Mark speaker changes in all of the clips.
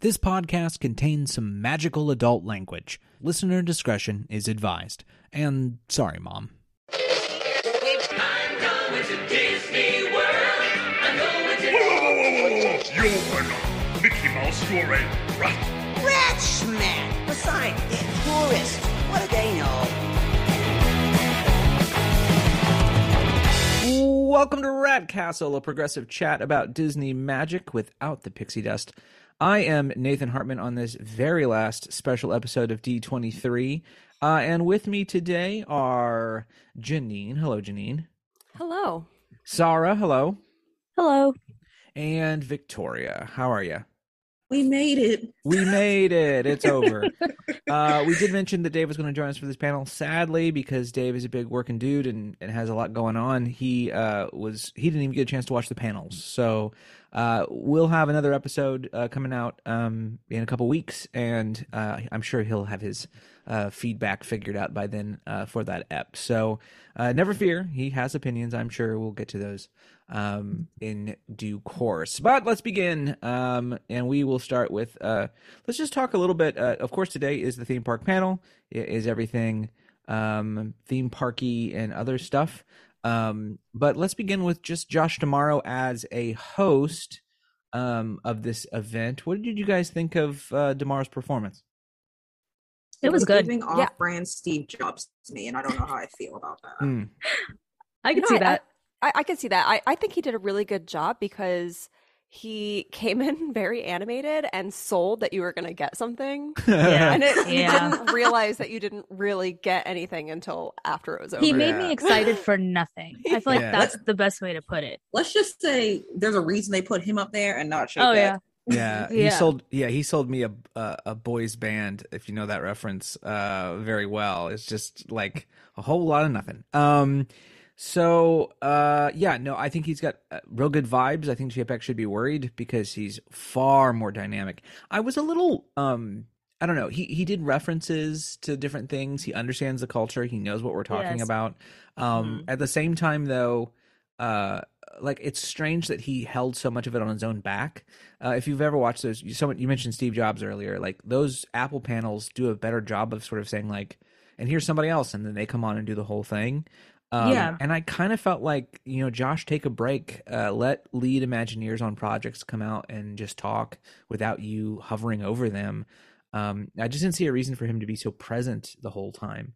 Speaker 1: This podcast contains some magical adult language. Listener discretion is advised. And sorry, Mom.
Speaker 2: Whoa, whoa, whoa, whoa, whoa. You are not Mickey Mouse, you are a rat.
Speaker 3: Rich man! Besides, they're tourists. What do they know?
Speaker 4: Welcome to Rat Castle, a progressive chat about Disney magic without the pixie dust. I am Nathan Hartman on this very last special episode of D23. Uh, and with me today are Janine. Hello, Janine.
Speaker 5: Hello.
Speaker 4: Sarah, hello.
Speaker 5: Hello.
Speaker 4: And Victoria. How are you?
Speaker 6: We made it.
Speaker 4: We made it. It's over. uh, we did mention that Dave was going to join us for this panel. Sadly, because Dave is a big working dude and, and has a lot going on, he uh, was he didn't even get a chance to watch the panels. So uh, we'll have another episode uh, coming out um, in a couple weeks, and uh, I'm sure he'll have his uh, feedback figured out by then uh, for that ep. So uh, never fear, he has opinions. I'm sure we'll get to those um, in due course. But let's begin, um, and we will start with uh, let's just talk a little bit. Uh, of course, today is the theme park panel. It is everything um, theme parky and other stuff. Um, but let's begin with just Josh tomorrow as a host um, of this event. What did you guys think of uh, Damaro's performance?
Speaker 5: It was good.
Speaker 6: Giving off
Speaker 5: Yeah.
Speaker 6: brand Steve Jobs to me, and I don't know how I feel about that.
Speaker 4: Hmm.
Speaker 5: I
Speaker 7: can see that.
Speaker 5: I, I can see that. I, I think he did a really good job because he came in very animated and sold that you were going to get something.
Speaker 7: Yeah.
Speaker 5: And it,
Speaker 7: Yeah.
Speaker 5: you didn't realize that you didn't really get anything until after it was over.
Speaker 7: He made
Speaker 4: Yeah.
Speaker 7: me excited for nothing. I feel like
Speaker 4: Yeah.
Speaker 7: that's the best way to put it.
Speaker 6: Let's just say there's a reason they put him up there and not Shake
Speaker 7: Oh yeah.
Speaker 4: Yeah, he
Speaker 7: Yeah.
Speaker 4: sold. Yeah, he sold me a, a a boys band, if you know that reference, uh, very well. It's just like a whole lot of nothing. Um, so uh, yeah, no, I think he's got uh, real good vibes. I think JPEG should be worried because he's far more dynamic. I was a little um. I don't know. He he did references to different things. He understands the culture. He knows what we're talking
Speaker 7: Yes.
Speaker 4: about. Um, at the same time, though, uh, like it's strange that he held so much of it on his own back. Uh, if you've ever watched those, you, someone you mentioned Steve Jobs earlier. Like those Apple panels do a better job of sort of saying like, and here's somebody else, and then they come on and do the whole thing. Um,
Speaker 7: Yeah.
Speaker 4: And I kind of felt like you know, Josh, take a break. Uh, let lead Imagineers on projects come out and just talk without you hovering over them. Um, I just didn't see a reason for him to be so present the whole time.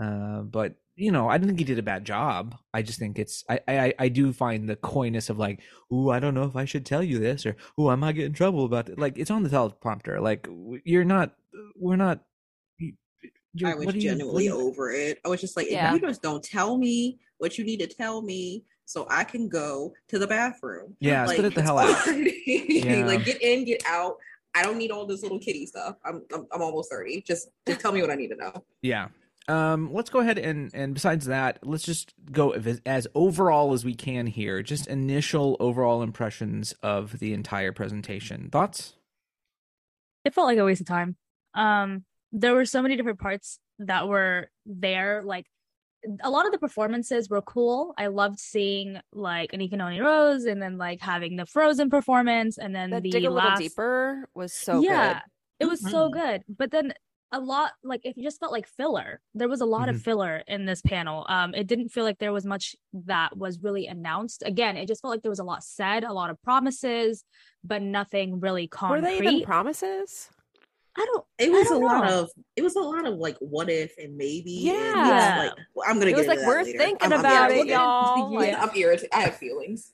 Speaker 4: Uh, but you know, I do not think he did a bad job. I just think it's I I, I- I do find the coyness of like, ooh, I don't know if I should tell you this, or ooh, I might get in trouble about it. Like it's on the teleprompter. Like w- you're not, we're not. you- you're-
Speaker 6: I was
Speaker 4: what are you- what
Speaker 6: genuinely
Speaker 4: are you-
Speaker 6: over it. I was just like,
Speaker 7: Yeah.
Speaker 6: if you just don't tell me what you need to tell me, so I can go to the bathroom.
Speaker 4: Yeah,
Speaker 6: like,
Speaker 4: spit it the
Speaker 6: it's
Speaker 4: hell out.
Speaker 6: already-
Speaker 4: Yeah.
Speaker 6: like get in, get out. I don't need all this little kitty stuff. I'm I'm, I'm almost thirty. Just just tell me what I need to know.
Speaker 4: Yeah. Um, let's go ahead and and besides that, let's just go as, as overall as we can here. Just initial overall impressions of the entire presentation. Thoughts?
Speaker 7: It felt like a waste of time. Um, there were so many different parts that were there. Like a lot of the performances were cool. I loved seeing like an Econoni Rose, and then like having the Frozen performance, and then
Speaker 5: That
Speaker 7: the
Speaker 5: dig a little
Speaker 7: last...
Speaker 5: deeper was so
Speaker 7: yeah,
Speaker 5: good. Mm-hmm.
Speaker 7: it was so good. But then a lot like it just felt like filler. There was a lot
Speaker 5: Mm-hmm.
Speaker 7: of filler in this panel. Um, it didn't feel like there was much that was really announced. Again, it just felt like there was a lot said, a lot of promises, but nothing really concrete.
Speaker 5: Were they even promises?
Speaker 7: I don't.
Speaker 6: It was a
Speaker 7: don't
Speaker 6: lot
Speaker 7: know.
Speaker 6: of it was a lot of like what if and maybe. and just,
Speaker 5: Yeah.
Speaker 6: like, well, I'm gonna.
Speaker 5: It
Speaker 6: get
Speaker 5: was
Speaker 6: into
Speaker 5: like,
Speaker 6: that
Speaker 5: we're
Speaker 6: later.
Speaker 5: thinking
Speaker 6: I'm- I'm
Speaker 5: about
Speaker 7: yeah,
Speaker 5: it,
Speaker 6: irritated.
Speaker 7: we're gonna
Speaker 5: y'all.
Speaker 7: do
Speaker 5: Like,
Speaker 7: it.
Speaker 6: Yeah, I'm irritated. I have feelings.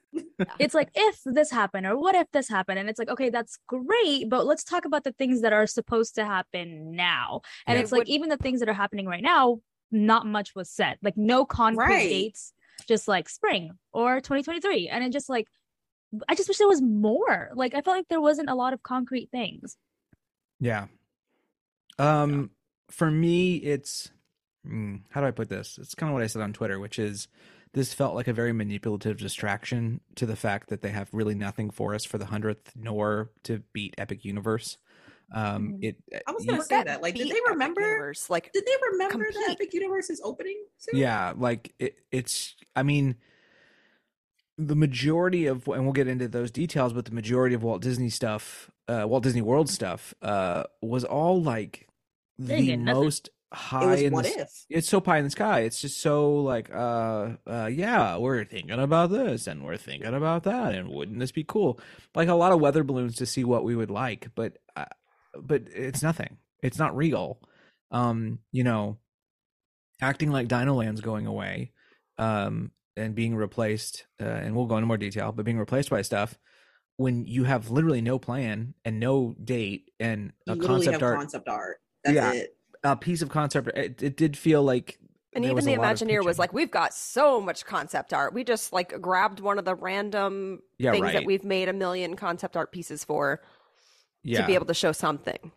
Speaker 7: It's like if this happened or what if this happened, and it's like okay, that's great, but let's talk about the things that are supposed to happen now. And
Speaker 4: Yeah.
Speaker 7: it's like
Speaker 5: Would-
Speaker 7: even the things that are happening right now, not much was said. Like no concrete
Speaker 6: Right.
Speaker 7: dates, just like spring or 2023, and it just like I just wish there was more. Like I felt like there wasn't a lot of concrete things.
Speaker 4: Yeah. Um, for me, it's mm, how do I put this? It's kind of what I said on Twitter, which is this felt like a very manipulative distraction to the fact that they have really nothing for us for the hundredth, nor to beat Epic Universe. Um,
Speaker 7: Mhm.
Speaker 4: it
Speaker 6: Mm. I was
Speaker 4: you-
Speaker 6: gonna say that. Like, did
Speaker 5: beat
Speaker 6: they
Speaker 5: Epic
Speaker 6: remember?
Speaker 5: Universe, Like,
Speaker 6: Did they remember that
Speaker 5: Complete.
Speaker 6: Epic Universe is opening? soon?
Speaker 4: yeah, like it, it's. I mean, the majority of and we'll get into those details but the majority of walt disney stuff uh walt disney world stuff uh was all like
Speaker 7: They
Speaker 4: the
Speaker 7: did nothing.
Speaker 4: most
Speaker 6: It
Speaker 4: high
Speaker 6: was
Speaker 4: in
Speaker 6: what
Speaker 4: the, s-
Speaker 6: if?
Speaker 4: it's so pie in the sky it's just so like uh uh yeah we're thinking about this and we're thinking about that and wouldn't this be cool like a lot of weather balloons to see what we would like but uh, but it's nothing it's not real um you know acting like dinoland's going away um and being replaced uh, and we'll go into more detail but being replaced by stuff when you have literally no plan and no date and a
Speaker 6: You literally
Speaker 4: concept
Speaker 6: have
Speaker 4: art
Speaker 6: concept art. That's
Speaker 4: Yeah.
Speaker 6: it.
Speaker 4: a piece of concept art it, it did feel like
Speaker 5: And
Speaker 4: there
Speaker 5: even
Speaker 4: was
Speaker 5: the
Speaker 4: a lot of
Speaker 5: Imagineer was
Speaker 4: pitching.
Speaker 5: like, we've got so much concept art. We just like grabbed one of the random
Speaker 4: yeah
Speaker 5: things
Speaker 4: right
Speaker 5: that we've made a million concept art pieces for
Speaker 4: yeah
Speaker 5: to be able to show something.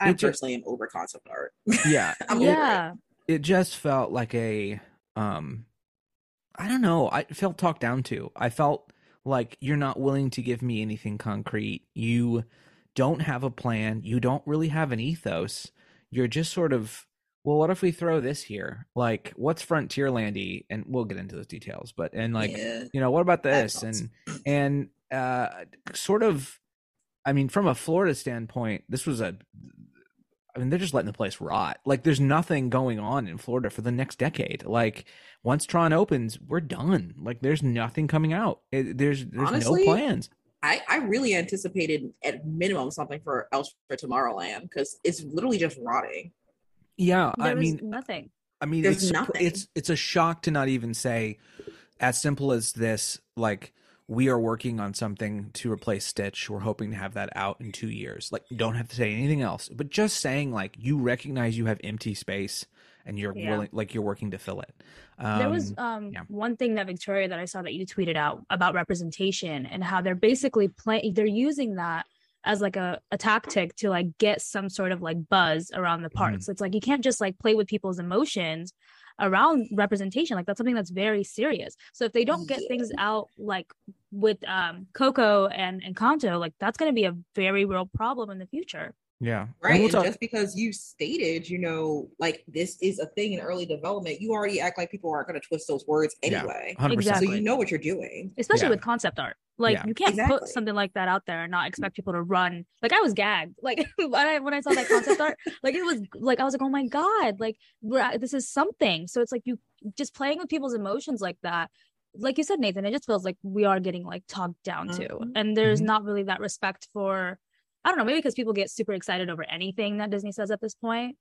Speaker 6: I'm
Speaker 4: It ju-
Speaker 6: personally am over concept art.
Speaker 4: yeah
Speaker 6: I'm over
Speaker 7: yeah.
Speaker 4: it just felt like a um i don't know i felt talked down to i felt like you're not willing to give me anything concrete you don't have a plan you don't really have an ethos you're just sort of well what if we throw this here like what's frontierlandy and we'll get into those details but and
Speaker 6: it.
Speaker 4: like
Speaker 6: Yeah.
Speaker 4: you know what about
Speaker 6: That
Speaker 4: this
Speaker 6: sucks.
Speaker 4: and and uh sort of i mean from a florida standpoint this was a i mean they're just letting the place rot like there's nothing going on in florida for the next decade like once tron opens we're done like there's nothing coming out it, there's there's
Speaker 6: Honestly,
Speaker 4: no plans
Speaker 6: I, I really anticipated at minimum something for else for Tomorrowland because it's literally just rotting.
Speaker 4: yeah
Speaker 7: There
Speaker 4: i
Speaker 7: was
Speaker 4: mean
Speaker 7: nothing.
Speaker 4: I mean,
Speaker 6: There's
Speaker 4: it's,
Speaker 6: nothing.
Speaker 4: it's it's a shock to not even say as simple as this. Like we are working on something to replace Stitch. We're hoping to have that out in two years. Like you don't have to say anything else, but just saying like you recognize you have empty space and you're
Speaker 7: Yeah.
Speaker 4: willing, like you're working to fill it. Um,
Speaker 7: there was um
Speaker 4: yeah.
Speaker 7: one thing that Victoria that I saw that you tweeted out about representation and how they're basically playing they're using that as like a, a tactic to like get some sort of like buzz around the parts. It's like you can't just like play with people's emotions around representation. Like that's something that's very serious. So if they don't get
Speaker 6: Yeah.
Speaker 7: things out like with um Coco and and Kanto, like that's gonna be a very real problem in the future.
Speaker 4: yeah, And
Speaker 6: Right.
Speaker 4: we'll
Speaker 6: and
Speaker 4: talk-
Speaker 6: just because you stated, you know, like this is a thing in early development, you already act like people aren't going to twist those words
Speaker 4: Yeah.
Speaker 6: anyway.
Speaker 4: 100%.
Speaker 7: Exactly.
Speaker 6: So you know what you're doing.
Speaker 7: especially
Speaker 4: Yeah.
Speaker 7: with concept art. Like
Speaker 4: Yeah.
Speaker 7: you can't
Speaker 6: Exactly.
Speaker 7: put something like that out there and not expect people to run. Like I was gagged. Like when I when I saw that concept art, like it was like I was like, oh my god, like we're at- this is something. So it's like you just playing with people's emotions like that. Like you said, Nathan, it just feels like we are getting like talked down to,
Speaker 6: Mhm.
Speaker 7: and there's
Speaker 4: Mhm.
Speaker 7: not really that respect for. I don't know, maybe because people get super excited over anything that Disney says at this point.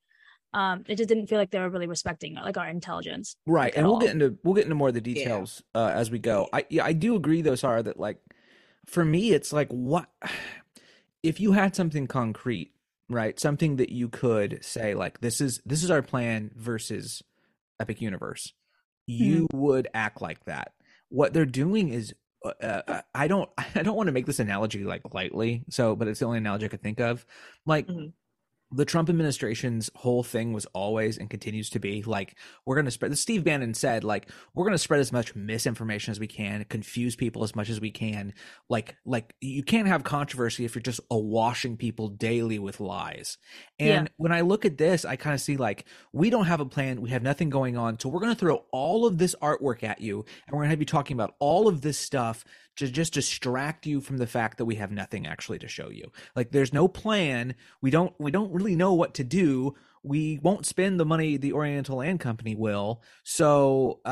Speaker 7: Um, it just didn't feel like they were really respecting like our intelligence.
Speaker 4: right
Speaker 7: like, at
Speaker 4: and we'll
Speaker 7: all.
Speaker 4: get into we'll get into more of the details uh, as we go i yeah, i do agree though sarah that like for me it's like what if you had something concrete right something that you could say like this is this is our plan versus epic universe you
Speaker 7: Mm-hmm.
Speaker 4: would act like that what they're doing is uh, uh, i don't i don't want to make this analogy like lightly so but it's the only analogy i could think of like
Speaker 6: Mhm.
Speaker 4: the trump administration's whole thing was always and continues to be like we're going to spread steve bannon said like we're going to spread as much misinformation as we can confuse people as much as we can like like you can't have controversy if you're just awashing people daily with lies and when i look at this i kind of see like we don't have a plan we have nothing going on so we're going to throw all of this artwork at you and we're going to be talking about all of this stuff to just distract you from the fact that we have nothing actually to show you like there's no plan we don't we don't really know what to do we won't spend the money the oriental land company will so uh,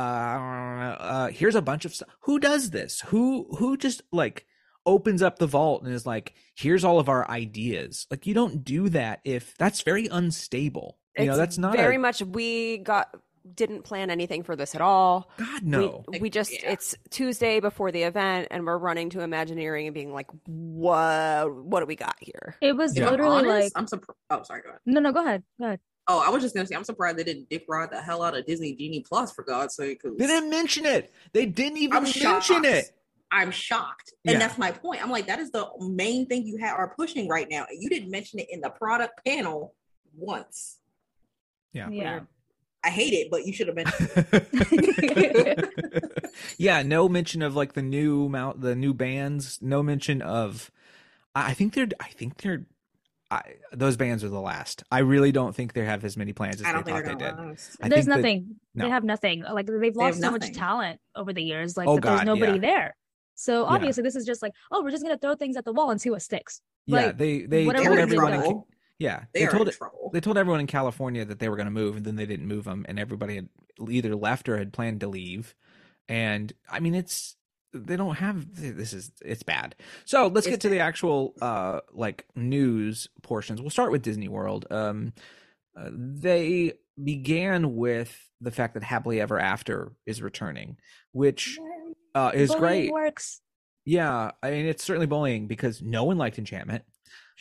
Speaker 4: uh here's a bunch of stuff who does this who who just like opens up the vault and is like here's all of our ideas like you don't do that if that's very unstable you know
Speaker 5: It's
Speaker 4: that's not
Speaker 5: very
Speaker 4: a,
Speaker 5: much we got didn't plan anything for this at all.
Speaker 4: god no
Speaker 5: We, we just
Speaker 6: Yeah.
Speaker 5: it's Tuesday before the event and we're running to Imagineering and being like, What what do we got here?
Speaker 7: It was
Speaker 4: Yeah.
Speaker 7: literally
Speaker 6: Honest,
Speaker 7: like,
Speaker 6: I'm surprised. Oh, sorry. Go ahead.
Speaker 7: no, no, go ahead, go ahead.
Speaker 6: Oh, I was just going to say, I'm surprised they didn't dick ride the hell out of Disney Genie Plus for God's sake. 'cause
Speaker 4: they didn't mention it they didn't even
Speaker 6: I'm
Speaker 4: mention
Speaker 6: shocked.
Speaker 4: it
Speaker 6: I'm shocked. And
Speaker 4: Yeah.
Speaker 6: that's my point. I'm like, that is the main thing you ha- are pushing right now. And you didn't mention it in the product panel once.
Speaker 4: Yeah.
Speaker 7: yeah.
Speaker 6: I hate it, but you should have mentioned
Speaker 4: yeah, no mention of like the new mount, the new bands. No mention of. I I think they're. I think they're. I, those bands are the last. I really don't think they have as many plans as
Speaker 6: I
Speaker 4: they
Speaker 6: don't think
Speaker 4: thought they
Speaker 6: they're
Speaker 4: did.
Speaker 6: going to last.
Speaker 4: I
Speaker 7: there's
Speaker 4: think that-
Speaker 7: nothing.
Speaker 4: no.
Speaker 7: They have nothing. Like they've
Speaker 6: have
Speaker 7: lost so much
Speaker 6: nothing.
Speaker 7: talent over the years. Like
Speaker 4: Oh,
Speaker 7: that there's
Speaker 4: God,
Speaker 7: nobody
Speaker 4: yeah.
Speaker 7: there. So
Speaker 4: Yeah.
Speaker 7: obviously, this is just like, oh, we're just gonna throw things at the wall and see what sticks.
Speaker 4: yeah,
Speaker 7: Like,
Speaker 4: they they
Speaker 7: whatever
Speaker 4: told
Speaker 7: we
Speaker 4: everyone. in
Speaker 7: do.
Speaker 4: Ca- yeah,
Speaker 6: They,
Speaker 4: they
Speaker 6: are
Speaker 4: told
Speaker 6: in trouble.
Speaker 4: they told everyone in California that they were going to move, and then they didn't move them, and everybody had either left or had planned to leave. And I mean, it's they don't have this is it's bad. So let's
Speaker 6: It's
Speaker 4: get to the actual uh like news portions. We'll start with Disney World. Um, uh, they began with the fact that Happily Ever After is returning, which uh, is
Speaker 7: Bullying
Speaker 4: great.
Speaker 7: Works.
Speaker 4: Yeah, I mean it's certainly bullying because no one liked Enchantment.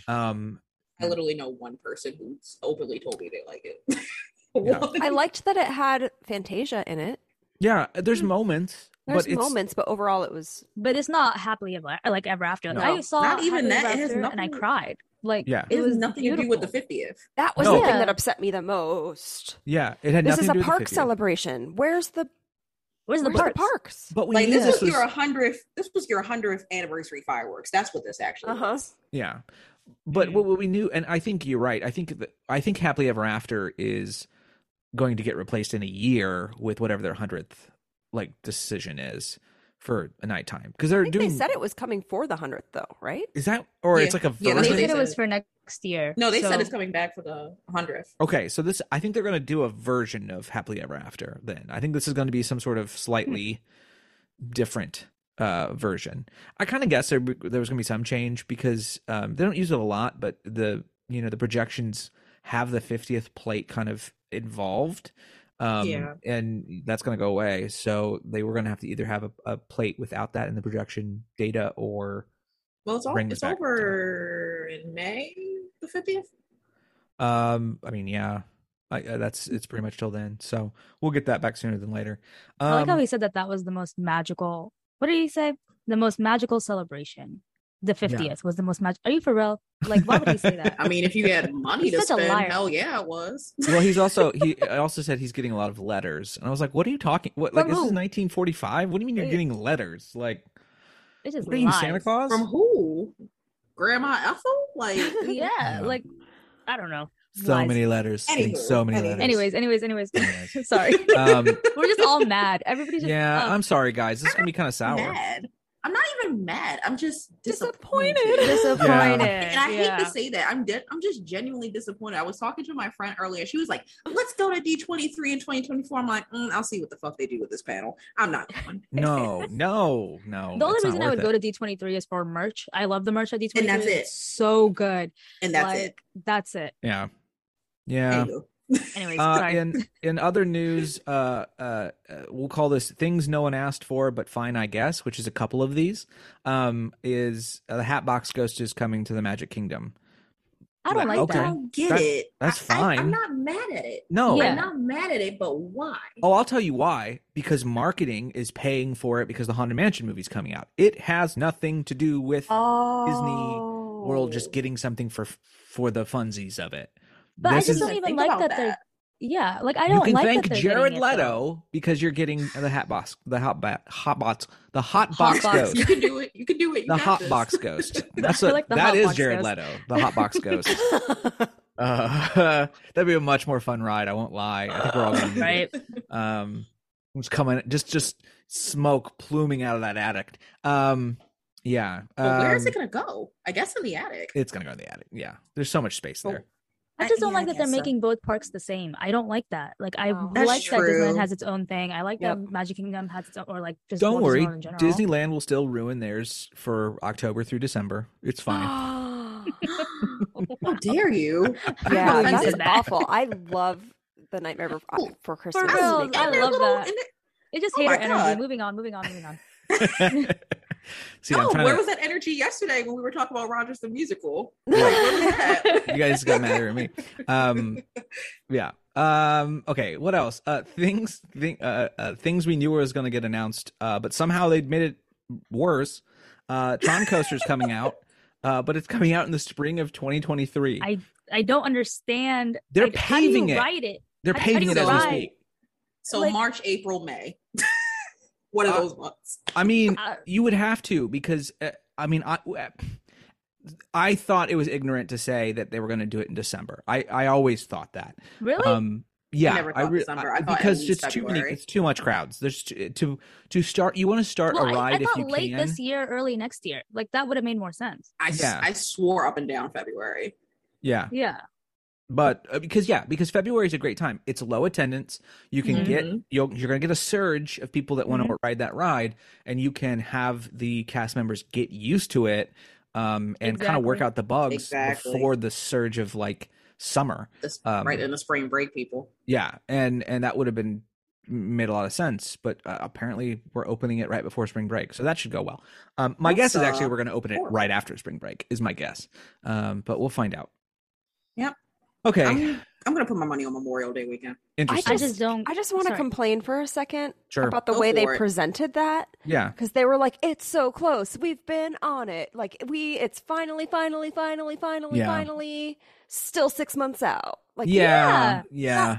Speaker 4: Um,
Speaker 6: I literally know one person who's openly told me they like it.
Speaker 4: Yeah.
Speaker 6: One.
Speaker 5: I liked that it had Fantasia in it.
Speaker 4: yeah, there's moments,
Speaker 5: There's
Speaker 4: but it's
Speaker 5: moments, but overall it was
Speaker 7: But it's not happily ever like ever after.
Speaker 4: No.
Speaker 7: I saw
Speaker 6: Not even
Speaker 7: Happily
Speaker 6: that.
Speaker 7: Ever
Speaker 6: It has
Speaker 7: After and I
Speaker 6: nothing-
Speaker 7: cried. Like
Speaker 4: Yeah.
Speaker 6: it has nothing to do with the
Speaker 7: beautiful.
Speaker 6: 50th.
Speaker 5: that was
Speaker 4: No.
Speaker 5: the thing
Speaker 7: Yeah.
Speaker 5: that upset me the most.
Speaker 4: yeah, it had
Speaker 5: This
Speaker 4: nothing
Speaker 5: is
Speaker 4: to
Speaker 5: a
Speaker 4: do with the
Speaker 5: park
Speaker 4: 50th.
Speaker 5: celebration. Where's the
Speaker 7: Where's the
Speaker 5: where's
Speaker 7: park?
Speaker 5: the parks?
Speaker 4: But we
Speaker 6: Like
Speaker 4: knew
Speaker 6: this was,
Speaker 4: was
Speaker 6: your hundredth. This was your hundredth anniversary fireworks. That's what this actually.
Speaker 5: Uh-huh.
Speaker 6: was.
Speaker 4: yeah, but what what we knew, and I think you're right. I think that I think Happily Ever After is going to get replaced in a year with whatever their hundredth like decision is for a nighttime because they're
Speaker 5: I think
Speaker 4: doing.
Speaker 5: they said it was coming for the hundredth though, right?
Speaker 4: Is that or
Speaker 6: Yeah.
Speaker 4: it's like a
Speaker 6: Yeah,
Speaker 4: version?
Speaker 6: that's
Speaker 7: They
Speaker 6: what
Speaker 7: said
Speaker 6: they
Speaker 7: it was
Speaker 6: said.
Speaker 7: for next year.
Speaker 6: No, they
Speaker 7: so-
Speaker 6: said it's coming back for the hundredth.
Speaker 4: Okay, so this I think they're going to do a version of Happily Ever After then. I think this is going to be some sort of slightly different uh version. I kind of guess there, there was going to be some change because um they don't use it a lot, but the you know the projections have the 50th plate kind of involved. Um
Speaker 6: Yeah.
Speaker 4: and that's going to go away. So they were going to have to either have a, a plate without that in the projection data or
Speaker 6: Well, it's all,
Speaker 4: Bring this
Speaker 6: it's
Speaker 4: back.
Speaker 6: over in May the fiftieth.
Speaker 4: Um, I mean, yeah, I, uh, that's it's pretty much till then. So we'll get that back sooner than later. Um,
Speaker 7: I like how he said that that was the most magical. What did he say? The most magical celebration. The 50th was the most magic. Are you for real? Like, why would he say that?
Speaker 6: I mean, if you had money to
Speaker 7: He's such a
Speaker 6: spend,
Speaker 7: liar.
Speaker 6: hell yeah, it was.
Speaker 4: well, he's also he I also said he's getting a lot of letters, and I was like, "What are you talking? What like
Speaker 5: From
Speaker 4: this is
Speaker 5: who?
Speaker 4: 1945? What do you mean you're
Speaker 7: Wait.
Speaker 4: getting letters? Like,
Speaker 7: It just
Speaker 4: what are you
Speaker 7: lies.
Speaker 4: Santa Claus?"
Speaker 6: From who? Grandma Ethel? Like
Speaker 7: Yeah,
Speaker 4: Yeah.
Speaker 7: like I don't know.
Speaker 4: so
Speaker 7: lies.
Speaker 4: many letters, getting
Speaker 6: Anywho,
Speaker 4: so many
Speaker 6: anywho.
Speaker 4: letters.
Speaker 7: Anyways, anyways, anyways.
Speaker 4: Anyways.
Speaker 7: Sorry,
Speaker 4: um,
Speaker 7: we're just all mad. Everybody's just
Speaker 4: yeah,
Speaker 7: um,
Speaker 4: I'm sorry, guys. This is gonna be kind of sour.
Speaker 6: mad. I'm not even mad. I'm just disappointed.
Speaker 5: Disappointed.
Speaker 7: disappointed.
Speaker 6: And
Speaker 4: Oh,
Speaker 6: I
Speaker 7: yeah.
Speaker 6: hate to say that. I'm de- I'm just genuinely disappointed. I was talking to my friend earlier. She was like, "Let's go to D23 in 2024." I'm like, mm, "I'll see what the fuck they do with this panel. I'm not going."
Speaker 4: No, no, no.
Speaker 7: The only
Speaker 4: it's not
Speaker 7: reason I
Speaker 4: worth
Speaker 7: would
Speaker 4: it.
Speaker 7: go to D23 is for merch. I love the merch at D23.
Speaker 6: And that's it.
Speaker 7: It's so good.
Speaker 6: And that's
Speaker 7: like,
Speaker 6: it.
Speaker 7: That's it.
Speaker 4: yeah, yeah.
Speaker 6: There you go.
Speaker 7: Anyways,
Speaker 4: Uh,
Speaker 7: sorry.
Speaker 4: in in other news, uh, uh, uh, we'll call this things no one asked for, but fine, I guess. Which is a couple of these. Um, is uh, the Hatbox Ghost is coming to the Magic Kingdom?
Speaker 7: I don't like
Speaker 4: okay.
Speaker 6: I
Speaker 7: that.
Speaker 6: don't get
Speaker 4: That-
Speaker 6: it.
Speaker 4: that's
Speaker 6: I- I,
Speaker 4: fine. Oh.
Speaker 6: am not mad at it.
Speaker 4: No.
Speaker 7: Yeah.
Speaker 6: I'm not mad at it, but why?
Speaker 4: Oh, I'll tell you why. Because marketing is paying for it because the Haunted Mansion movie's coming out. It has nothing to do with World
Speaker 7: Oh.
Speaker 4: just getting something for for the funsies of it.
Speaker 7: But I
Speaker 4: This
Speaker 7: just
Speaker 4: is-
Speaker 7: don't
Speaker 6: Think
Speaker 7: even
Speaker 6: about
Speaker 7: like that, they're.
Speaker 6: that.
Speaker 7: Yeah, like I
Speaker 4: you
Speaker 7: don't
Speaker 4: can
Speaker 7: like
Speaker 4: thank
Speaker 7: that they're getting
Speaker 4: Jared
Speaker 7: it, though.
Speaker 4: Leto because you're getting the hot box, the hot bat, hot bots, the hot,
Speaker 7: Hot
Speaker 4: box
Speaker 7: box.
Speaker 4: ghost.
Speaker 6: You can do it. You can do it. You
Speaker 4: the
Speaker 6: got
Speaker 4: hot
Speaker 6: this.
Speaker 4: box ghost. That's
Speaker 7: I
Speaker 4: what,
Speaker 7: like the
Speaker 4: that
Speaker 7: hot
Speaker 4: is
Speaker 7: box
Speaker 4: Jared
Speaker 7: ghost.
Speaker 4: Leto, the hot box ghost. Uh, that'd be a much more fun ride. I won't lie. I think we're all gonna need it.
Speaker 7: Right.
Speaker 4: Um, just coming, just just smoke pluming out of that attic. Um, yeah.
Speaker 6: But where is
Speaker 4: um,
Speaker 6: it going to go? I guess in the attic.
Speaker 4: It's gonna go in the attic. Yeah. There's so much space
Speaker 6: Oh.
Speaker 4: there.
Speaker 7: I just don't
Speaker 6: yeah, I
Speaker 7: like that they're
Speaker 6: guess so.
Speaker 7: making both parks the same. I don't like that. Like I
Speaker 5: Oh.
Speaker 6: That's
Speaker 7: like that Disneyland
Speaker 6: true.
Speaker 7: has its own thing. I like
Speaker 5: Yep.
Speaker 7: that Magic Kingdom has its own, or like just
Speaker 4: Don't
Speaker 7: Walt
Speaker 4: worry.
Speaker 7: Disney World in general.
Speaker 4: Disneyland will still ruin theirs for October through December. It's
Speaker 7: Oh.
Speaker 4: fine.
Speaker 6: How dare you?
Speaker 5: yeah,
Speaker 6: Offensive.
Speaker 5: that's
Speaker 7: that.
Speaker 5: awful. I love the Nightmare Before, Before Christmas.
Speaker 7: real,
Speaker 6: I,
Speaker 7: I
Speaker 6: was in their
Speaker 7: love
Speaker 6: little,
Speaker 7: that.
Speaker 6: in their-
Speaker 7: It just
Speaker 6: Oh
Speaker 7: hater
Speaker 6: my
Speaker 7: energy.
Speaker 6: God.
Speaker 7: Moving on. Moving on. Moving on.
Speaker 4: See, I'm
Speaker 6: oh,
Speaker 4: trying
Speaker 6: where
Speaker 4: to.
Speaker 6: was that energy yesterday when we were talking about Rogers the musical?
Speaker 4: Yeah.
Speaker 6: that?
Speaker 4: you guys got mad at me. Um, yeah. Um, okay. What else? Uh, things, thing, uh, uh, things we knew was going to get announced, uh, but somehow they made it worse. Uh, Tron Coaster's coming out, uh, but it's coming out in the spring of 2023.
Speaker 7: I- I don't understand.
Speaker 4: They're
Speaker 7: I- how do you
Speaker 4: paving it.
Speaker 7: Write it.
Speaker 4: They're
Speaker 7: I- I didn't
Speaker 4: paving it as we
Speaker 6: realize.
Speaker 4: speak.
Speaker 6: So
Speaker 7: Like-
Speaker 6: March, April, May. What
Speaker 4: Uh,
Speaker 6: are those months?
Speaker 4: I mean,
Speaker 7: Uh,
Speaker 4: you would have to because uh, I mean, I, I thought it was ignorant to say that they were going to do it in December. I, I always thought that.
Speaker 7: Really?
Speaker 4: Um, yeah,
Speaker 6: never
Speaker 4: I
Speaker 6: thought
Speaker 4: really
Speaker 6: December. I thought at
Speaker 4: because
Speaker 6: least
Speaker 4: it's too many.
Speaker 6: February.
Speaker 4: It's too much crowds. There's t- to to start. You want to start
Speaker 7: Well,
Speaker 4: a
Speaker 7: I,
Speaker 4: ride
Speaker 7: I
Speaker 4: if
Speaker 7: thought
Speaker 4: you
Speaker 7: late
Speaker 4: can.
Speaker 7: this year, early next year. Like that would have made more sense.
Speaker 6: I, s-
Speaker 4: Yeah.
Speaker 6: I swore up and down February.
Speaker 4: Yeah,
Speaker 7: Yeah.
Speaker 4: but uh, because yeah, because February is a great time. It's low attendance. You can get
Speaker 6: Mhm.
Speaker 4: you'll, you're going to get a surge of people that want
Speaker 6: Mm-hmm.
Speaker 4: to ride that ride, and you can have the cast members get used to it um, and kind of work
Speaker 7: Exactly.
Speaker 4: out the bugs
Speaker 6: Exactly.
Speaker 4: before the surge of like summer.
Speaker 6: This,
Speaker 4: Um,
Speaker 6: right in the spring break, people.
Speaker 4: Yeah, and and that would have been made a lot of sense, but uh, apparently we're opening it right before spring break, so that should go well. Um, my guess is
Speaker 6: That's,
Speaker 4: actually
Speaker 6: uh,
Speaker 4: we're going to open it
Speaker 6: cool.
Speaker 4: right after spring break, is my guess, um, but we'll find out.
Speaker 6: Yep.
Speaker 4: Okay.
Speaker 6: I'm, I'm gonna put my money on Memorial Day weekend.
Speaker 4: Interesting.
Speaker 7: I just don't.
Speaker 5: I just want to
Speaker 7: Sorry.
Speaker 5: complain for a second
Speaker 4: sure.
Speaker 5: about the
Speaker 6: Go
Speaker 5: way they
Speaker 6: for it.
Speaker 5: presented that
Speaker 4: yeah.
Speaker 5: because they were like, "It's so close. We've been on it. Like we, it's finally, finally, finally, finally,
Speaker 4: Yeah.
Speaker 5: finally. Still six months out. Like
Speaker 4: yeah.
Speaker 7: yeah.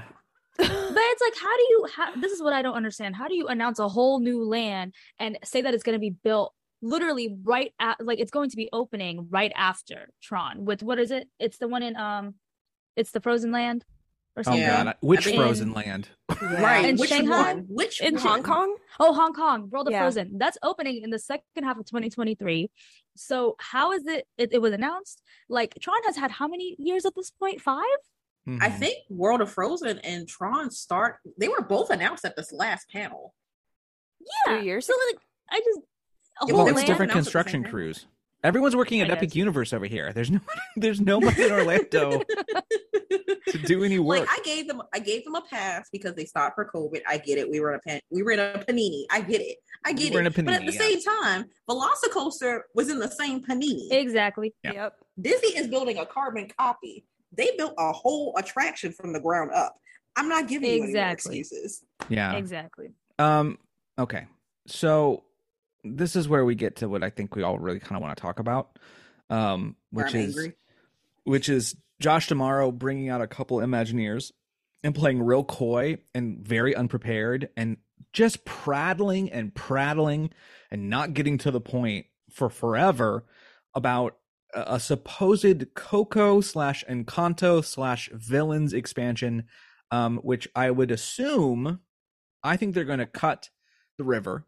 Speaker 4: Yeah.
Speaker 7: But it's like, how do you? How, this is what I don't understand. How do you announce a whole new land and say that it's going to be built literally right at like it's going to be opening right after Tron with what is it? It's the one in um, it's the Frozen Land or
Speaker 4: Oh
Speaker 7: something.
Speaker 6: Yeah.
Speaker 4: god. Which
Speaker 6: I mean-
Speaker 4: frozen land?
Speaker 6: Right.
Speaker 7: In
Speaker 6: which
Speaker 7: Shanghai?
Speaker 6: one? Which
Speaker 7: In
Speaker 5: in
Speaker 6: one?
Speaker 5: Hong Kong,
Speaker 7: Oh, Hong Kong, World of
Speaker 5: Yeah.
Speaker 7: Frozen. That's opening in the second half of 2023. So how is it, it? It was announced. Like Tron has had how many years at this point? Five.
Speaker 6: I
Speaker 4: Mhm.
Speaker 6: think World of Frozen and Tron start. They were both announced at this last panel.
Speaker 7: Yeah.
Speaker 5: three years.
Speaker 7: So like, I just a
Speaker 6: Yeah,
Speaker 7: whole
Speaker 4: Well, it's
Speaker 6: land-
Speaker 4: different
Speaker 6: announced at the same
Speaker 4: construction
Speaker 6: time.
Speaker 4: crews. Everyone's working at
Speaker 7: I
Speaker 4: Epic
Speaker 7: guess.
Speaker 4: Universe over here. There's no there's nobody in Orlando to do any work.
Speaker 6: Like I gave them, I gave them a pass because they stopped for COVID. I get it. We were in a pan, we were in a panini. I get it. I get
Speaker 4: were in
Speaker 6: it.
Speaker 4: a
Speaker 6: but at
Speaker 4: panini,
Speaker 6: the
Speaker 4: yeah.
Speaker 6: same time, Velocicoaster was in the same panini.
Speaker 7: exactly.
Speaker 4: Yeah.
Speaker 5: Yep.
Speaker 6: Disney is building a carbon copy. They built a whole attraction from the ground up. I'm not giving you any more
Speaker 7: Exactly.
Speaker 6: excuses.
Speaker 4: yeah.
Speaker 7: Exactly.
Speaker 4: Um. Okay. So this is where we get to what I think we all really kind of want to talk about, um,
Speaker 6: Where
Speaker 4: which
Speaker 6: I'm
Speaker 4: is
Speaker 6: angry.
Speaker 4: which is Josh Tomorrow bringing out a couple Imagineers and playing real coy and very unprepared and just prattling and prattling and not getting to the point for forever about a, a supposed Coco slash Encanto slash villains expansion, um, which I would assume, I think they're going to cut the river.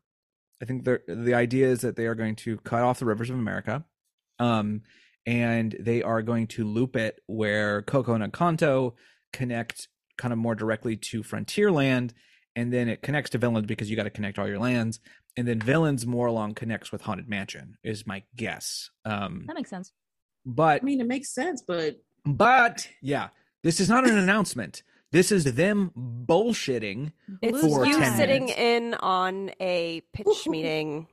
Speaker 4: I think they're, the idea is that they are going to cut off the rivers of America. Um, and they are going to loop it where Coco and Encanto connect kind of more directly to Frontierland, and then it connects to Villains because you got to connect all your lands, and then Villains more along connects with Haunted Mansion is my guess. Um,
Speaker 7: That makes sense.
Speaker 4: but
Speaker 6: I mean, it makes sense, but
Speaker 4: but yeah, this is not an announcement. This is them bullshitting.
Speaker 5: It's
Speaker 4: For
Speaker 5: you
Speaker 4: 10
Speaker 5: sitting
Speaker 4: minutes.
Speaker 5: in on a pitch meeting,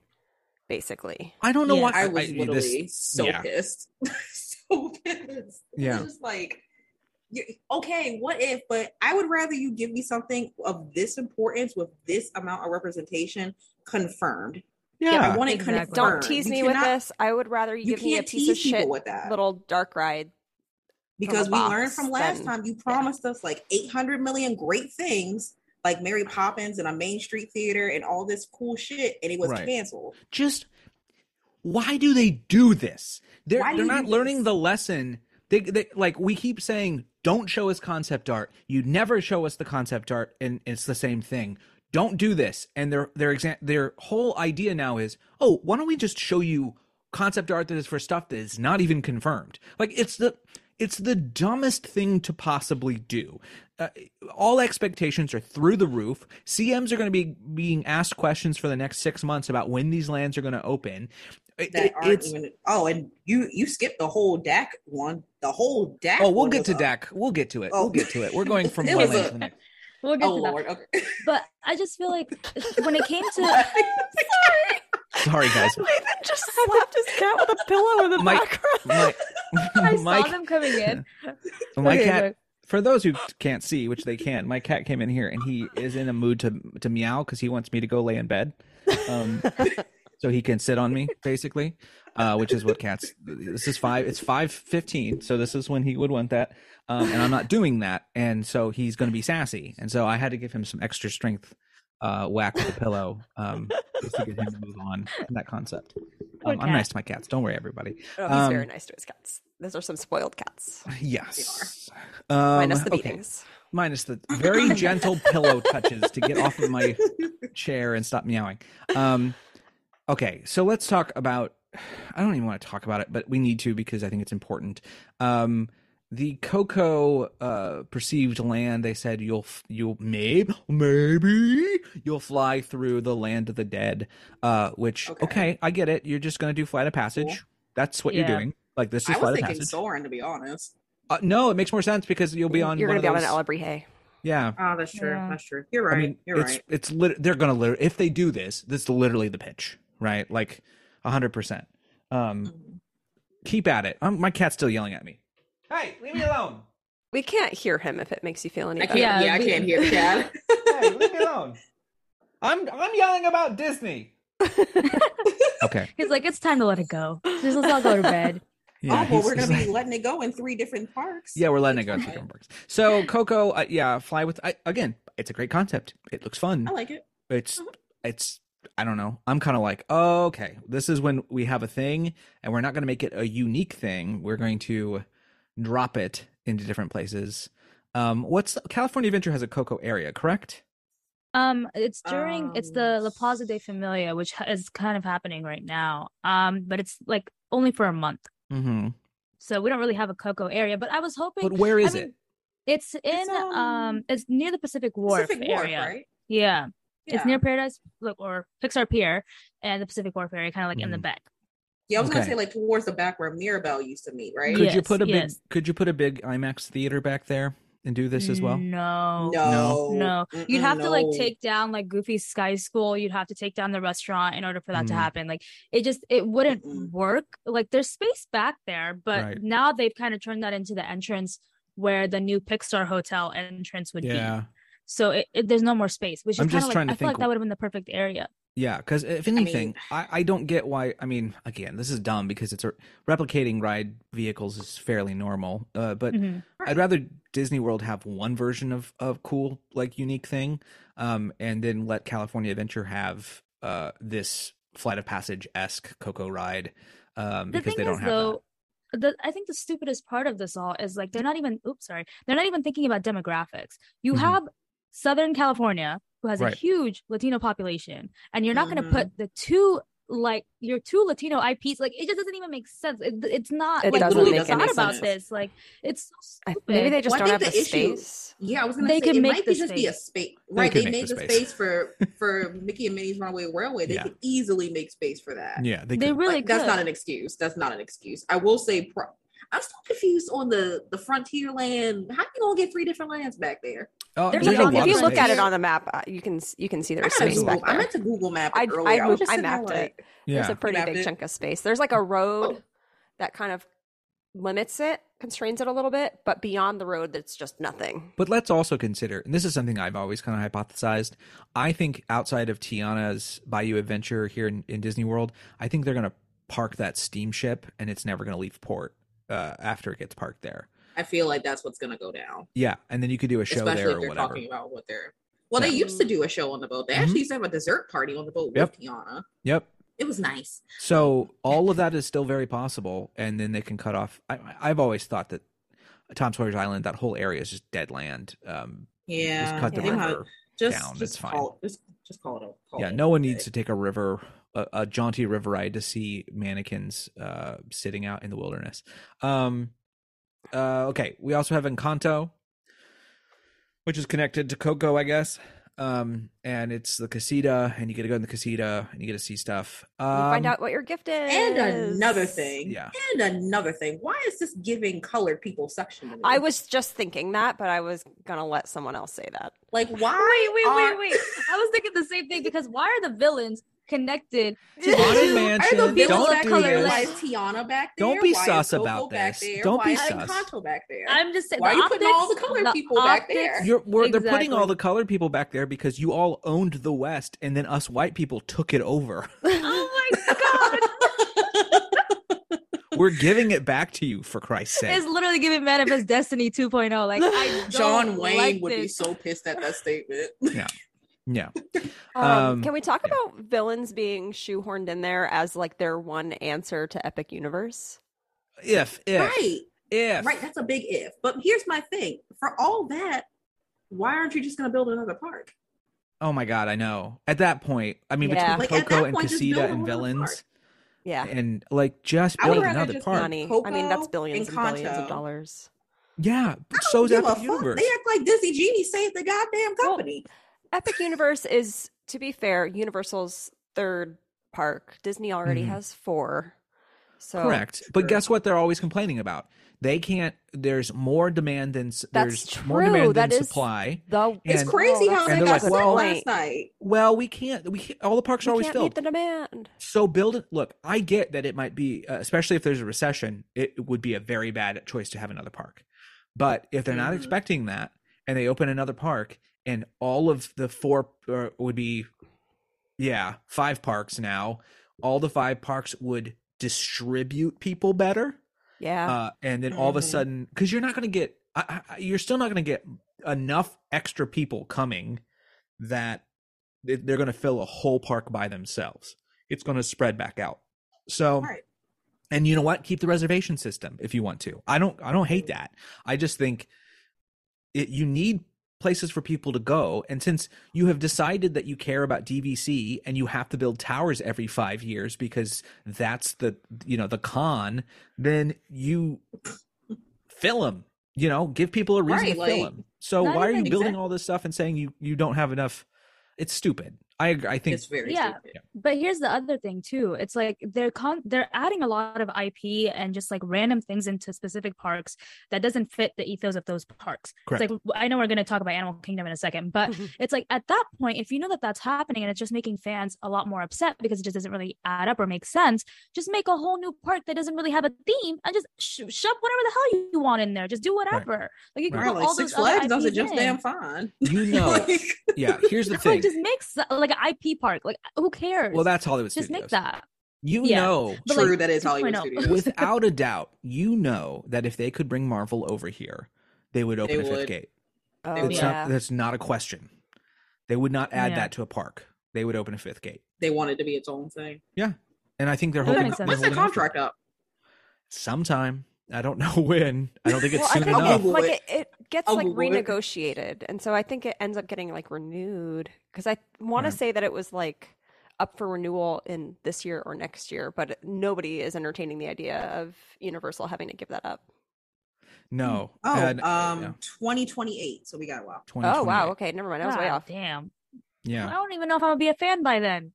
Speaker 5: basically.
Speaker 4: I don't know
Speaker 7: Yeah.
Speaker 4: why
Speaker 6: I was
Speaker 4: this-
Speaker 6: literally so
Speaker 4: yeah.
Speaker 6: pissed. so pissed.
Speaker 4: Yeah.
Speaker 6: It's just like, you- okay, what if, but I would rather you give me something of this importance with this amount of representation confirmed. I
Speaker 4: yeah,
Speaker 6: want it
Speaker 7: Exactly.
Speaker 6: confirmed.
Speaker 5: Don't tease
Speaker 6: You
Speaker 5: me
Speaker 6: cannot-
Speaker 5: with this. I would rather you,
Speaker 6: You
Speaker 5: give me a
Speaker 6: can't
Speaker 5: piece of
Speaker 6: tease
Speaker 5: shit
Speaker 6: people with that.
Speaker 5: little dark ride.
Speaker 6: because
Speaker 5: a
Speaker 6: we learned
Speaker 5: box,
Speaker 6: from last
Speaker 5: then-
Speaker 6: time you promised us like 800 million great things like mary poppins and a main street theater and all this cool shit and it was
Speaker 4: Right.
Speaker 6: canceled
Speaker 4: just why do they do this? They're
Speaker 6: Why do
Speaker 4: they're
Speaker 6: you
Speaker 4: not
Speaker 6: do
Speaker 4: learning
Speaker 6: this?
Speaker 4: the lesson. They, they like we keep saying, don't show us concept art. You never show us the concept art, and it's the same thing. Don't do this. And their their exa- their whole idea now is, oh, why don't we just show you concept art that is for stuff that is not even confirmed? Like it's the it's the dumbest thing to possibly do. Uh, all expectations are through the roof. CMs are going to be being asked questions for the next six months about when these lands are going to open. It-
Speaker 6: that
Speaker 4: it-
Speaker 6: aren't
Speaker 4: it's-
Speaker 6: even oh and you you skipped the whole DAC one the whole DAC
Speaker 4: oh, we'll
Speaker 6: one
Speaker 4: get
Speaker 6: was
Speaker 4: to
Speaker 6: a-
Speaker 4: DAC. We'll get to it.
Speaker 6: Oh.
Speaker 4: We'll get to it. We're going from
Speaker 6: It
Speaker 4: one
Speaker 6: was
Speaker 4: lane
Speaker 6: a-
Speaker 4: to the next.
Speaker 7: We'll get
Speaker 6: oh
Speaker 7: to that.
Speaker 6: lord okay
Speaker 7: But I just feel like when it came to
Speaker 4: Sorry, guys.
Speaker 5: Nathan just slapped his cat with a pillow in the
Speaker 4: Mike-
Speaker 5: background.
Speaker 4: My,
Speaker 7: I
Speaker 4: my,
Speaker 7: saw them coming in.
Speaker 4: my
Speaker 7: Okay,
Speaker 4: cat
Speaker 7: look.
Speaker 4: for those who can't see, which they can, my cat came in here and he is in a mood to to meow because he wants me to go lay in bed, um, so he can sit on me basically, uh, which is what cats. This is five. It's five fifteen, so this is when he would want that, um, and I'm not doing that, and so he's going to be sassy, and so I had to give him some extra strength uh, whack with a pillow um, just to get him to move on from that concept.
Speaker 7: Poor
Speaker 4: Um, I'm
Speaker 7: cat.
Speaker 4: nice to my cats. Don't worry, everybody.
Speaker 5: Oh, he's
Speaker 4: Um,
Speaker 5: very nice to his cats. Those are some spoiled cats,
Speaker 4: Yes. Um,
Speaker 5: minus the
Speaker 4: okay.
Speaker 5: beatings.
Speaker 4: minus the very gentle pillow touches to get off of my chair and stop meowing. Um, okay, so let's talk about. I don't even want to talk about it, but we need to because I think it's important. Um, the Coco uh, perceived land. They said you'll f- you'll maybe maybe you'll fly through the land of the dead. Uh, which okay,
Speaker 6: Okay.
Speaker 4: I get it. You're just gonna do flight of passage.
Speaker 6: Cool.
Speaker 4: That's what
Speaker 7: Yeah.
Speaker 4: you're doing. Like this is
Speaker 6: I
Speaker 4: flight
Speaker 6: was
Speaker 4: of
Speaker 6: thinking
Speaker 4: passage.
Speaker 6: Soren, to be honest.
Speaker 4: Uh, no, it makes more sense because you'll be on.
Speaker 5: You're
Speaker 4: one
Speaker 5: gonna
Speaker 4: of
Speaker 5: be on
Speaker 4: those,
Speaker 5: an Elabrihe.
Speaker 4: Yeah.
Speaker 7: Ah,
Speaker 6: Oh, that's true.
Speaker 7: Yeah.
Speaker 6: That's true. You're right.
Speaker 4: I mean,
Speaker 6: You're
Speaker 4: it's
Speaker 6: right.
Speaker 4: it's lit- they're gonna literally if they do this, that's literally the pitch, right? Like hundred percent. Um,
Speaker 6: Mhm.
Speaker 4: keep at it. Um my cat's still yelling at me. Hey, leave me alone.
Speaker 5: We can't hear him if it makes you feel any
Speaker 6: I
Speaker 5: better.
Speaker 6: can't.
Speaker 7: Yeah,
Speaker 6: Yeah, I
Speaker 7: we-
Speaker 6: can't hear the cat.
Speaker 4: Hey, leave me alone. I'm I'm yelling about Disney. okay.
Speaker 7: He's like, it's time to let it go. Just let's all go to bed.
Speaker 6: oh, well,
Speaker 4: he's-
Speaker 6: we're
Speaker 4: he's
Speaker 6: gonna be
Speaker 4: like-
Speaker 6: letting it go in three different parks.
Speaker 4: Yeah, we're letting it go. in
Speaker 6: It's
Speaker 4: three
Speaker 6: fine.
Speaker 4: different parks. So Coco, uh, yeah, fly with. I, again, it's a great concept. It looks fun.
Speaker 6: I like it.
Speaker 4: it's it's i don't know i'm kind of like oh, okay this is when we have a thing and we're not going to make it a unique thing we're going to drop it into different places um what's california adventure has a cocoa area correct
Speaker 7: Um, it's during it's the La
Speaker 6: Um,
Speaker 7: Plaza de Familia, which ha- is kind of happening right now. Um, but it's like only for a month,
Speaker 4: mm-hmm
Speaker 7: so we don't really have a cocoa area. But I was hoping.
Speaker 4: but where is
Speaker 7: I
Speaker 4: it
Speaker 7: mean, It's in um,
Speaker 6: um,
Speaker 7: it's near the Pacific Wharf
Speaker 6: Pacific Wharf,
Speaker 7: area.
Speaker 6: right?
Speaker 7: Yeah.
Speaker 6: Yeah.
Speaker 7: it's near Paradise look or Pixar Pier and the Pacific Wharf area, kind of like in the
Speaker 4: Mhm.
Speaker 7: back.
Speaker 6: Yeah, I was gonna
Speaker 4: Okay.
Speaker 6: say like towards the back where Mirabelle used to meet, right?
Speaker 4: could you
Speaker 7: yes,
Speaker 4: put a big
Speaker 7: yes.
Speaker 4: could you put a big imax theater back there and do this as well
Speaker 7: Mm, No,
Speaker 6: No,
Speaker 7: no.
Speaker 6: Mm-mm,
Speaker 7: You'd have to like
Speaker 6: no.
Speaker 7: take down like Goofy's Sky School. You'd have to take down the restaurant in order for that to
Speaker 4: Mhm.
Speaker 7: happen. Like it just it wouldn't
Speaker 6: Mm-mm.
Speaker 7: work. Like there's space back there, but
Speaker 4: Right.
Speaker 7: now they've kind of turned that into the entrance where the new Pixar hotel entrance would be.
Speaker 4: yeah
Speaker 7: So it, it- there's no more space, which is
Speaker 4: I'm
Speaker 7: kind
Speaker 4: just
Speaker 7: of like
Speaker 4: trying to
Speaker 7: I feel like
Speaker 4: think-
Speaker 7: that would have been the perfect area.
Speaker 4: Yeah, because if
Speaker 6: mean-
Speaker 4: anything, I, I, don't get why. I mean, again, this is dumb because it's a, replicating ride vehicles is fairly normal. Uh, but
Speaker 7: Mhm.
Speaker 4: I'd rather Disney World have one version of of cool, like unique thing, um, and then let California Adventure have uh this Flight of Passage esque Coco ride, um,
Speaker 7: the
Speaker 4: because
Speaker 7: thing
Speaker 4: they don't
Speaker 7: is
Speaker 4: have
Speaker 7: though the, i think the stupidest part of this all is like they're not even oops sorry they're not even thinking about demographics you
Speaker 4: Mhm.
Speaker 7: have southern california who has
Speaker 4: Right. Mm.
Speaker 7: a huge latino population and you're not going
Speaker 6: Mhm.
Speaker 7: to put the two like your two latino ips like it just doesn't even make sense it, it's not
Speaker 5: It
Speaker 7: like
Speaker 5: doesn't
Speaker 7: nobody
Speaker 5: make
Speaker 7: thought
Speaker 5: any
Speaker 7: about
Speaker 5: sense.
Speaker 7: this like it's so
Speaker 5: I-
Speaker 7: stupid
Speaker 5: Maybe they just
Speaker 6: Well, I
Speaker 5: don't have
Speaker 6: think
Speaker 5: the,
Speaker 6: the issue-
Speaker 5: space.
Speaker 6: Yeah, I was gonna
Speaker 7: They
Speaker 6: say
Speaker 7: could
Speaker 6: it
Speaker 7: make
Speaker 6: might
Speaker 7: the
Speaker 6: be just be a space, right?
Speaker 4: could
Speaker 6: They
Speaker 4: make
Speaker 6: made
Speaker 4: the
Speaker 6: the
Speaker 4: space.
Speaker 6: space for for Mickey and Minnie's Runaway Railway. They
Speaker 4: Yeah.
Speaker 6: could easily make space for that.
Speaker 4: that. Yeah, they,
Speaker 7: they
Speaker 4: could.
Speaker 7: really
Speaker 6: Like, that's
Speaker 7: could.
Speaker 6: not an excuse. That's not an excuse. I will say, pro- I'm still confused on the the frontier land. How you gonna get three different lands back there?
Speaker 4: Oh,
Speaker 7: there's
Speaker 5: If
Speaker 7: a
Speaker 5: you-
Speaker 7: lot
Speaker 5: if
Speaker 7: of
Speaker 5: you look
Speaker 7: space.
Speaker 5: at it on the map, uh, you can s- you can see
Speaker 6: I,
Speaker 5: there's
Speaker 6: gotta
Speaker 5: space
Speaker 6: Google,
Speaker 5: back
Speaker 6: I
Speaker 5: there.
Speaker 6: meant to Google Map it
Speaker 5: I,
Speaker 6: earlier.
Speaker 5: I,
Speaker 6: was
Speaker 5: moved,
Speaker 6: just
Speaker 5: I
Speaker 6: sitting there
Speaker 5: mapped
Speaker 6: like,
Speaker 5: it. There's a pretty
Speaker 6: mapped
Speaker 5: big
Speaker 6: it?
Speaker 5: chunk of space. There's like a road
Speaker 6: Oh.
Speaker 5: that kind of limits it, constrains it a little bit, but beyond the road, that's just nothing.
Speaker 4: But let's also consider, and this is something I've always kind of hypothesized. I think outside of Tiana's Bayou Adventure here in, in Disney World, I think they're going to park that steamship and it's never going to leave port uh, after it gets parked there.
Speaker 6: I feel like that's what's gonna go down,
Speaker 4: Yeah. And then you could do a show
Speaker 6: especially
Speaker 4: there
Speaker 6: if
Speaker 4: or
Speaker 6: they're
Speaker 4: whatever.
Speaker 6: talking about what they're. Well, they
Speaker 5: Yeah. Mm-hmm.
Speaker 6: used to do a show on the boat. They
Speaker 4: Mhm.
Speaker 6: actually used to have a dessert party on the boat
Speaker 4: Yep.
Speaker 6: with Tiana.
Speaker 4: Yep.
Speaker 6: It was nice.
Speaker 4: So all of that is still very possible. And then they can cut off. I, I've always thought that Tom Sawyer's Island, that whole area is just dead land. Um,
Speaker 6: Yeah,
Speaker 4: just cut the
Speaker 5: Yeah.
Speaker 6: They might-
Speaker 4: river.
Speaker 6: just,
Speaker 4: down.
Speaker 6: Just
Speaker 4: It's fine.
Speaker 6: Call, just, just call it a. Call
Speaker 4: yeah
Speaker 6: it
Speaker 4: no
Speaker 6: a
Speaker 4: one
Speaker 6: day.
Speaker 4: needs to take a river a, a jaunty river ride to see mannequins uh sitting out in the wilderness um uh okay we also have encanto which is connected to coco i guess um and it's the casita and you get to go in the casita and you get to see stuff um
Speaker 5: You find out what your gift is.
Speaker 6: And another thing.
Speaker 4: yeah.
Speaker 6: And another thing. Why is this giving colored people section? to me?
Speaker 5: I was just thinking that, but I was gonna let someone else say that.
Speaker 6: like, why?
Speaker 7: wait wait
Speaker 4: Uh,
Speaker 6: are-
Speaker 7: wait wait i was thinking the same thing because why are the villains connected
Speaker 4: haunted
Speaker 6: Are
Speaker 4: mansion
Speaker 6: the people
Speaker 4: don't
Speaker 6: that
Speaker 4: do
Speaker 6: color
Speaker 4: this
Speaker 6: Why is Tiana back there?
Speaker 4: Don't be
Speaker 6: why is
Speaker 4: sus
Speaker 6: Coco
Speaker 4: about this.
Speaker 6: back There?
Speaker 4: Don't
Speaker 6: why
Speaker 4: be
Speaker 6: is
Speaker 4: sus.
Speaker 6: Encanto back there.
Speaker 7: i'm just saying
Speaker 6: why
Speaker 7: the
Speaker 6: are you putting all the
Speaker 7: optics-
Speaker 6: colored people back there?
Speaker 7: optics-
Speaker 4: You're, we're, They're putting all
Speaker 7: Exactly.
Speaker 4: the colored people back there because you all owned the West, and then us white people took it over.
Speaker 7: oh my god
Speaker 4: We're giving it back to you, for Christ's sake.
Speaker 7: It's literally giving Manifest Destiny 2.0. Like I don't
Speaker 6: John Wayne
Speaker 7: like
Speaker 6: would be
Speaker 7: this.
Speaker 6: so pissed at that statement.
Speaker 4: Yeah.
Speaker 5: Um,
Speaker 4: Um,
Speaker 5: can we talk
Speaker 4: yeah.
Speaker 5: about villains being shoehorned in there as like their one answer to Epic Universe?
Speaker 4: If, if,
Speaker 6: right.
Speaker 4: if.
Speaker 6: Right. That's a big if. But here's my thing. For all that, why aren't you just going to build another park?
Speaker 4: Oh my god, I know. At that point, I mean,
Speaker 5: Yeah.
Speaker 6: Like,
Speaker 4: between
Speaker 6: at that
Speaker 4: Coco and
Speaker 6: point, just build
Speaker 4: Casita
Speaker 6: a
Speaker 4: and
Speaker 6: little
Speaker 4: Villains,
Speaker 5: Yeah.
Speaker 4: and like just
Speaker 6: I would
Speaker 4: build
Speaker 6: rather
Speaker 4: another
Speaker 6: just
Speaker 4: park.
Speaker 5: Money. I mean,
Speaker 6: Coco
Speaker 5: that's billions
Speaker 6: and
Speaker 5: and, billions
Speaker 6: Kanto.
Speaker 5: of dollars.
Speaker 4: Yeah,
Speaker 6: I don't
Speaker 4: so's
Speaker 6: give a
Speaker 4: Epic
Speaker 6: fuck.
Speaker 4: Universe.
Speaker 6: They act like Disney Genie saved the goddamn
Speaker 5: Well,
Speaker 6: company.
Speaker 5: Epic Universe is, to be fair, Universal's third park. Disney already
Speaker 4: Mhm.
Speaker 5: has four. So
Speaker 4: Correct.
Speaker 6: Sure.
Speaker 4: But guess what? They're always complaining about. They can't. There's more demand than s-
Speaker 5: That's
Speaker 4: there's more
Speaker 5: true.
Speaker 4: demand
Speaker 5: That
Speaker 4: than
Speaker 5: is-
Speaker 4: supply.
Speaker 5: the
Speaker 6: it's
Speaker 4: And-
Speaker 6: crazy
Speaker 5: Oh, that's
Speaker 6: how they
Speaker 4: and
Speaker 5: a
Speaker 4: they're like,
Speaker 6: got
Speaker 5: good
Speaker 6: sick
Speaker 4: well-
Speaker 5: point.
Speaker 6: last night.
Speaker 4: Well, we can't. We can't, all the parks are
Speaker 5: we
Speaker 4: always
Speaker 5: can't
Speaker 4: filled.
Speaker 5: meet the demand.
Speaker 4: So build it. Look, I get that it might be, uh, especially if there's a recession, it, it would be a very bad choice to have another park. But if they're not
Speaker 6: Mhm.
Speaker 4: expecting that and they open another park and all of the four uh, would be, yeah, five parks now, all the five parks would distribute people better.
Speaker 5: Yeah.
Speaker 4: Uh, and then all of a
Speaker 6: Mhm.
Speaker 4: sudden, because you're not going to get, I, I, you're still not going to get enough extra people coming that they- they're going to fill a whole park by themselves. It's going to spread back out. So,
Speaker 6: Right.
Speaker 4: and you know what? Keep the reservation system if you want to. I don't, I don't hate that. I just think it, you need places for people to go. And since you have decided that you care about DVC and you have to build towers every five years because that's the, you know, the con, then you fill them. You know, give people a reason
Speaker 6: Right,
Speaker 4: to
Speaker 6: like-
Speaker 4: fill them. So
Speaker 7: Not
Speaker 4: why are you
Speaker 7: even-
Speaker 4: building
Speaker 6: Exact-
Speaker 4: all this stuff and saying you you don't have enough? It's stupid. I ag- I think
Speaker 6: It's very
Speaker 7: Yeah.
Speaker 6: stupid.
Speaker 7: But here's the other thing too. It's like they're con- they're adding a lot of IP and just like random things into specific parks that doesn't fit the ethos of those parks.
Speaker 4: Correct.
Speaker 7: It's like I know we're going to talk about Animal Kingdom in a second, but
Speaker 6: Mm-hmm.
Speaker 7: it's like at that point if you know that that's happening and it's just making fans a lot more upset because it just doesn't really add up or make sense, just make a whole new park that doesn't really have a theme and just sh- shove whatever the hell you want in there. Just do whatever. Like you can
Speaker 4: Right.
Speaker 6: Girl,
Speaker 7: put
Speaker 6: like
Speaker 7: all
Speaker 6: Six
Speaker 7: those other
Speaker 6: Flags does it
Speaker 7: IPs
Speaker 6: just
Speaker 7: in.
Speaker 6: damn fine.
Speaker 4: you know.
Speaker 6: Like,
Speaker 4: yeah, here's the
Speaker 7: Like
Speaker 4: thing.
Speaker 7: just make s- like an IP park. Like who cares?
Speaker 4: Well, that's Hollywood
Speaker 7: just
Speaker 4: Studios.
Speaker 7: make that.
Speaker 4: You
Speaker 7: Yeah.
Speaker 4: know,
Speaker 7: But,
Speaker 6: true,
Speaker 7: like, oh.
Speaker 6: that is Hollywood
Speaker 7: 2.0.
Speaker 6: Studios.
Speaker 4: without a doubt, you know that if they could bring Marvel over here, they would open
Speaker 6: They
Speaker 4: a fifth
Speaker 6: would.
Speaker 4: gate.
Speaker 5: oh,
Speaker 4: It's
Speaker 7: would.
Speaker 5: yeah.
Speaker 4: not, that's not a question. They would not add
Speaker 7: Yeah.
Speaker 4: that to a park. They would open a fifth gate,
Speaker 6: they want it to be its own thing.
Speaker 4: and I think they're
Speaker 7: That
Speaker 4: hoping.
Speaker 7: makes
Speaker 4: they're
Speaker 7: sense.
Speaker 6: When's the
Speaker 4: holding on to
Speaker 6: contract
Speaker 4: it.
Speaker 6: up?
Speaker 4: Sometime. I don't know when. I don't think it's
Speaker 5: well, I
Speaker 4: soon
Speaker 5: think
Speaker 4: enough.
Speaker 5: it, like it, it gets
Speaker 6: I'll
Speaker 5: like
Speaker 6: Google it.
Speaker 5: renegotiated, and so I think it ends up getting like renewed because I want
Speaker 4: Right.
Speaker 5: to say that it was like up for renewal in this year or next year, but nobody is entertaining the idea of Universal having to give that up.
Speaker 4: No.
Speaker 6: Oh,
Speaker 4: And-
Speaker 6: um,
Speaker 4: uh, yeah,
Speaker 6: 2028. So we got a while.
Speaker 5: Oh wow,
Speaker 4: 2028.
Speaker 5: okay, never mind, I was way
Speaker 7: God
Speaker 5: off.
Speaker 7: Damn.
Speaker 4: Yeah.
Speaker 7: I don't even know if I'm gonna be a fan by then.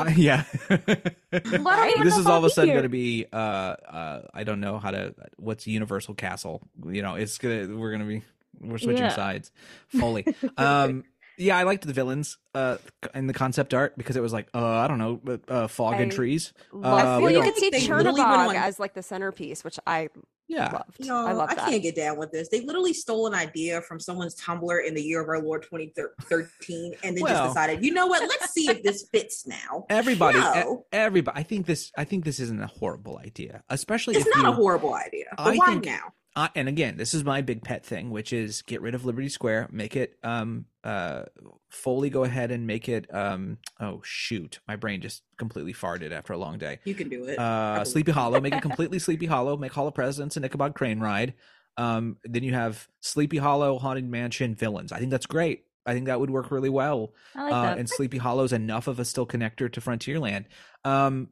Speaker 4: Uh, yeah.
Speaker 7: Why don't
Speaker 4: this
Speaker 7: even know
Speaker 4: is
Speaker 7: if
Speaker 4: all
Speaker 7: I'll
Speaker 4: of a
Speaker 7: be
Speaker 4: sudden
Speaker 7: here?
Speaker 4: going to be uh uh I don't know how to what's Universal Castle. You know, it's gonna we're gonna be we're switching
Speaker 7: Yeah.
Speaker 4: sides fully. um yeah, I liked the villains uh and the concept art because it was like uh I don't know but, uh fog and
Speaker 5: I-
Speaker 4: trees.
Speaker 5: Love-
Speaker 4: Uh, we
Speaker 5: well, you
Speaker 4: don't-
Speaker 5: could see
Speaker 6: They literally went
Speaker 5: Chernabog
Speaker 6: on-
Speaker 5: as like the centerpiece, which I
Speaker 4: Yeah,
Speaker 5: loved.
Speaker 6: No,
Speaker 5: I
Speaker 6: I,
Speaker 5: love that.
Speaker 6: can't get down with this. They literally stole an idea from someone's Tumblr in the year of our Lord 2013 and then
Speaker 4: Well-
Speaker 6: just decided, you know what? Let's see if this fits now.
Speaker 4: everybody, e-
Speaker 6: No.
Speaker 4: everybody. I think this I think this isn't a horrible idea, especially
Speaker 6: It's
Speaker 4: if
Speaker 6: not
Speaker 4: you,
Speaker 6: a horrible idea. But
Speaker 4: I
Speaker 6: why
Speaker 4: think-
Speaker 6: now?
Speaker 4: I, and again, this is my big pet thing, which is get rid of Liberty Square, make it um uh fully go ahead and make it um oh shoot, my brain just completely farted after a long day.
Speaker 6: You can do it.
Speaker 4: Uh Sleepy Hollow, make it completely Sleepy Hollow, make Hall of Presidents and Ichabod Crane Ride. Um then you have Sleepy Hollow, Haunted Mansion, Villains. I think that's great. I think that would work really well
Speaker 7: I like
Speaker 4: uh,
Speaker 7: that.
Speaker 4: and Sleepy Hollow's enough of a still connector to Frontierland. Um,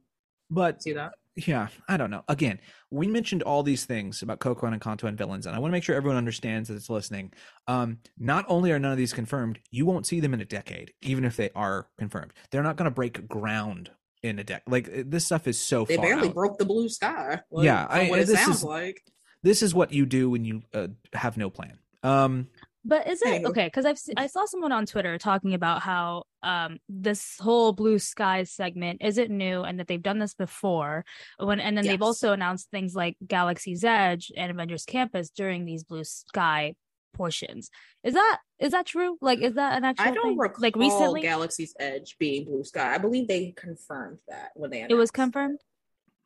Speaker 4: but
Speaker 6: See that?
Speaker 4: yeah, I don't know. Again, we mentioned all these things about Coco and Encanto and villains, and I want to make sure everyone understands that it's listening. Um, not only are none of these confirmed, you won't see them in a decade, even if they are confirmed. They're not going to break ground in a decade. Like it- this stuff is so
Speaker 6: They
Speaker 4: far
Speaker 6: barely
Speaker 4: out.
Speaker 6: broke the blue sky. like,
Speaker 4: Yeah,
Speaker 6: from
Speaker 4: I-
Speaker 6: what it
Speaker 4: this
Speaker 6: sounds
Speaker 4: is-
Speaker 6: like.
Speaker 4: This is what you do when you uh, have no plan. Um,
Speaker 7: but is it
Speaker 6: anywho.
Speaker 7: okay? Because I've se- I saw someone on Twitter talking about how um this whole blue sky segment isn't new and that they've done this before. When and then
Speaker 6: Yes.
Speaker 7: they've also announced things like Galaxy's Edge and Avengers Campus during these blue sky portions. Is that is that true? Like, is that an actual
Speaker 6: I don't
Speaker 7: thing?
Speaker 6: recall
Speaker 7: like recently?
Speaker 6: Galaxy's Edge being blue sky. I believe they confirmed that when they announced
Speaker 7: it was confirmed.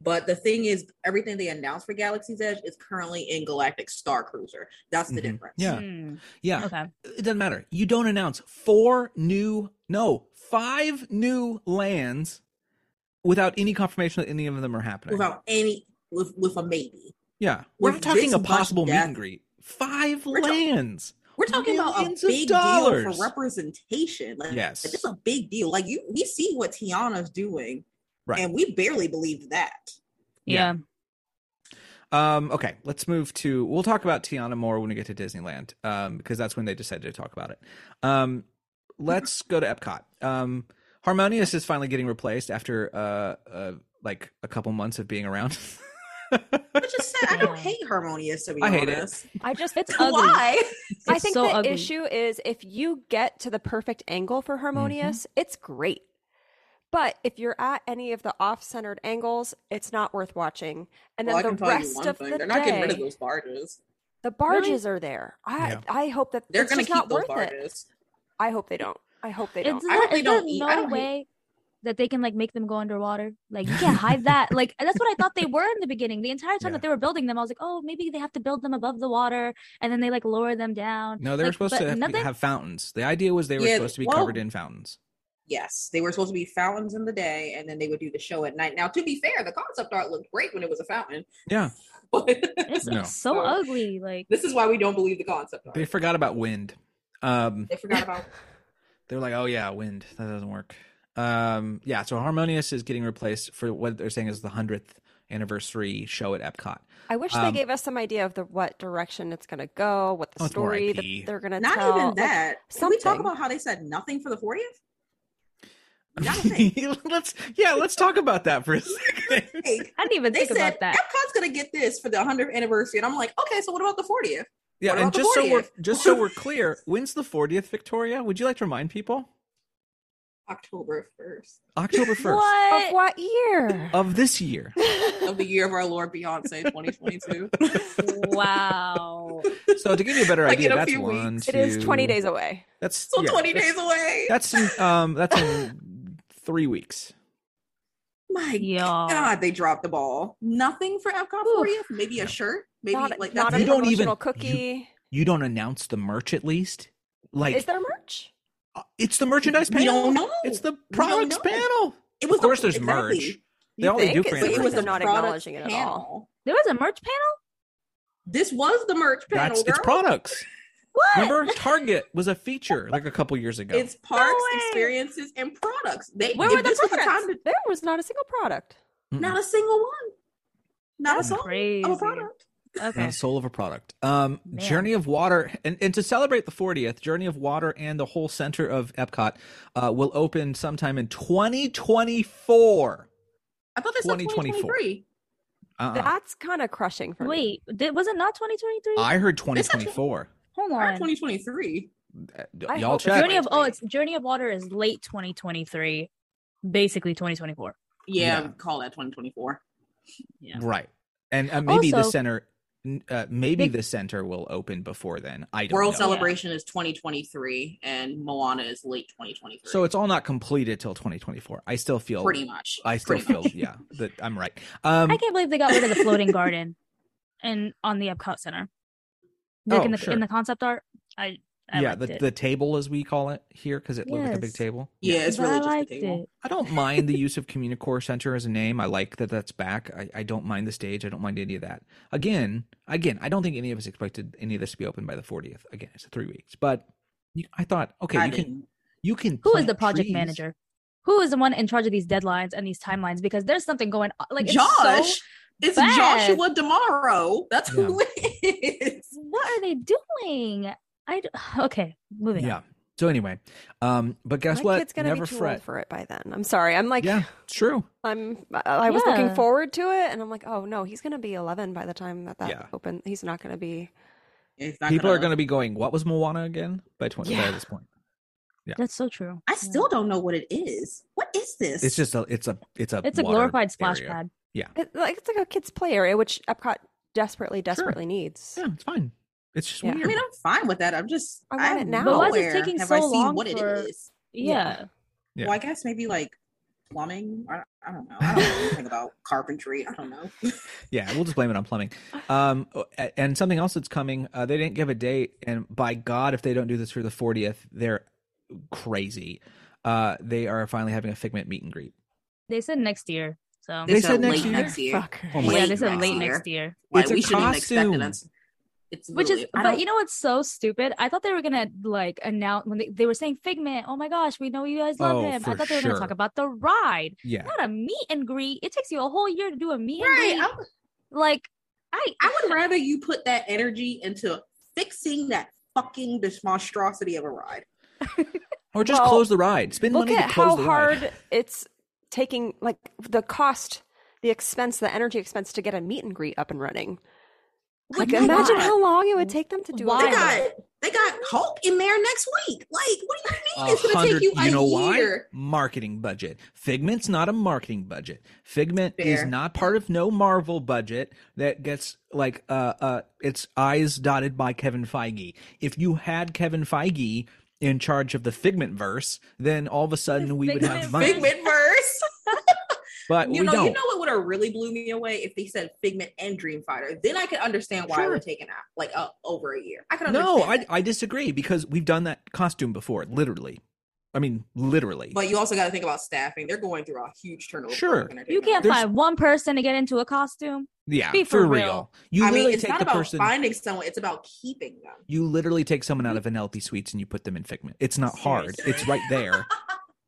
Speaker 6: But the thing is, everything they announced for Galaxy's Edge is currently in Galactic Star Cruiser. That's the
Speaker 4: Mhm.
Speaker 6: difference.
Speaker 4: Yeah.
Speaker 7: Hmm,
Speaker 4: yeah,
Speaker 7: Okay.
Speaker 4: it doesn't matter. You don't announce four new, no, five new lands without any confirmation that any of them are happening.
Speaker 6: Without any, with with a maybe.
Speaker 4: yeah, we're
Speaker 6: with
Speaker 4: not talking
Speaker 6: this
Speaker 4: a
Speaker 6: much
Speaker 4: possible meet
Speaker 6: depth-
Speaker 4: and greet. Five
Speaker 6: We're ta-
Speaker 4: lands.
Speaker 6: We're talking about a
Speaker 4: Millions of
Speaker 6: big deal for
Speaker 4: dollars.
Speaker 6: representation. Like,
Speaker 4: Yes.
Speaker 6: it's a big deal. Like you, we see what Tiana's doing,
Speaker 4: Right.
Speaker 6: and we barely believed that.
Speaker 7: Yeah.
Speaker 4: Um, okay, let's move to. We'll talk about Tiana more when we get to Disneyland, um, because that's when they decided to talk about it. Um, let's go to Epcot. Um, Harmonious is finally getting replaced after uh, uh, like a couple months of being around.
Speaker 6: But just said, I don't
Speaker 7: Yeah.
Speaker 6: hate Harmonious to be
Speaker 4: I hate it.
Speaker 6: honest.
Speaker 5: I just
Speaker 7: It's ugly.
Speaker 6: Why?
Speaker 7: It's
Speaker 5: I think
Speaker 7: so
Speaker 5: the
Speaker 7: ugly.
Speaker 5: issue is if you get to the perfect angle
Speaker 4: Mm-hmm.
Speaker 5: for harmonious, it's great. But if you're at any of the off-centered angles, it's not worth watching. And
Speaker 6: Well, I
Speaker 5: then
Speaker 6: can
Speaker 5: the
Speaker 6: tell you
Speaker 5: rest
Speaker 6: one
Speaker 5: of
Speaker 6: thing:
Speaker 5: the
Speaker 6: they're not getting rid of
Speaker 5: day,
Speaker 6: those barges.
Speaker 5: the barges are there. I
Speaker 1: Yeah.
Speaker 5: I hope that
Speaker 6: They're
Speaker 5: it's
Speaker 6: going
Speaker 5: just
Speaker 6: to
Speaker 5: not
Speaker 6: keep those
Speaker 5: worth it.
Speaker 6: barges.
Speaker 5: I hope they don't. I hope they
Speaker 7: Is
Speaker 5: don't.
Speaker 7: there,
Speaker 6: I hope they
Speaker 7: is there
Speaker 6: don't eat-
Speaker 7: no
Speaker 6: I don't hate-
Speaker 7: way that they can like make them go underwater? Like you can't hide that. Like that's what I thought they were in the beginning. The entire
Speaker 4: Yeah.
Speaker 7: time that they were building them, I was like, oh, maybe they have to build them above the water and then they like lower them down.
Speaker 4: no, they were
Speaker 7: Like,
Speaker 4: supposed
Speaker 7: but
Speaker 4: to have,
Speaker 7: nothing-
Speaker 4: have fountains. The idea was they were
Speaker 6: Yeah,
Speaker 4: supposed to be
Speaker 6: well-
Speaker 4: covered in fountains.
Speaker 6: Yes, they were supposed to be fountains in the day, and then they would do the show at night. Now, to be fair, the concept art looked great when it was a fountain.
Speaker 4: Yeah.
Speaker 6: But
Speaker 7: It's
Speaker 4: No.
Speaker 7: so ugly. Like
Speaker 6: this is why we don't believe the concept art.
Speaker 4: They forgot about wind. Um,
Speaker 6: They forgot about
Speaker 4: they're like, oh yeah, wind. That doesn't work. Um, yeah, so Harmonious is getting replaced for what they're saying is the hundredth anniversary show at Epcot.
Speaker 5: I wish
Speaker 4: Um,
Speaker 5: they gave us some idea of the what direction it's going to go, what the
Speaker 4: Oh, it's more
Speaker 5: story that
Speaker 4: IP.
Speaker 5: they're going to
Speaker 6: not
Speaker 5: tell.
Speaker 6: even
Speaker 5: Like,
Speaker 6: that. Can we talk
Speaker 5: something.
Speaker 6: about how they said nothing for the 40th? Nothing.
Speaker 4: let's yeah, let's talk about that for a second.
Speaker 6: Like,
Speaker 7: I didn't even
Speaker 6: they
Speaker 7: think
Speaker 6: said
Speaker 7: about that.
Speaker 6: Epcot's gonna get this for the 100th anniversary, and I'm like, okay, so what about the 40th?
Speaker 4: Yeah,
Speaker 6: What
Speaker 4: and
Speaker 6: about the
Speaker 4: just so we're
Speaker 6: 40th?
Speaker 4: just so we're clear, when's the fortieth Victoria? Would you like to remind people?
Speaker 6: October 1st
Speaker 4: October first
Speaker 5: Of
Speaker 7: What?
Speaker 5: what year?
Speaker 4: of this year.
Speaker 6: of the year of our Lord Beyonce 2022.
Speaker 7: wow.
Speaker 4: So to give you a better
Speaker 6: Like,
Speaker 4: idea,
Speaker 6: in a
Speaker 4: that's
Speaker 6: few
Speaker 4: one.
Speaker 6: weeks.
Speaker 5: it is 20
Speaker 4: two-
Speaker 5: days away.
Speaker 4: That's
Speaker 6: so
Speaker 4: yeah,
Speaker 6: 20
Speaker 4: that's-
Speaker 6: days away.
Speaker 4: That's in, um that's in three weeks.
Speaker 6: My
Speaker 5: Oh.
Speaker 7: Yeah.
Speaker 6: God, they dropped the ball. Nothing for Epcot
Speaker 7: Oof.
Speaker 6: 40th. Maybe a shirt. Maybe
Speaker 5: not
Speaker 6: like
Speaker 5: not
Speaker 6: that's
Speaker 5: a
Speaker 4: You
Speaker 6: it.
Speaker 4: don't
Speaker 5: promotional
Speaker 4: even- you-
Speaker 5: cookie.
Speaker 4: You don't announce the merch at least. Like
Speaker 5: is there merch?
Speaker 4: uh, it's the merchandise
Speaker 6: We
Speaker 4: panel.
Speaker 6: don't know.
Speaker 4: It's the
Speaker 6: We don't
Speaker 4: products
Speaker 6: know.
Speaker 4: panel.
Speaker 6: It was
Speaker 4: of course,
Speaker 6: the-
Speaker 4: there's
Speaker 6: exactly.
Speaker 4: merch.
Speaker 5: You
Speaker 4: They only
Speaker 5: think?
Speaker 4: do
Speaker 5: It's
Speaker 4: for
Speaker 5: like
Speaker 6: But it
Speaker 5: They're
Speaker 6: was
Speaker 4: anniversary.
Speaker 6: the
Speaker 5: not
Speaker 6: product
Speaker 5: acknowledging it at all.
Speaker 6: panel.
Speaker 7: There was a merch panel?
Speaker 6: This was the merch panel.
Speaker 4: That's
Speaker 6: girl.
Speaker 4: it's products.
Speaker 7: What?
Speaker 4: Remember, Target was a feature like a couple years ago.
Speaker 6: It's parks,
Speaker 7: way.
Speaker 6: experiences, and products. They
Speaker 5: Where
Speaker 6: if
Speaker 5: were the
Speaker 6: this was the time
Speaker 5: products?
Speaker 6: to-
Speaker 5: There was not a single product.
Speaker 4: Mm-mm.
Speaker 6: not a single one, not a
Speaker 7: That's
Speaker 6: song
Speaker 7: crazy.
Speaker 6: of a product.
Speaker 7: Okay.
Speaker 4: Not a Uh, soul of a product. Um,
Speaker 7: Man.
Speaker 4: Journey of Water, and, and to celebrate the 40th, Journey of Water and the whole center of Epcot uh, will open sometime in 2024.
Speaker 6: I thought they said
Speaker 4: 2024.
Speaker 6: 2023.
Speaker 4: Uh-uh.
Speaker 5: That's kind of crushing for me.
Speaker 7: Wait, did, was it not 2023?
Speaker 4: I heard
Speaker 6: It's actually-
Speaker 4: 2024.
Speaker 7: Hold
Speaker 6: Or
Speaker 7: on.
Speaker 6: 2023.
Speaker 5: I
Speaker 4: Y'all
Speaker 5: hope-
Speaker 4: check.
Speaker 7: Journey of oh, it's Journey of Water is late 2023, basically 2024.
Speaker 6: Yeah,
Speaker 4: Yeah.
Speaker 6: call that 2024.
Speaker 7: Yeah.
Speaker 4: Right. And uh, maybe the
Speaker 7: Also-
Speaker 4: center. Uh, maybe
Speaker 7: They-
Speaker 4: the center will open before then. I don't
Speaker 6: World
Speaker 4: know.
Speaker 6: Celebration is 2023, and Moana is late 2023.
Speaker 4: So it's all not completed till 2024. I still feel.
Speaker 6: pretty much.
Speaker 4: I still
Speaker 6: Pretty
Speaker 4: feel. Yeah, that I'm right. Um,
Speaker 7: I can't believe they got rid of the floating garden and on the Epcot Center. Like
Speaker 4: Oh,
Speaker 7: in the
Speaker 4: sure.
Speaker 7: in the concept art, I, I
Speaker 4: yeah,
Speaker 7: liked
Speaker 4: the,
Speaker 7: it.
Speaker 4: the table as we call it here because it looked like a big
Speaker 7: Yes.
Speaker 4: table.
Speaker 6: Yeah, it's
Speaker 7: But
Speaker 6: really
Speaker 7: I
Speaker 6: just the
Speaker 7: liked
Speaker 6: table.
Speaker 7: it.
Speaker 4: I don't mind the use of Communicore Center as a name. I like that that's back. I, I don't mind the stage. I don't mind any of that. Again, again, I don't think any of us expected any of this to be open by the 40th. Again, it's three weeks, but you, I thought, okay,
Speaker 6: I
Speaker 4: you can
Speaker 6: didn't.
Speaker 4: you can.
Speaker 7: Who is
Speaker 4: plant
Speaker 7: the project
Speaker 4: trees.
Speaker 7: manager? Who is the one in charge of these deadlines and these timelines? Because there's something going on. Like it's
Speaker 6: Josh.
Speaker 7: so-
Speaker 6: It's
Speaker 7: bad.
Speaker 6: Joshua Demaro. That's who it is.
Speaker 7: what are they doing? I d- okay, moving
Speaker 4: Yeah. So anyway, um, but guess
Speaker 5: My
Speaker 4: what?
Speaker 5: kid's gonna
Speaker 4: Never
Speaker 5: be too
Speaker 4: fret.
Speaker 5: old for it by then. I'm sorry. I'm like,
Speaker 4: yeah, it's true.
Speaker 5: I'm. I- I was looking
Speaker 7: Yeah.
Speaker 5: forward to it, and I'm like, oh no, he's gonna be 11 by the time that that
Speaker 4: Yeah.
Speaker 5: open. He's not gonna be.
Speaker 6: It's not
Speaker 4: People are going to be going. What was Moana again? By twenty by
Speaker 5: Yeah.
Speaker 4: this point,
Speaker 7: on. That's so true.
Speaker 6: I still don't know what it is. What is this?
Speaker 4: it's just a it's a it's a
Speaker 7: Yeah. it's a
Speaker 4: water
Speaker 7: glorified splash
Speaker 4: area.
Speaker 7: pad.
Speaker 5: It, like it's like a kids' play area, which Epcot desperately, desperately needs.
Speaker 4: Yeah, it's fine. It's just
Speaker 5: Yeah.
Speaker 4: weird.
Speaker 6: I mean, I'm fine with that. I'm just.
Speaker 5: I want
Speaker 6: I'm
Speaker 5: it now.
Speaker 7: But why is it
Speaker 6: nowhere
Speaker 7: taking
Speaker 6: have
Speaker 7: so
Speaker 6: I seen
Speaker 7: long
Speaker 6: what
Speaker 7: for-
Speaker 6: it is?
Speaker 7: Yeah.
Speaker 4: Yeah.
Speaker 6: Well, I guess maybe like plumbing. I, I don't know. I don't know anything about carpentry. I don't know.
Speaker 4: Yeah, we'll just blame it on plumbing. Um, a- and something else that's coming, uh, they didn't give a date, and by God, if they don't do this for the 40th, they're crazy. Uh, they are finally having a Figment meet and greet.
Speaker 7: They said next year. So
Speaker 4: They said next year?
Speaker 5: Fucker.
Speaker 4: Oh
Speaker 7: yeah,
Speaker 4: my
Speaker 7: they said
Speaker 4: God.
Speaker 7: late next year.
Speaker 6: Why,
Speaker 4: It's a
Speaker 6: we shouldn't have expected
Speaker 4: costume.
Speaker 6: us. It's
Speaker 7: Which is,
Speaker 6: literally- I
Speaker 7: but
Speaker 6: don't-
Speaker 7: you know what's so stupid? I thought they were gonna like announce when they, they were saying Figment. Oh my gosh, we know you guys love
Speaker 4: Oh,
Speaker 7: him. I
Speaker 4: for
Speaker 7: thought they were gonna
Speaker 4: sure.
Speaker 7: talk about the ride,
Speaker 4: Yeah.
Speaker 7: not a meet and greet. It takes you a whole year to do a meet
Speaker 6: right?
Speaker 7: and greet.
Speaker 6: I, would-
Speaker 7: Like, I,
Speaker 6: I would rather you put that energy into fixing that fucking dis- monstrosity of a ride.
Speaker 4: Or just
Speaker 5: Well,
Speaker 4: close the ride. Spend
Speaker 5: Look
Speaker 4: money
Speaker 5: at
Speaker 4: to close
Speaker 5: how
Speaker 4: the
Speaker 5: hard
Speaker 4: ride.
Speaker 5: it's taking, like the cost, the expense, the energy expense to get a meet and greet up and running. Like,
Speaker 6: my
Speaker 5: imagine
Speaker 6: God.
Speaker 5: how long it would take them to do
Speaker 7: Why?
Speaker 6: They
Speaker 5: it.
Speaker 6: got they got Hulk in there next week. Like, what do you mean it's gonna take
Speaker 4: 100
Speaker 6: you a
Speaker 4: you know
Speaker 6: year?
Speaker 4: why? Marketing budget. Figment's not a marketing budget. Figment is
Speaker 6: Fair.
Speaker 4: not part of no Marvel budget that gets like uh uh its eyes dotted by Kevin Feige. If you had Kevin Feige in charge of the Figment verse, then all of a sudden we would have
Speaker 7: Figment
Speaker 4: money.
Speaker 7: verse.
Speaker 6: Figment verse.
Speaker 4: But
Speaker 6: you
Speaker 4: Uh, we
Speaker 6: know,
Speaker 4: don't.
Speaker 6: you know what would have really blew me away if they said Figment and Dream Fighter. Then I could understand why
Speaker 4: Sure.
Speaker 6: we're taking out like uh, over a year. I could understand.
Speaker 4: no, I
Speaker 6: that.
Speaker 4: I disagree because we've done that costume before, literally. I mean, literally.
Speaker 6: But you also got to think about staffing. They're going through a huge turnover.
Speaker 4: Sure.
Speaker 7: you can't
Speaker 4: There's-
Speaker 7: find one person to get into a costume.
Speaker 4: yeah,
Speaker 7: be
Speaker 4: for
Speaker 7: for
Speaker 4: real.
Speaker 7: real.
Speaker 4: You
Speaker 6: I
Speaker 4: literally
Speaker 6: mean, it's
Speaker 4: take
Speaker 6: not
Speaker 4: the
Speaker 6: about
Speaker 4: person
Speaker 6: finding someone; it's about keeping them.
Speaker 4: You literally take someone
Speaker 7: Mm-hmm.
Speaker 4: out of NLP Suites and you put them in Figment. It's not hard.
Speaker 6: Seriously.
Speaker 4: It's right there.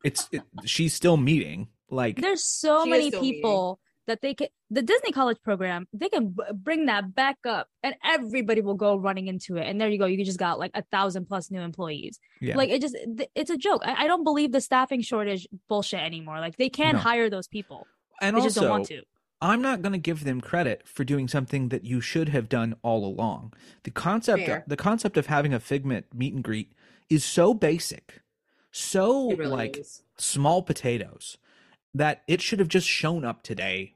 Speaker 4: It's it, she's still meeting. Like
Speaker 7: There's so
Speaker 6: She is
Speaker 7: many
Speaker 6: still meeting.
Speaker 7: people that they can. The Disney College program, they can b- bring that back up, and everybody will go running into it. And there you go. You just got like a thousand plus new employees.
Speaker 4: Yeah.
Speaker 7: Like it just, th- it's a joke. I, I don't believe the staffing shortage bullshit anymore. Like they can
Speaker 4: No.
Speaker 7: hire those people.
Speaker 4: and
Speaker 7: they just don't
Speaker 4: also
Speaker 7: want to.
Speaker 4: I'm not going to give them credit for doing something that you should have done all along. The concept
Speaker 6: Fair.
Speaker 4: the concept of having a Figment meet and greet is so basic. So
Speaker 6: It really
Speaker 4: like
Speaker 6: is.
Speaker 4: small potatoes that it should have just shown up today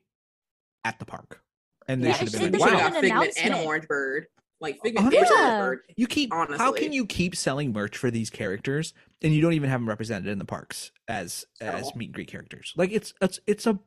Speaker 4: at the park. And they
Speaker 7: Yeah,
Speaker 4: should
Speaker 7: it
Speaker 4: have been
Speaker 7: should- they
Speaker 4: like,
Speaker 6: Wow.
Speaker 7: should've
Speaker 4: wow,
Speaker 7: an
Speaker 6: got Figment and
Speaker 7: announcement.
Speaker 6: Orange Bird. Like
Speaker 7: Oh,
Speaker 6: Figment
Speaker 4: Yeah.
Speaker 6: and Orange Bird.
Speaker 4: You keep how
Speaker 6: Honestly.
Speaker 4: can you keep selling merch for these characters and you don't even have them represented in the parks as as
Speaker 6: Oh.
Speaker 4: meet and greet characters? Like it's it's it's a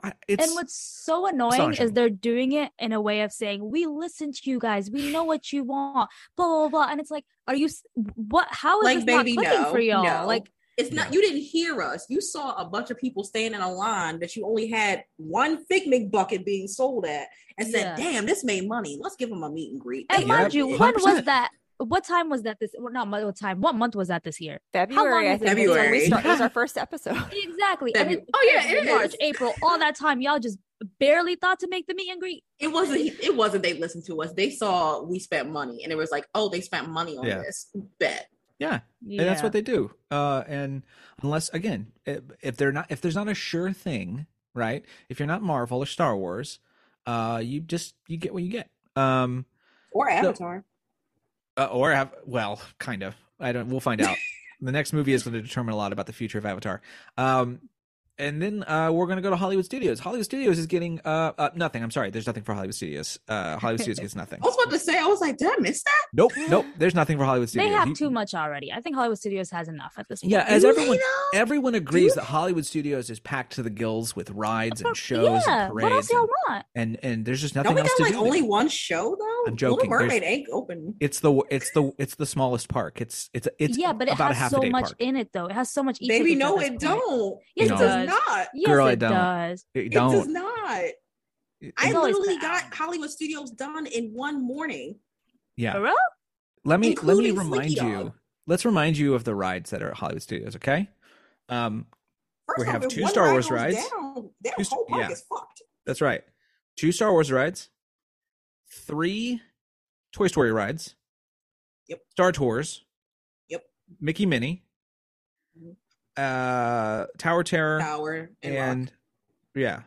Speaker 4: I- it's
Speaker 7: and what's so annoying is
Speaker 4: astonishing.
Speaker 7: they're doing it in a way of saying, "We listen to you guys. We know what you want." Blah blah blah. And it's like, are you s- what? How is
Speaker 6: Like,
Speaker 7: this
Speaker 6: baby,
Speaker 7: not clicking
Speaker 6: no,
Speaker 7: for y'all?
Speaker 6: no.
Speaker 7: Like,
Speaker 6: It's not. You didn't hear us. You saw a bunch of people staying in a line that you only had one Figment bucket being sold at, and said,
Speaker 7: Yeah.
Speaker 6: "Damn, this made money. Let's give them a meet and greet."
Speaker 7: and
Speaker 4: Yep.
Speaker 6: They-
Speaker 7: mind you, when
Speaker 4: 100%.
Speaker 7: was that? What time was that? This well, not mo- what time? What month was that this year? long
Speaker 5: February, I
Speaker 7: is it?
Speaker 5: think, was when
Speaker 6: February.
Speaker 5: we start. It was our first episode.
Speaker 7: Exactly.
Speaker 6: That'd
Speaker 7: And
Speaker 6: be-
Speaker 7: it-
Speaker 6: Oh, yeah, it
Speaker 7: March,
Speaker 6: is.
Speaker 7: April, all that time, y'all just barely thought to make the meet and greet.
Speaker 6: it wasn't. It wasn't. They listened to us. They saw we spent money, and it was like, "Oh, they spent money on
Speaker 4: Yeah.
Speaker 6: this." Bet.
Speaker 4: yeah,
Speaker 7: Yeah,
Speaker 4: and that's what they do. Uh, and unless again, if, if they're not if there's not a sure thing, right? If you're not Marvel or Star Wars, uh, you just you get what you get. Um,
Speaker 6: Or Avatar.
Speaker 4: uh, or have well, kind of. I don't. We'll find out. the next movie is going to determine a lot about the future of Avatar. Um, and then uh, we're going to go to Hollywood Studios. Hollywood Studios is getting uh, uh nothing. I'm sorry. There's nothing for Hollywood Studios. Uh, Hollywood Studios gets nothing.
Speaker 6: I
Speaker 7: Oh.
Speaker 6: was about to say. I was like, "Did I miss that?"
Speaker 4: Nope, nope. There's nothing for Hollywood
Speaker 7: They
Speaker 4: Studios.
Speaker 7: have
Speaker 4: You-
Speaker 7: too much already. I think Hollywood Studios has enough at this point.
Speaker 4: Yeah, as
Speaker 6: Do
Speaker 4: everyone
Speaker 6: they know?
Speaker 4: everyone agrees that Hollywood Studios is packed to the gills with rides and shows
Speaker 7: Yeah,
Speaker 4: and
Speaker 7: what else
Speaker 4: parades.
Speaker 7: y'all
Speaker 4: And,
Speaker 7: want?
Speaker 4: and and there's just nothing
Speaker 6: Don't we
Speaker 4: else
Speaker 6: got
Speaker 4: to
Speaker 6: like
Speaker 4: do.
Speaker 6: only
Speaker 4: there.
Speaker 6: one show though?
Speaker 4: I'm joking.
Speaker 6: Little Mermaid
Speaker 4: There's-
Speaker 6: ain't open.
Speaker 4: It's the it's the it's the smallest park. It's it's it's
Speaker 7: yeah, but it
Speaker 4: about a
Speaker 7: has
Speaker 4: half
Speaker 7: so
Speaker 4: a day
Speaker 7: much
Speaker 4: park.
Speaker 7: in it, though. It has so much.
Speaker 6: Baby,
Speaker 7: ecosystem at
Speaker 6: no,
Speaker 7: this
Speaker 6: it
Speaker 7: point.
Speaker 6: don't.
Speaker 7: Yes,
Speaker 6: It
Speaker 4: No.
Speaker 6: does
Speaker 7: it does.
Speaker 6: not.
Speaker 7: Yes,
Speaker 4: Girl,
Speaker 7: it,
Speaker 4: I don't.
Speaker 7: does.
Speaker 4: It
Speaker 6: It does
Speaker 4: don't.
Speaker 6: not.
Speaker 4: it-
Speaker 6: I
Speaker 7: It's always
Speaker 6: literally
Speaker 7: packed.
Speaker 6: got Hollywood Studios done in one morning.
Speaker 4: yeah.
Speaker 7: For real?
Speaker 4: Let me let me
Speaker 6: including
Speaker 4: remind
Speaker 6: Slinky
Speaker 4: you.
Speaker 6: Dog.
Speaker 4: Let's remind you of the rides that are at Hollywood Studios. Okay. Um,
Speaker 6: First
Speaker 4: We
Speaker 6: off,
Speaker 4: have
Speaker 6: if
Speaker 4: two
Speaker 6: one
Speaker 4: Star
Speaker 6: ride
Speaker 4: Wars
Speaker 6: goes
Speaker 4: rides.
Speaker 6: Down, that
Speaker 4: Two-
Speaker 6: whole park
Speaker 4: yeah.
Speaker 6: is fucked.
Speaker 4: that's right. Two Star Wars rides, three Toy Story rides,
Speaker 6: Yep.
Speaker 4: Star Tours,
Speaker 6: Yep.
Speaker 4: Mickey Minnie,
Speaker 6: Mhm.
Speaker 4: uh, Tower Terror,
Speaker 6: Tower and,
Speaker 4: and,
Speaker 6: rock.
Speaker 4: yeah,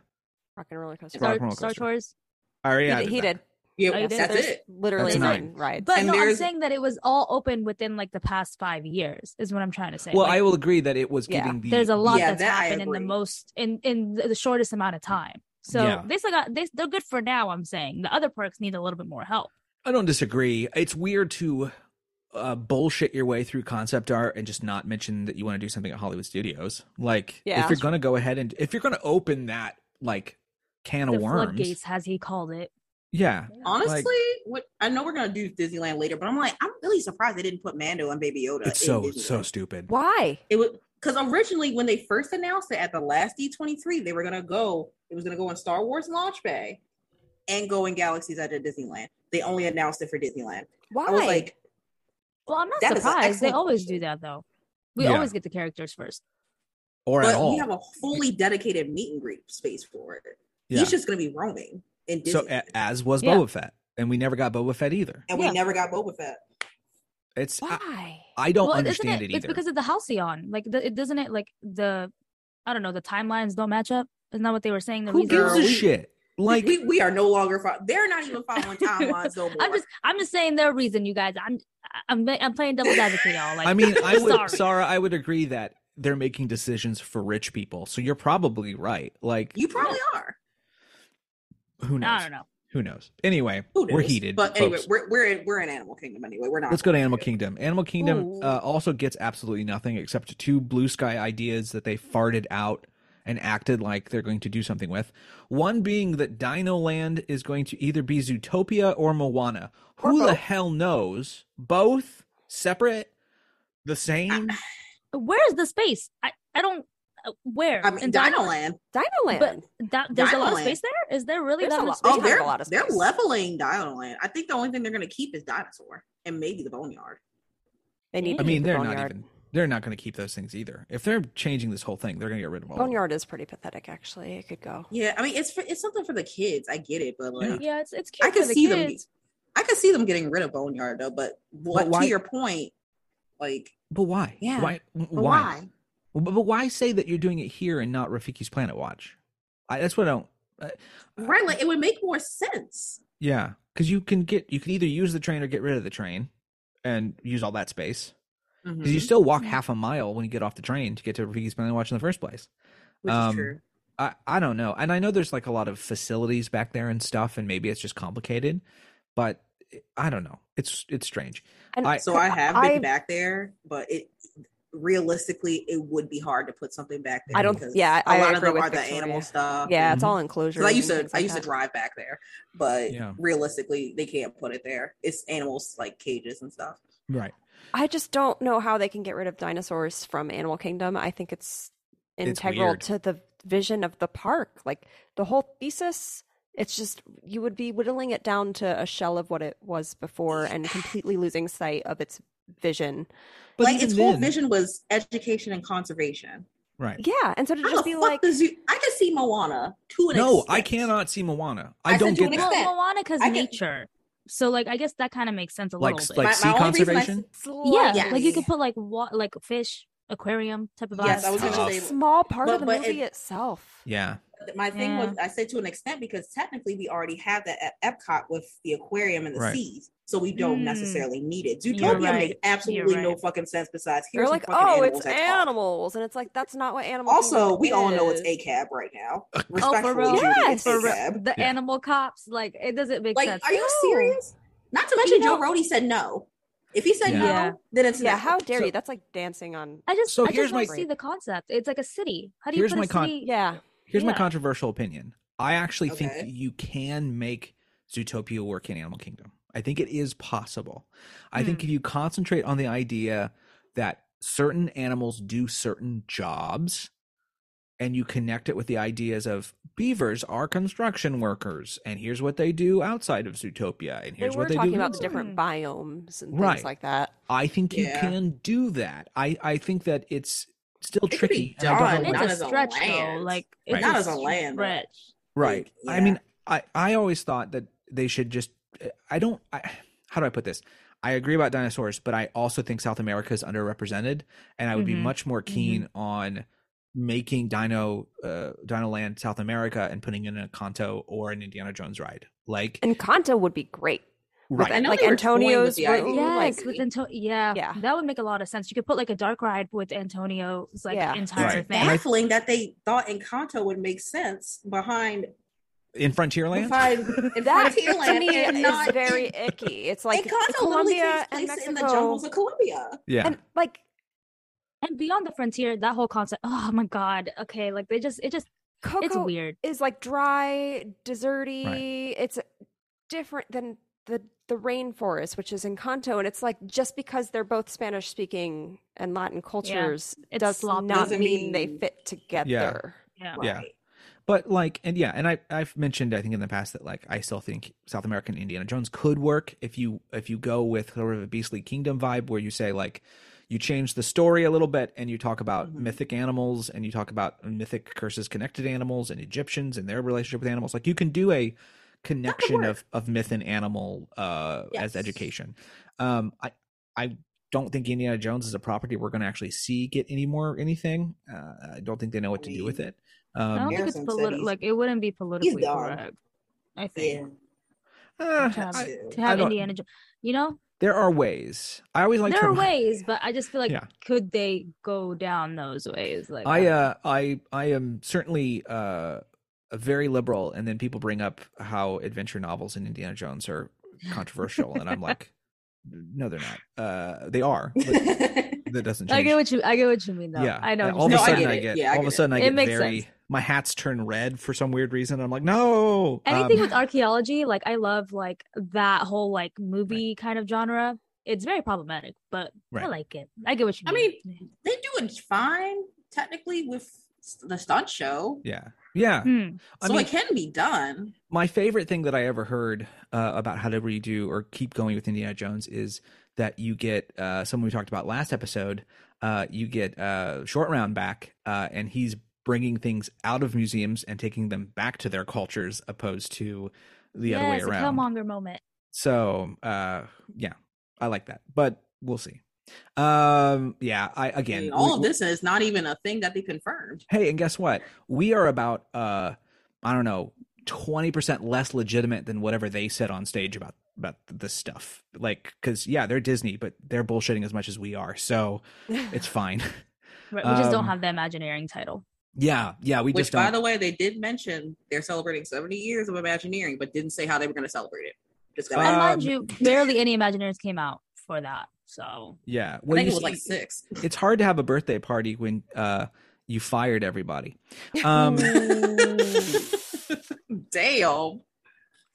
Speaker 5: Rock and roller coaster.
Speaker 4: Rock
Speaker 7: Star,
Speaker 4: and roller
Speaker 7: Star
Speaker 4: coaster.
Speaker 7: Tours.
Speaker 4: I already
Speaker 5: He
Speaker 4: added
Speaker 5: did- he
Speaker 4: that.
Speaker 5: did.
Speaker 6: Yeah,
Speaker 7: I did.
Speaker 6: that's
Speaker 5: Oh, There's
Speaker 6: it.
Speaker 5: literally
Speaker 4: That's
Speaker 5: nine
Speaker 4: nine.
Speaker 5: rides.
Speaker 7: But
Speaker 6: And
Speaker 7: no, I'm
Speaker 6: there's-
Speaker 7: saying that it was all open within like the past five years is what I'm trying to say.
Speaker 4: Well,
Speaker 7: Like,
Speaker 4: I will agree that it was
Speaker 5: Yeah.
Speaker 4: giving the
Speaker 7: there's a lot
Speaker 6: Yeah,
Speaker 7: that's
Speaker 6: that I
Speaker 7: happened in the
Speaker 6: agree.
Speaker 7: most in in the shortest amount of time. So
Speaker 4: Yeah.
Speaker 7: they still got they they're good for now. I'm saying the other parks need a little bit more help.
Speaker 4: I don't disagree. It's weird to uh, bullshit your way through concept art and just not mention that you want to do something at Hollywood Studios. Like, if
Speaker 5: Yeah.
Speaker 4: you're gonna go ahead and if you're gonna open that like can
Speaker 7: The
Speaker 4: of worms,
Speaker 7: floodgates, as he called it.
Speaker 4: yeah,
Speaker 6: Honestly,
Speaker 4: Like-
Speaker 6: what I know we're gonna do Disneyland later, but I'm like, I'm really surprised they didn't put Mando and Baby Yoda.
Speaker 4: it's
Speaker 6: in
Speaker 4: so
Speaker 6: Disneyland.
Speaker 4: so stupid.
Speaker 5: Why?
Speaker 6: It was because originally when they first announced it at the last D23, they were gonna go. It was gonna go in Star Wars Launch Bay, and go in Galaxy's Edge at Disneyland. They only announced it for Disneyland.
Speaker 5: Why?
Speaker 6: I was like,
Speaker 7: Well, I'm not
Speaker 6: That is an
Speaker 7: surprised. They
Speaker 6: excellent
Speaker 7: always do that though. We
Speaker 1: Yeah.
Speaker 7: always get the characters first.
Speaker 1: or at
Speaker 6: but
Speaker 1: all.
Speaker 6: we have a fully dedicated meet and greet space for it.
Speaker 1: Yeah.
Speaker 6: He's just going to be roaming in Disney,
Speaker 4: So eh, a- as was
Speaker 7: Yeah.
Speaker 4: Boba Fett, and we never got Boba Fett either.
Speaker 6: and
Speaker 7: yeah.
Speaker 6: we never got Boba Fett.
Speaker 4: It's I,
Speaker 5: why?
Speaker 4: I don't
Speaker 7: well, isn't
Speaker 4: understand it,
Speaker 7: It's
Speaker 4: either.
Speaker 7: because of the Halcyon. Like the, it doesn't it like the I don't know, the timelines don't match up. Isn't that what they were saying? The
Speaker 4: Who
Speaker 7: reason-
Speaker 4: gives
Speaker 6: Girl,
Speaker 4: a
Speaker 6: we-
Speaker 4: shit? Like
Speaker 6: we, we are no longer. Fo- they're not even following timelines no more.
Speaker 7: I'm just I'm just saying their reason, you guys. I'm I'm I'm playing devil's advocate, y'all. Like
Speaker 4: I mean, I would
Speaker 7: sorry.
Speaker 4: Sarah, I would agree that they're making decisions for rich people. So you're probably right. Like
Speaker 6: you probably are.
Speaker 4: who knows?
Speaker 7: I don't know.
Speaker 4: Who knows? Anyway,
Speaker 6: Who knows?
Speaker 4: we're heated.
Speaker 6: But anyway,
Speaker 4: folks.
Speaker 6: we're we're in, we're in Animal Kingdom anyway. We're not.
Speaker 4: Let's go to Animal Kingdom. Animal Kingdom
Speaker 7: Ooh.
Speaker 4: uh, also gets absolutely nothing except two blue sky ideas that they farted out and acted like they're going to do something with. One being that Dino Land is going to either be Zootopia or Moana.
Speaker 6: Or
Speaker 4: Who the
Speaker 6: both.
Speaker 4: hell knows? Both separate, the same.
Speaker 7: Where's the space? I I don't uh, where.
Speaker 6: I mean,
Speaker 7: In Dino-
Speaker 6: Dino Land.
Speaker 5: Dinoland.
Speaker 7: That there's a lot of
Speaker 6: Dinoland.
Speaker 7: space there. Is there really
Speaker 5: There's
Speaker 7: that
Speaker 5: a
Speaker 7: much
Speaker 5: lot-
Speaker 7: space?
Speaker 6: Oh,
Speaker 5: have
Speaker 6: they're
Speaker 5: a lot of
Speaker 6: they're
Speaker 5: space.
Speaker 6: leveling Dino Land. I think the only thing they're going to keep is dinosaur and maybe the boneyard.
Speaker 5: they need.
Speaker 4: I
Speaker 5: to
Speaker 4: mean,
Speaker 5: keep the
Speaker 4: they're not
Speaker 5: boneyard.
Speaker 4: even. They're not going to keep those things either. If they're changing this whole thing, they're going to get rid of all. of them.
Speaker 5: Boneyard is pretty pathetic, actually. It could go.
Speaker 6: Yeah, I mean, it's for, it's something for the kids. I get it, but like,
Speaker 7: Yeah, it's it's cute.
Speaker 6: I
Speaker 7: for
Speaker 6: could
Speaker 7: the
Speaker 6: see them.
Speaker 7: kids.
Speaker 6: I could see them getting rid of boneyard though. But, what,
Speaker 4: why-
Speaker 6: to your point, like
Speaker 4: But why?
Speaker 6: Yeah.
Speaker 4: Why?
Speaker 6: but
Speaker 4: Why? Well, But, but why say that you're doing it here and not Rafiki's Planet Watch? I, that's what I don't. I-
Speaker 6: why? Right? Like it would make more sense.
Speaker 4: Yeah, because you can get you can either use the train or get rid of the train, and use all that space
Speaker 5: Mm-hmm.
Speaker 4: because
Speaker 6: Mm-hmm.
Speaker 4: you still walk half a mile when you get off the train to get to Rafiki's Planet Watch in the first place.
Speaker 6: Which
Speaker 4: um,
Speaker 6: is true.
Speaker 4: I I don't know, and I know there's like a lot of facilities back there and stuff, and maybe it's just complicated, but I don't know. It's it's strange.
Speaker 5: And
Speaker 4: I-
Speaker 6: So I have been
Speaker 5: I-
Speaker 6: back there, but it realistically it would be hard to put something back there.
Speaker 5: I don't.
Speaker 6: because
Speaker 5: Yeah, I,
Speaker 6: a
Speaker 5: I
Speaker 6: lot
Speaker 5: agree
Speaker 6: of them
Speaker 5: with
Speaker 6: are the
Speaker 5: Victoria.
Speaker 6: animal stuff.
Speaker 5: Yeah, it's
Speaker 4: Mhm.
Speaker 5: all enclosures.
Speaker 6: Because I used
Speaker 5: and
Speaker 6: to,
Speaker 5: things
Speaker 6: I
Speaker 5: like
Speaker 6: used to
Speaker 5: that.
Speaker 6: drive back there, but
Speaker 4: Yeah.
Speaker 6: realistically, they can't put it there. It's animals like cages and stuff.
Speaker 4: Right.
Speaker 5: I just don't know how they can get rid of dinosaurs from Animal Kingdom. I think it's
Speaker 4: It's
Speaker 5: integral
Speaker 4: weird.
Speaker 5: to the vision of the park. Like the whole thesis, it's just you would be whittling it down to a shell of what it was before and completely losing sight of its vision.
Speaker 4: But
Speaker 6: like
Speaker 4: even
Speaker 6: its whole
Speaker 4: then-
Speaker 6: vision was education and conservation.
Speaker 4: Right.
Speaker 5: Yeah, and so to
Speaker 6: How
Speaker 5: just
Speaker 6: the
Speaker 5: be
Speaker 6: fuck
Speaker 5: like,
Speaker 6: does you? I can see Moana to an
Speaker 4: No, I
Speaker 6: extent.
Speaker 4: cannot see Moana.
Speaker 6: I
Speaker 4: I,
Speaker 6: said
Speaker 4: don't
Speaker 6: to
Speaker 4: get
Speaker 6: an
Speaker 4: that.
Speaker 6: extent.
Speaker 7: Well, Moana because
Speaker 6: I can-
Speaker 7: nature. So like I guess that kind of makes sense a
Speaker 4: Like
Speaker 7: little bit.
Speaker 4: like
Speaker 6: My-
Speaker 4: sea
Speaker 6: my only reason I
Speaker 4: conservation.
Speaker 7: yeah,
Speaker 6: Yes.
Speaker 7: like you could put like what like fish aquarium type of vibe.
Speaker 6: Yes, I was
Speaker 4: Tough.
Speaker 6: gonna say
Speaker 5: small part
Speaker 6: But-
Speaker 5: of the
Speaker 6: but
Speaker 5: movie
Speaker 6: it-
Speaker 5: itself.
Speaker 4: yeah.
Speaker 6: my thing
Speaker 7: Yeah.
Speaker 6: was I said to an extent because technically we already have that at Epcot with the aquarium and the
Speaker 4: Right.
Speaker 6: seas, so we don't
Speaker 7: Mm.
Speaker 6: necessarily need it.
Speaker 7: You're
Speaker 6: Zootopia
Speaker 7: right.
Speaker 6: makes absolutely
Speaker 7: You're
Speaker 6: no
Speaker 7: right.
Speaker 6: fucking sense. Besides,
Speaker 5: They're
Speaker 6: here's some
Speaker 5: like,
Speaker 6: fucking
Speaker 5: oh,
Speaker 6: animals
Speaker 5: it's
Speaker 6: at all."
Speaker 5: animals, and it's like that's not what animals.
Speaker 6: Also, we all know it's ACAB right now.
Speaker 7: Oh, for
Speaker 6: Respectfully,
Speaker 7: real?
Speaker 6: Judy,
Speaker 5: Yes.
Speaker 6: it's
Speaker 5: For real.
Speaker 6: ACAB.
Speaker 7: the
Speaker 4: Yeah.
Speaker 7: animal cops. Like it doesn't make
Speaker 6: Like,
Speaker 7: sense.
Speaker 6: are you
Speaker 5: No.
Speaker 6: serious? Not to mention
Speaker 7: You know-
Speaker 6: Joe Rody said no. If he said
Speaker 4: Yeah.
Speaker 7: Yeah.
Speaker 6: no, then it's
Speaker 5: Yeah,
Speaker 6: no.
Speaker 5: how dare
Speaker 4: So-
Speaker 5: you? That's like dancing on.
Speaker 7: I just
Speaker 4: So
Speaker 7: I just
Speaker 4: here's
Speaker 7: don't
Speaker 5: my-
Speaker 7: see the concept. It's like a city. How do you
Speaker 4: Here's
Speaker 7: put
Speaker 4: my
Speaker 7: a
Speaker 4: con-
Speaker 7: city?
Speaker 5: Yeah,
Speaker 4: Here's my
Speaker 7: Yeah.
Speaker 4: controversial opinion. I actually think
Speaker 6: Okay.
Speaker 4: that you can make Zootopia work in Animal Kingdom. I think it is possible. I think if you concentrate on the idea that certain animals do certain jobs and you connect it with the ideas of beavers are construction workers and here's what they do outside of Zootopia and
Speaker 5: they
Speaker 4: here's
Speaker 5: were
Speaker 4: what they
Speaker 5: talking
Speaker 4: do
Speaker 5: about the
Speaker 4: inside.
Speaker 5: different
Speaker 6: Mm-hmm.
Speaker 5: biomes and
Speaker 4: Right.
Speaker 5: things like that.
Speaker 4: I think you
Speaker 6: Yeah.
Speaker 4: can do that. I I think that it's still
Speaker 6: could be
Speaker 4: tricky. and I don't
Speaker 6: done.
Speaker 4: know why.
Speaker 7: It's
Speaker 6: Not
Speaker 7: a
Speaker 6: as a
Speaker 7: stretch though.
Speaker 6: land.
Speaker 7: Like it's
Speaker 4: Right.
Speaker 7: a
Speaker 6: Not as a land, though.
Speaker 7: stretch.
Speaker 4: right
Speaker 6: Like,
Speaker 4: i mean i i always thought that they should just i don't I, how do i put this i agree about dinosaurs but i also think south america is underrepresented and i would
Speaker 5: Mm-hmm.
Speaker 7: Mhm.
Speaker 4: be much more keen on making dino uh dino land south america and putting in a Kanto or an indiana jones ride like
Speaker 5: And Kanto would be great.
Speaker 4: right
Speaker 5: With,
Speaker 6: I know
Speaker 5: like
Speaker 6: they were toying with
Speaker 5: Antonio's
Speaker 6: the
Speaker 5: room.
Speaker 6: idea.
Speaker 7: Yes,
Speaker 6: like-
Speaker 7: with Anto- Oh yeah,
Speaker 5: Yeah.
Speaker 7: that would make a lot of sense. You could put like a dark ride with Antonio's like
Speaker 5: Yeah.
Speaker 7: entire
Speaker 4: Right.
Speaker 7: thing.
Speaker 4: And I-
Speaker 6: baffling that they thought Encanto would make sense behind
Speaker 4: in frontierland
Speaker 6: behind in
Speaker 5: That to
Speaker 6: Frontierland
Speaker 5: me
Speaker 6: and
Speaker 5: is
Speaker 6: not
Speaker 5: very
Speaker 6: in-
Speaker 5: icky. It's like
Speaker 6: Encanto
Speaker 5: Colombia and
Speaker 6: literally takes
Speaker 5: Mexico,
Speaker 6: place in the jungles of Colombia.
Speaker 4: yeah
Speaker 5: and like
Speaker 7: and beyond the frontier, that whole concept. Oh my god. Okay, like they just it just
Speaker 5: Coco
Speaker 7: it's weird.
Speaker 5: is like dry, deserty. It's different than the the rainforest, which is in Kanto, and it's like just because they're both Spanish speaking and Latin cultures
Speaker 7: It's
Speaker 5: does
Speaker 7: sloppy.
Speaker 5: not
Speaker 6: Doesn't
Speaker 5: mean they
Speaker 6: mean-
Speaker 5: fit together.
Speaker 7: Yeah.
Speaker 4: Yeah. But like, and yeah, and I I've mentioned I think in the past that like I still think South American Indiana Jones could work if you if you go with sort of a Beastly Kingdom vibe where you say like you change the story a little bit and you talk about
Speaker 6: Mhm.
Speaker 4: mythic animals and you talk about mythic curses connected animals and Egyptians and their relationship with animals. Like you can do a connection
Speaker 6: work.
Speaker 4: of of myth and animal uh as
Speaker 6: Yes.
Speaker 4: education. Um I I don't think Indiana Jones is a property we're going to actually see get any more anything. Uh, I don't think they know what to do with it.
Speaker 7: I don't
Speaker 4: Um,
Speaker 7: think it's
Speaker 6: Harrison said
Speaker 7: politi-
Speaker 6: he's-
Speaker 7: like it wouldn't be politically
Speaker 6: gone.
Speaker 7: correct. I
Speaker 6: Yeah.
Speaker 7: think
Speaker 4: uh,
Speaker 7: to have,
Speaker 4: I-
Speaker 7: to have
Speaker 4: don't-
Speaker 7: Indiana Jones, you know,
Speaker 4: there are ways. I always like
Speaker 7: there
Speaker 4: to
Speaker 7: are
Speaker 4: remind-
Speaker 7: ways, but I just feel like
Speaker 4: Yeah.
Speaker 7: could they go down those ways? Like
Speaker 4: I uh I I am certainly uh very liberal and then people bring up how adventure novels in Indiana Jones are controversial and I'm like no they're not. Uh they are. But that doesn't change.
Speaker 7: I get what you I get what you mean though.
Speaker 4: yeah,
Speaker 7: I know.
Speaker 4: and
Speaker 7: what
Speaker 4: All of
Speaker 7: you're
Speaker 4: a
Speaker 6: No, I
Speaker 7: saying.
Speaker 4: sudden,
Speaker 6: get
Speaker 4: I
Speaker 6: it.
Speaker 4: get.
Speaker 6: Yeah, I
Speaker 4: all of a
Speaker 6: get it.
Speaker 4: sudden, I
Speaker 7: It
Speaker 4: get
Speaker 7: makes
Speaker 4: very.
Speaker 7: sense.
Speaker 4: My hats turn red for some weird reason. I'm like, no. Um,
Speaker 7: anything with archaeology like i love like that whole like movie kind of genre it's very problematic but i
Speaker 4: Right.
Speaker 7: like it i get what you
Speaker 6: I
Speaker 7: mean
Speaker 6: they do it fine technically with the stunt show,
Speaker 4: yeah, yeah.
Speaker 7: Hmm.
Speaker 4: I
Speaker 6: so
Speaker 4: mean,
Speaker 6: it can be done.
Speaker 4: my favorite thing that I ever heard uh, about how to redo or keep going with Indiana Jones is that you get uh, someone we talked about last episode. Uh, you get uh, short round back, uh, and he's bringing things out of museums and taking them back to their cultures, opposed to the
Speaker 7: yes,
Speaker 4: other way
Speaker 7: a
Speaker 4: around.
Speaker 7: killmonger moment
Speaker 4: So uh yeah, I like that. But we'll see. Um yeah, I
Speaker 6: I
Speaker 4: again
Speaker 6: mean, all
Speaker 4: we-
Speaker 6: of this is not even a thing that they confirmed.
Speaker 4: Hey, and guess what? We are about uh I don't know, 20% less legitimate than whatever they said on stage about about this stuff. Like cuz yeah, they're Disney, but they're bullshitting as much as we are. So it's fine.
Speaker 7: right, we just don't
Speaker 4: Um,
Speaker 7: have the imagineering title
Speaker 4: yeah, yeah, we
Speaker 6: Which,
Speaker 4: just
Speaker 6: by
Speaker 4: don't
Speaker 6: the way, they did mention they're celebrating 70 years of Imagineering, but didn't say how they were going to celebrate it. Just got
Speaker 7: and
Speaker 4: uh,
Speaker 7: mind you barely any imagineers came out for that so
Speaker 4: yeah.
Speaker 6: I
Speaker 4: Well,
Speaker 6: think
Speaker 4: you
Speaker 6: it was
Speaker 4: see-
Speaker 6: like six.
Speaker 4: it's hard to have a birthday party when uh you fired everybody. Um
Speaker 6: Dale.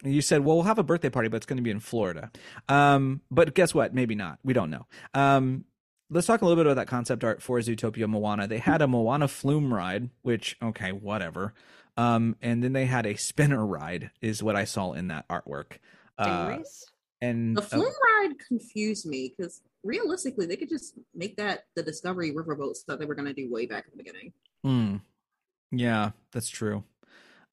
Speaker 4: And You said, "Well, we'll have a birthday party, but it's going to be in Florida." Um, but guess what? Maybe not. We don't know. Um, let's talk a little bit about that concept art for Zootopia Moana. They had a Moana flume ride, which okay, whatever. Um, and then they had a spinner ride, is what I saw in that artwork. Uh,
Speaker 5: Stingrays?
Speaker 4: and
Speaker 6: The
Speaker 4: uh,
Speaker 6: flume ride confused me because realistically, they could just make that the Discovery Riverboat stuff they were going to do way back in the beginning.
Speaker 4: Mm. Yeah, that's true.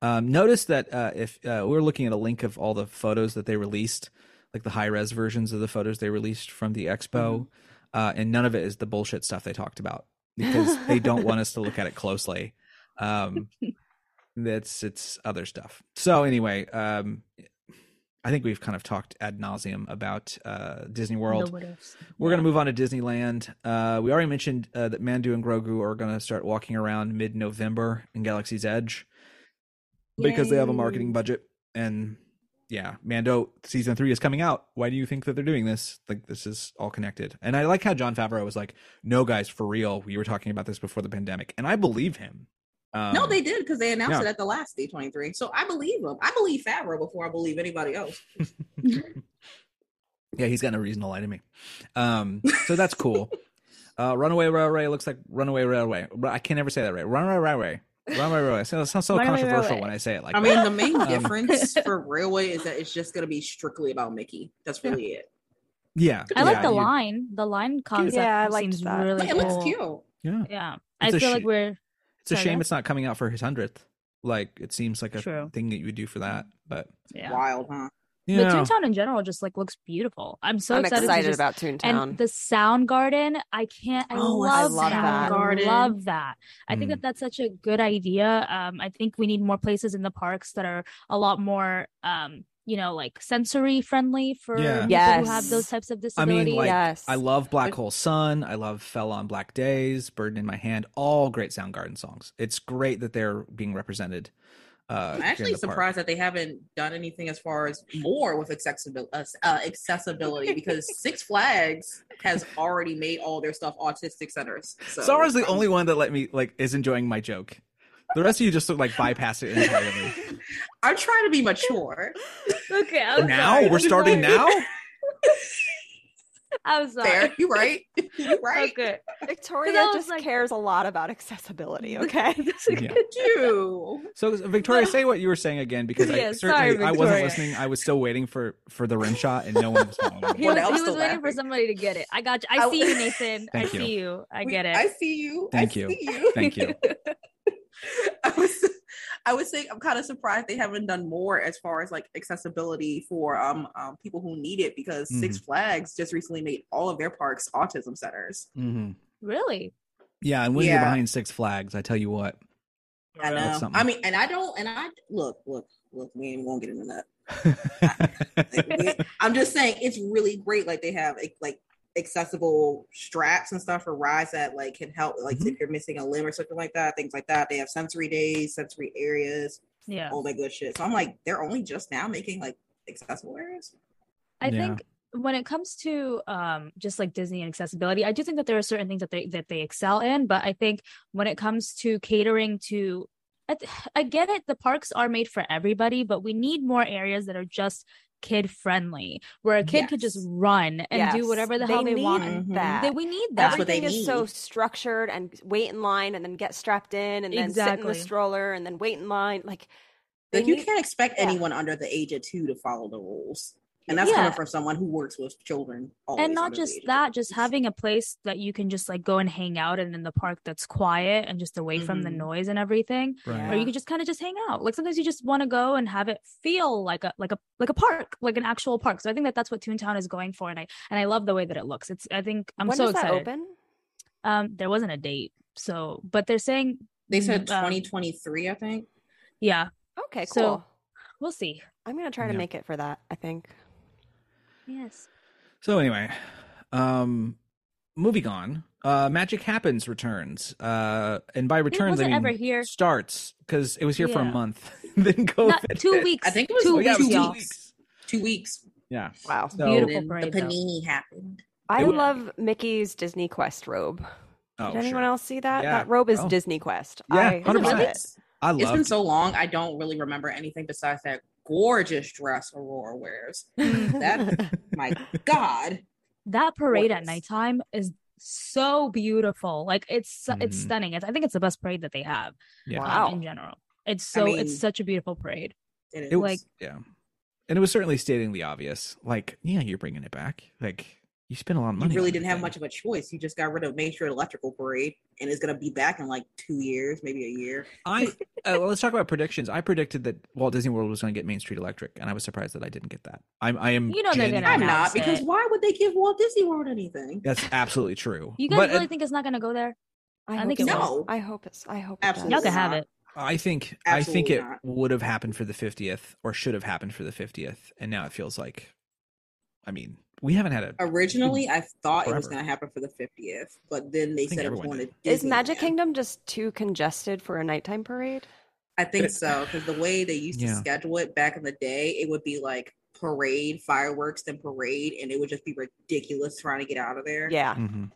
Speaker 4: Um, notice that uh, if uh, we're looking at a link of all the photos that they released, like the high res versions of the photos they released from the expo, uh, and none of it is the bullshit stuff they talked about because they don't want us to look at it closely. Um, that's it's other stuff. So anyway, um, I think we've kind of talked ad nauseum about uh, Disney World.
Speaker 7: the what ifs.
Speaker 4: We're going to move on to Disneyland. Uh, we already mentioned uh, that Mandu and Grogu are going to start walking around mid November in Galaxy's Edge because they have a marketing budget. And yeah, Mando season three is coming out. Why do you think that they're doing this? Like, this is all connected. And I like how John Favreau was like, no, guys, for real. We were talking about this before the pandemic. And I believe him. Um,
Speaker 6: no, they did because they announced
Speaker 4: yeah.
Speaker 6: it at the last D23. So I believe them. I believe Favreau before I believe anybody else.
Speaker 4: Yeah, he's got no reason to lie to me. Um, so that's cool. uh, Runaway Railway looks like Runaway Railway. Ru- I can't ever say that right. Runaway Railway. Runaway Railway. So it sounds so
Speaker 7: Runaway
Speaker 4: controversial
Speaker 7: Railway.
Speaker 4: when I say it like
Speaker 6: I
Speaker 4: that.
Speaker 6: mean, the main difference for Railway is that it's just going to be strictly about Mickey. That's really it.
Speaker 4: Yeah.
Speaker 7: i like
Speaker 4: yeah,
Speaker 7: the
Speaker 4: you-
Speaker 7: line the line concept
Speaker 5: Yeah, I liked
Speaker 7: seems
Speaker 5: that.
Speaker 7: really
Speaker 6: But it looks
Speaker 7: cool.
Speaker 6: cute.
Speaker 4: Yeah.
Speaker 7: yeah
Speaker 4: It's
Speaker 7: i
Speaker 4: a
Speaker 7: feel like
Speaker 4: sh-
Speaker 7: we're
Speaker 4: It's a
Speaker 7: Sorry,
Speaker 4: shame
Speaker 7: go.
Speaker 4: it's not coming out for his 100th. Like, it seems like a
Speaker 7: True.
Speaker 4: thing that you would do for that. But,
Speaker 7: yeah
Speaker 6: Wild, huh?
Speaker 4: you
Speaker 7: but
Speaker 4: know,
Speaker 7: toontown in general just like looks beautiful i'm so
Speaker 5: I'm
Speaker 7: excited,
Speaker 5: excited,
Speaker 7: to just-
Speaker 5: about Toontown.
Speaker 7: and the sound garden i can't i
Speaker 6: Oh, a
Speaker 7: love
Speaker 5: sound
Speaker 7: that
Speaker 6: garden.
Speaker 7: i love that i think
Speaker 4: Mm.
Speaker 7: that that's such a good idea um i think we need more places in the parks that are a lot more um you know like sensory friendly for
Speaker 4: Yeah.
Speaker 7: people who have
Speaker 5: Yes.
Speaker 7: those types of
Speaker 4: I
Speaker 7: disabilities
Speaker 4: mean, like,
Speaker 5: Yes.
Speaker 4: I love Black Hole Sun. I love Fell on Black Days, Burden in My Hand, all great Soundgarden songs. It's great that they're being represented. Uh, here
Speaker 6: I'm
Speaker 4: in
Speaker 6: actually
Speaker 4: the park.
Speaker 6: surprised that they haven't done anything as far as more with accessibility, uh, accessibility because Six Flags has already made all their stuff autistic centers. So
Speaker 4: Sarah's the only one that let me like is enjoying my joke. The rest of you just like bypass it entirely.
Speaker 6: I'm trying to be mature.
Speaker 7: okay
Speaker 4: now we're starting now.
Speaker 7: I'm sorry.
Speaker 6: Fair. You right. You right.
Speaker 7: Okay.
Speaker 5: Victoria
Speaker 7: I was
Speaker 5: just
Speaker 7: like-
Speaker 5: cares a lot about accessibility. Okay.
Speaker 1: Yeah.
Speaker 6: You.
Speaker 4: So Victoria, say what you were saying again because I
Speaker 7: Yeah, sorry,
Speaker 4: certainly I wasn't
Speaker 7: Victoria.
Speaker 4: listening. I was still waiting for for the rim shot and no one was following.
Speaker 7: He
Speaker 6: What
Speaker 7: was, he
Speaker 6: else
Speaker 7: was
Speaker 6: to
Speaker 7: waiting for
Speaker 6: laugh?
Speaker 7: somebody to get it. I got you. I
Speaker 6: I-
Speaker 7: see you, Nathan. I
Speaker 4: Thank you.
Speaker 7: see you. I
Speaker 6: We-
Speaker 7: get it.
Speaker 6: I see you. I
Speaker 4: Thank you.
Speaker 6: see you.
Speaker 4: Thank you.
Speaker 6: I was I was saying I'm kind of surprised they haven't done more as far as like accessibility for um, um people who need it because Six Flags just recently made all of their parks autism centers.
Speaker 4: hmm
Speaker 7: Really?
Speaker 4: Yeah, and when you're
Speaker 6: Yeah.
Speaker 4: behind Six Flags, I tell you what.
Speaker 6: I
Speaker 4: That's
Speaker 6: know.
Speaker 4: something.
Speaker 6: I mean, and I don't. And I look, look, look. We ain't gonna get into that. Like,
Speaker 4: yeah,
Speaker 6: we- I'm just saying it's really great. Like they have like, like accessible straps and stuff for rides that like can help. Like if you're missing a limb or something like that, things like that. They have sensory days, sensory areas,
Speaker 7: Yeah.
Speaker 6: all that good shit. So I'm like, they're only just now making like accessible areas.
Speaker 7: I
Speaker 4: Yeah.
Speaker 7: think when it comes to um just like Disney and accessibility, I do think that there are certain things that they that they excel in, but I think when it comes to catering to I, th- I get it the parks are made for everybody, but we need more areas that are just kid friendly where a kid could just
Speaker 6: Yes.
Speaker 7: run and do
Speaker 5: Yes.
Speaker 7: whatever the
Speaker 5: They
Speaker 7: hell they
Speaker 5: need
Speaker 7: want.
Speaker 6: Mhm.
Speaker 5: That.
Speaker 7: They, we need that.
Speaker 6: That's what they
Speaker 5: Everything is so
Speaker 6: need.
Speaker 5: structured and wait in line and then get strapped in and then sit in
Speaker 7: Exactly.
Speaker 5: the stroller and then wait in line. Like, they
Speaker 6: Like you
Speaker 5: need-
Speaker 6: can't expect
Speaker 5: yeah.
Speaker 6: anyone under the age of two to follow the rules. And that's
Speaker 7: Yeah.
Speaker 6: coming from someone who works with children. always
Speaker 7: and not
Speaker 6: under the
Speaker 7: just
Speaker 6: age of
Speaker 7: that
Speaker 6: two.
Speaker 7: just having a place that you can just like go and hang out and in the park that's quiet and just away from the
Speaker 6: Mhm.
Speaker 7: noise and everything or
Speaker 4: right.
Speaker 7: you could just kind of just hang out like sometimes you just want to go and have it feel like a like a like a park like an actual park so i think that that's what toontown is going for and i and i love the way that it looks it's i think i'm
Speaker 5: when
Speaker 7: so
Speaker 5: does that
Speaker 7: excited
Speaker 5: open?
Speaker 7: um there wasn't a date so but they're saying
Speaker 6: they said
Speaker 7: mm, um,
Speaker 6: 2023, I think.
Speaker 7: yeah
Speaker 5: Okay,
Speaker 7: So-
Speaker 5: cool.
Speaker 7: we'll see
Speaker 5: I'm gonna try to
Speaker 4: Yeah.
Speaker 5: make it for that. I think.
Speaker 7: yes
Speaker 4: So anyway, um, moving on. Uh, Magic Happens returns, uh, and by returns I
Speaker 7: wasn't
Speaker 4: mean
Speaker 7: ever here.
Speaker 4: starts because it was here for a
Speaker 7: Yeah.
Speaker 4: month. then COVID.
Speaker 7: Not, two
Speaker 4: hit.
Speaker 7: weeks
Speaker 6: I think it was
Speaker 7: two
Speaker 4: Oh, yeah, it
Speaker 7: weeks
Speaker 4: was
Speaker 7: y'all
Speaker 4: two weeks.
Speaker 6: Two weeks.
Speaker 4: Yeah.
Speaker 5: Wow.
Speaker 4: So,
Speaker 7: Beautiful.
Speaker 6: And then
Speaker 7: parade,
Speaker 6: the
Speaker 7: though.
Speaker 6: panini happened.
Speaker 5: I
Speaker 4: It would-
Speaker 5: love Mickey's Disney Quest robe.
Speaker 4: oh,
Speaker 5: Did
Speaker 4: sure.
Speaker 5: anyone else see that?
Speaker 4: Yeah.
Speaker 5: That robe is
Speaker 4: Oh.
Speaker 5: Disney Quest.
Speaker 4: Yeah,
Speaker 5: I love
Speaker 4: 100%.
Speaker 5: it.
Speaker 4: I
Speaker 6: It's
Speaker 4: love.
Speaker 6: been so long, I don't really remember anything besides that gorgeous dress Aurora wears. That- My God.
Speaker 7: that parade at
Speaker 6: gorgeous.
Speaker 7: nighttime is so beautiful like it's so- it's
Speaker 4: Mhm.
Speaker 6: Mm.
Speaker 7: stunning it's, i think it's the best parade that they have
Speaker 4: yeah.
Speaker 5: Wow.
Speaker 7: um, in general it's
Speaker 6: I
Speaker 7: so it's
Speaker 6: mean-
Speaker 7: such a beautiful parade
Speaker 6: It
Speaker 4: It
Speaker 6: is.
Speaker 4: was,
Speaker 7: Like-
Speaker 4: yeah, and it was certainly stating the obvious. Like, yeah, you're bringing it back. Like, you spent a lot of
Speaker 6: you
Speaker 4: money.
Speaker 6: really
Speaker 4: on
Speaker 6: didn't
Speaker 4: that
Speaker 6: have
Speaker 4: thing.
Speaker 6: much of a choice. You just got rid of Main Street Electrical Parade, and it's going to be back in like two years, maybe a year.
Speaker 4: I uh, well, let's talk about predictions. I predicted that Walt Disney World was going to get Main Street Electric, and I was surprised that I didn't get that. I'm, I am.
Speaker 7: You know they're gonna
Speaker 4: genuinely-
Speaker 6: I'm not,
Speaker 7: announce
Speaker 6: because
Speaker 7: it.
Speaker 6: why would they give Walt Disney World anything?
Speaker 4: That's absolutely true.
Speaker 7: you guys
Speaker 4: But, uh,
Speaker 7: really think it's not going to go there I
Speaker 5: hope
Speaker 7: think
Speaker 6: it
Speaker 5: so.
Speaker 6: will.
Speaker 5: I hope it's. I hope.
Speaker 6: Absolutely.
Speaker 7: y'all
Speaker 5: It
Speaker 7: can
Speaker 5: does.
Speaker 7: have
Speaker 6: not.
Speaker 7: it
Speaker 4: I think I think
Speaker 6: Absolutely
Speaker 4: it
Speaker 6: not.
Speaker 4: would have happened for the 50th, or should have happened for the 50th, and now it feels like. I mean, we haven't had a.
Speaker 6: Originally, I thought it was
Speaker 4: Forever.
Speaker 6: going to happen for the 50th, but then they
Speaker 4: think
Speaker 6: said it was
Speaker 4: everyone
Speaker 6: going to
Speaker 5: Is Magic
Speaker 6: Disneyland.
Speaker 5: Kingdom just too congested for a nighttime parade?
Speaker 6: I think
Speaker 4: It-
Speaker 6: so because the way they used
Speaker 4: Yeah.
Speaker 6: to schedule it back in the day, it would be like parade, fireworks, then parade, and it would just be ridiculous trying to get out of there.
Speaker 5: Yeah.
Speaker 4: Mhm.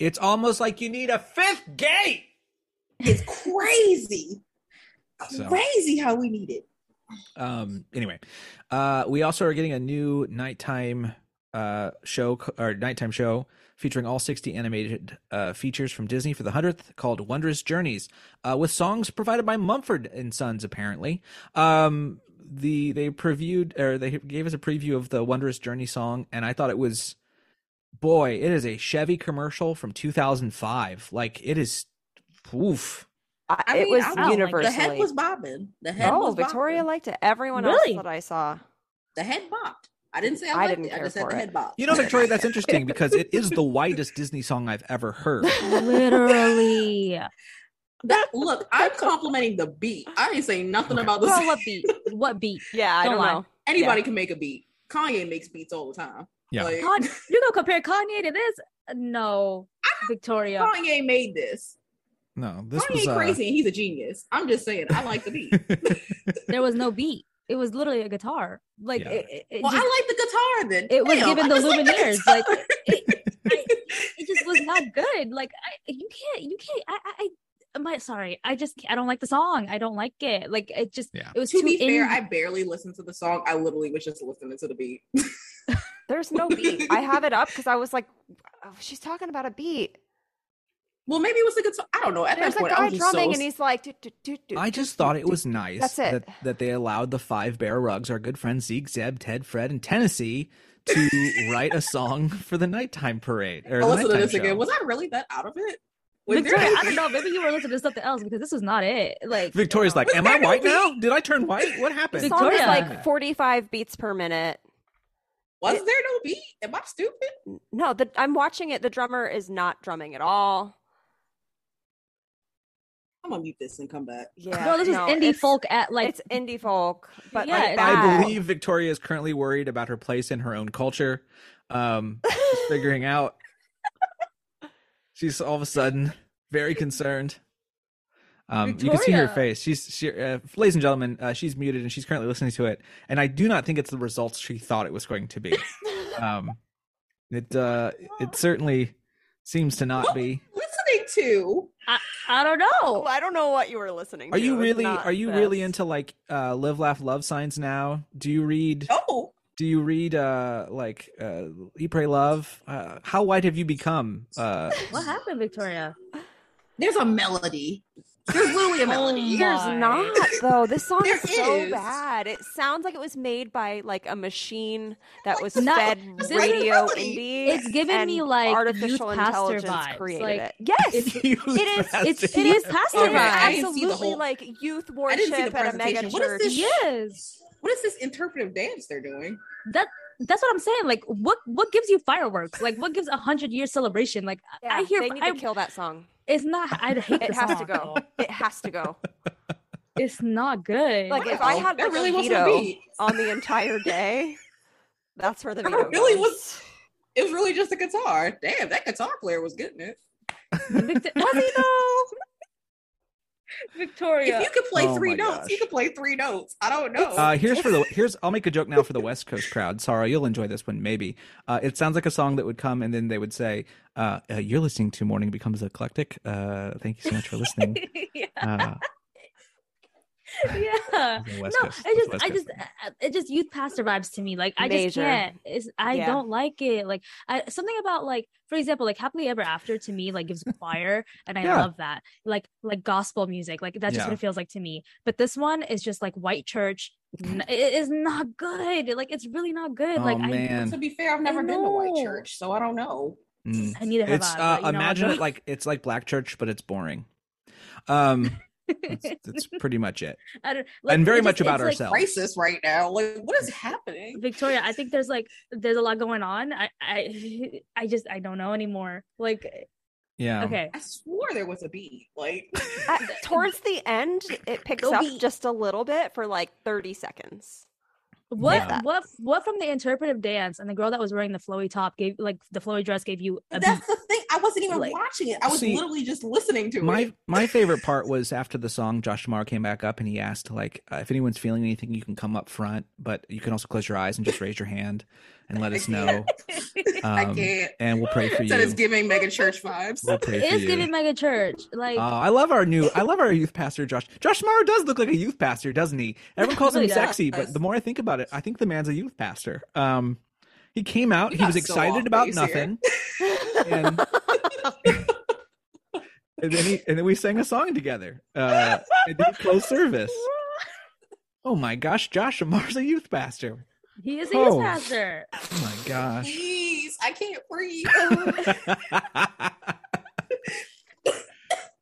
Speaker 4: It's almost like you need a fifth gate.
Speaker 6: it's crazy,
Speaker 4: So-
Speaker 6: crazy how we need it.
Speaker 4: um anyway uh we also are getting a new nighttime uh show c- or nighttime show featuring all 60 animated uh features from disney for the 100th called wondrous journeys uh with songs provided by mumford and sons apparently um the they previewed or they gave us a preview of the wondrous journey song and i thought it was boy it is a chevy commercial from 2005 like it is oof
Speaker 5: I,
Speaker 6: I
Speaker 5: it
Speaker 6: mean,
Speaker 5: was
Speaker 6: I don't like-
Speaker 5: universally.
Speaker 6: The head was bobbing. The head.
Speaker 5: oh,
Speaker 6: was
Speaker 5: Victoria
Speaker 6: bopping.
Speaker 5: liked it. Everyone
Speaker 7: Really?
Speaker 5: else that I saw.
Speaker 6: the head bopped. I didn't say I,
Speaker 5: I
Speaker 6: liked
Speaker 5: didn't
Speaker 6: it. I
Speaker 5: care
Speaker 6: just said
Speaker 5: for
Speaker 6: the
Speaker 5: it.
Speaker 6: head bopped.
Speaker 4: you know victoria that's interesting because it is the widest disney song i've ever heard
Speaker 7: literally
Speaker 6: That- look, I'm complimenting the beat. I didn't say nothing about
Speaker 7: Girl,
Speaker 6: this.
Speaker 7: what beat what beat
Speaker 5: Yeah, I
Speaker 7: Don't
Speaker 5: don't,
Speaker 7: lie.
Speaker 5: know.
Speaker 6: Anybody can make a beat. Kanye makes beats all the time.
Speaker 4: Yeah.
Speaker 6: Like,
Speaker 7: Con- you gonna compare kanye to this no victoria
Speaker 6: Kanye made this.
Speaker 4: No, this
Speaker 6: Kanye
Speaker 4: was uh,
Speaker 6: crazy and he's a genius. I'm just saying, I like the beat.
Speaker 7: there was no beat it was literally a guitar like
Speaker 4: Yeah.
Speaker 7: it, it, it
Speaker 6: well,
Speaker 7: just-
Speaker 6: I like the guitar then.
Speaker 7: it was
Speaker 6: Damn,
Speaker 7: given
Speaker 6: I
Speaker 7: the
Speaker 6: just like
Speaker 7: Lumineers,
Speaker 6: guitar.
Speaker 7: like, it just was not good. Like I, you can't, you can't. I, I, I, my sorry. I just, can't- I don't like the song. I don't like it. Like it just,
Speaker 4: Yeah.
Speaker 7: it was
Speaker 6: to
Speaker 7: too
Speaker 6: be fair,
Speaker 7: in-
Speaker 6: I barely listened to the song. I literally was just listening to the beat.
Speaker 5: There's no beat. I have it up because I was like, oh, she's talking about a beat.
Speaker 6: Well, maybe it was the guitar. I don't know. At
Speaker 5: There's
Speaker 6: that
Speaker 5: a
Speaker 6: point, I
Speaker 5: guy
Speaker 6: was just so-
Speaker 5: drumming and he's like, "Doo, doo, doo, doo,
Speaker 4: I
Speaker 5: doo,
Speaker 4: just
Speaker 5: doo,
Speaker 4: thought it
Speaker 5: doo,
Speaker 4: was nice
Speaker 5: That's it.
Speaker 4: that that they allowed the five bear rugs, our good friends Zeke, Zeb, Ted, Fred, and Tennessee, to write a song for the nighttime parade. Or
Speaker 6: I
Speaker 4: the
Speaker 6: listened to
Speaker 4: nighttime
Speaker 6: this again.
Speaker 4: show.
Speaker 6: Was I really that out of it? Was there
Speaker 7: Victoria, I
Speaker 6: anything-
Speaker 7: don't know. Maybe you were listening to something else because this was not it. Like
Speaker 4: Victoria's like, "Am I
Speaker 6: there no
Speaker 4: white
Speaker 6: beat?"
Speaker 4: now? Did I turn white? What happened?"
Speaker 5: The song is
Speaker 7: Victoria.
Speaker 5: like 45 beats per minute.
Speaker 6: Was there no beat? Am I stupid?
Speaker 5: No, the, I'm watching it. The drummer is not drumming at all.
Speaker 6: I'm gonna mute this and come back.
Speaker 5: Yeah,
Speaker 7: no, this was indie
Speaker 5: it's-
Speaker 7: folk at like
Speaker 5: it's indie folk, but
Speaker 7: Yeah,
Speaker 5: like
Speaker 7: it's-
Speaker 5: bad.
Speaker 4: I believe Victoria is currently worried about her place in her own culture. Um, she's figuring out. She's all of a sudden very concerned. Um, you can see her
Speaker 7: Victoria.
Speaker 4: face. She's, she, uh, ladies and gentlemen, uh, she's muted and she's currently listening to it. And I do not think it's the results she thought it was going to be. Um, it uh, it certainly seems to not be.
Speaker 6: Listening to
Speaker 7: I don't know.
Speaker 5: Well, I don't know what you were listening.
Speaker 4: Are
Speaker 5: to.
Speaker 4: you
Speaker 5: It's
Speaker 4: really?
Speaker 5: not
Speaker 4: Are you
Speaker 5: this.
Speaker 4: really into like uh, live, laugh, love signs now? Do you read?
Speaker 6: oh,
Speaker 4: do you read uh like uh eat pray love uh how white have you become uh
Speaker 7: What happened, Victoria?
Speaker 6: there's a melody. There's literally a
Speaker 7: oh
Speaker 6: melody.
Speaker 5: There's
Speaker 7: Why?
Speaker 5: not though. This song
Speaker 6: There
Speaker 5: is so
Speaker 6: is.
Speaker 5: bad. It sounds like it was made by like a machine that was
Speaker 7: No,
Speaker 5: fed
Speaker 7: this is
Speaker 5: radio
Speaker 6: really-
Speaker 5: indie.
Speaker 7: it's giving
Speaker 5: and
Speaker 7: me, like,
Speaker 5: artificial
Speaker 7: youth pastor
Speaker 5: intelligence
Speaker 7: vibes,
Speaker 5: created
Speaker 7: like,
Speaker 5: it. Yes,
Speaker 7: it's-
Speaker 5: it
Speaker 4: it
Speaker 5: is-
Speaker 7: It's
Speaker 5: It is
Speaker 7: it's pastor
Speaker 5: is
Speaker 6: Okay, I didn't
Speaker 7: vibes.
Speaker 6: see the
Speaker 5: absolutely
Speaker 6: whole-
Speaker 5: like youth
Speaker 6: I didn't see the
Speaker 5: worship at a mega
Speaker 6: presentation. What is
Speaker 5: church.
Speaker 6: this sh-
Speaker 7: Yes,
Speaker 6: What is this interpretive dance they're doing?
Speaker 7: that that's what I'm saying. Like what what gives you fireworks? Like what gives a hundred year celebration? Like
Speaker 5: Yeah,
Speaker 7: I hear
Speaker 5: they need
Speaker 7: I,
Speaker 5: to kill that song.
Speaker 7: it's not. I hate
Speaker 5: It
Speaker 7: the
Speaker 5: has to
Speaker 7: song.
Speaker 5: go. It has to go.
Speaker 7: It's not good.
Speaker 5: Like if I
Speaker 6: Wow,
Speaker 5: had
Speaker 6: that
Speaker 5: like,
Speaker 6: really
Speaker 5: a
Speaker 6: wasn't a
Speaker 5: veto
Speaker 6: beat.
Speaker 5: on the entire day, that's where the
Speaker 6: That
Speaker 5: veto
Speaker 6: really
Speaker 5: goes.
Speaker 6: was- It was really just a guitar. Damn, that guitar player was getting it.
Speaker 7: Victor-
Speaker 6: Was he though?
Speaker 7: Victoria,
Speaker 6: If you could play
Speaker 4: Oh my
Speaker 6: three notes, you
Speaker 4: gosh.
Speaker 6: could play three notes. I don't know.
Speaker 4: uh here's for the here's i'll make a joke now for the west coast crowd sorry you'll enjoy this one maybe uh it sounds like a song that would come and then they would say uh, uh you're listening to morning becomes eclectic uh thank you so much for listening
Speaker 7: yeah,
Speaker 4: uh
Speaker 7: yeah.
Speaker 4: the
Speaker 7: No,
Speaker 4: West Coast- West
Speaker 7: it just, I
Speaker 4: Coast
Speaker 7: just,
Speaker 4: thing.
Speaker 7: uh, it just youth pastor vibes to me. Like I just
Speaker 5: Major.
Speaker 7: can't. It's, I
Speaker 5: Yeah.
Speaker 7: don't like it. Like I, something about like, for example, like happily ever after to me like gives choir, and I
Speaker 4: Yeah.
Speaker 7: love that. Like like gospel music, like that's just
Speaker 4: Yeah.
Speaker 7: what it feels like to me. But this one is just like white church. N- it is not good. Like it's really not good.
Speaker 4: Oh,
Speaker 7: like
Speaker 4: man.
Speaker 6: to be fair, I've never
Speaker 7: I
Speaker 6: been to white
Speaker 7: know.
Speaker 6: church, so I don't know.
Speaker 4: Mm.
Speaker 7: I, I neither have
Speaker 4: it's uh
Speaker 7: I. but, you know, I
Speaker 4: imagine
Speaker 7: know.
Speaker 4: it like it's like black church but it's boring um that's, that's pretty much it
Speaker 7: I don't, like,
Speaker 4: and very
Speaker 7: it
Speaker 4: much
Speaker 7: just-
Speaker 4: about
Speaker 7: it's, like,
Speaker 4: ourselves
Speaker 6: Racist right now. Like, what is happening?
Speaker 7: Victoria, I think there's like there's a lot going on. I I I just I don't know anymore. Like
Speaker 4: yeah
Speaker 7: okay.
Speaker 6: I swore there was a beat. Like,
Speaker 5: At, towards the end, it picks
Speaker 7: Go
Speaker 5: up
Speaker 7: be-
Speaker 5: just a little bit for like 30 seconds.
Speaker 7: What
Speaker 5: Yeah.
Speaker 7: what what from the interpretive dance and the girl that was wearing the flowy top gave like the flowy dress gave you a
Speaker 6: but that's the thing. I wasn't even
Speaker 7: Like-
Speaker 6: watching it. I was
Speaker 4: See,
Speaker 6: literally just listening to
Speaker 4: my
Speaker 6: it.
Speaker 4: my favorite part was after the song josh Tomorrow came back up and he asked like uh, if anyone's feeling anything you can come up front but you can also close your eyes and just raise your hand and let us know
Speaker 6: I
Speaker 4: um,
Speaker 6: can't.
Speaker 4: and we'll pray for
Speaker 6: That is
Speaker 4: you
Speaker 6: giving mega church vibes.
Speaker 4: we'll pray
Speaker 7: it
Speaker 4: for
Speaker 7: is giving
Speaker 4: you
Speaker 7: mega church. Like
Speaker 4: uh, I love our new, I love our youth pastor, Josh. Josh Tomorrow does look like a youth pastor, doesn't he? Everyone calls him
Speaker 7: He does.
Speaker 4: sexy, but the more I think about it, I think the man's a youth pastor. Um, he came out,
Speaker 6: We
Speaker 4: he was
Speaker 6: got so
Speaker 4: excited
Speaker 6: off
Speaker 4: about
Speaker 6: base
Speaker 4: nothing, and, and then he, and then we sang a song together. Uh, and did close service. Oh my gosh, Josh Amar's a youth pastor.
Speaker 7: he is a
Speaker 4: Oh.
Speaker 7: youth pastor.
Speaker 4: Oh my gosh.
Speaker 6: Please, I can't breathe.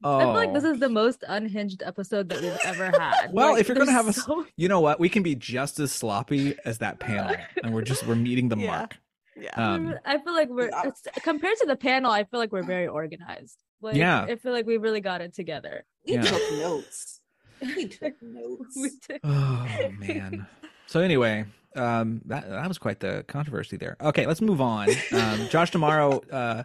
Speaker 4: oh.
Speaker 7: I feel like this is the most unhinged episode that we've ever had.
Speaker 4: Well,
Speaker 7: Like,
Speaker 4: if you're gonna
Speaker 7: there's
Speaker 4: have a s-
Speaker 7: so-
Speaker 4: you know what? We can be just as sloppy as that panel, and we're just we're meeting the
Speaker 5: Yeah.
Speaker 4: mark.
Speaker 5: Yeah.
Speaker 4: Um,
Speaker 7: I feel like we're
Speaker 6: Yeah.
Speaker 7: it's, compared to the panel. I feel like we're very organized. Like,
Speaker 4: Yeah.
Speaker 7: I feel like we really got it together.
Speaker 6: We
Speaker 4: Yeah.
Speaker 6: took notes. We took notes.
Speaker 7: We did.
Speaker 4: oh man. So anyway, um, that that was quite the controversy there. Okay, let's move on. Um, Josh Tomorrow uh,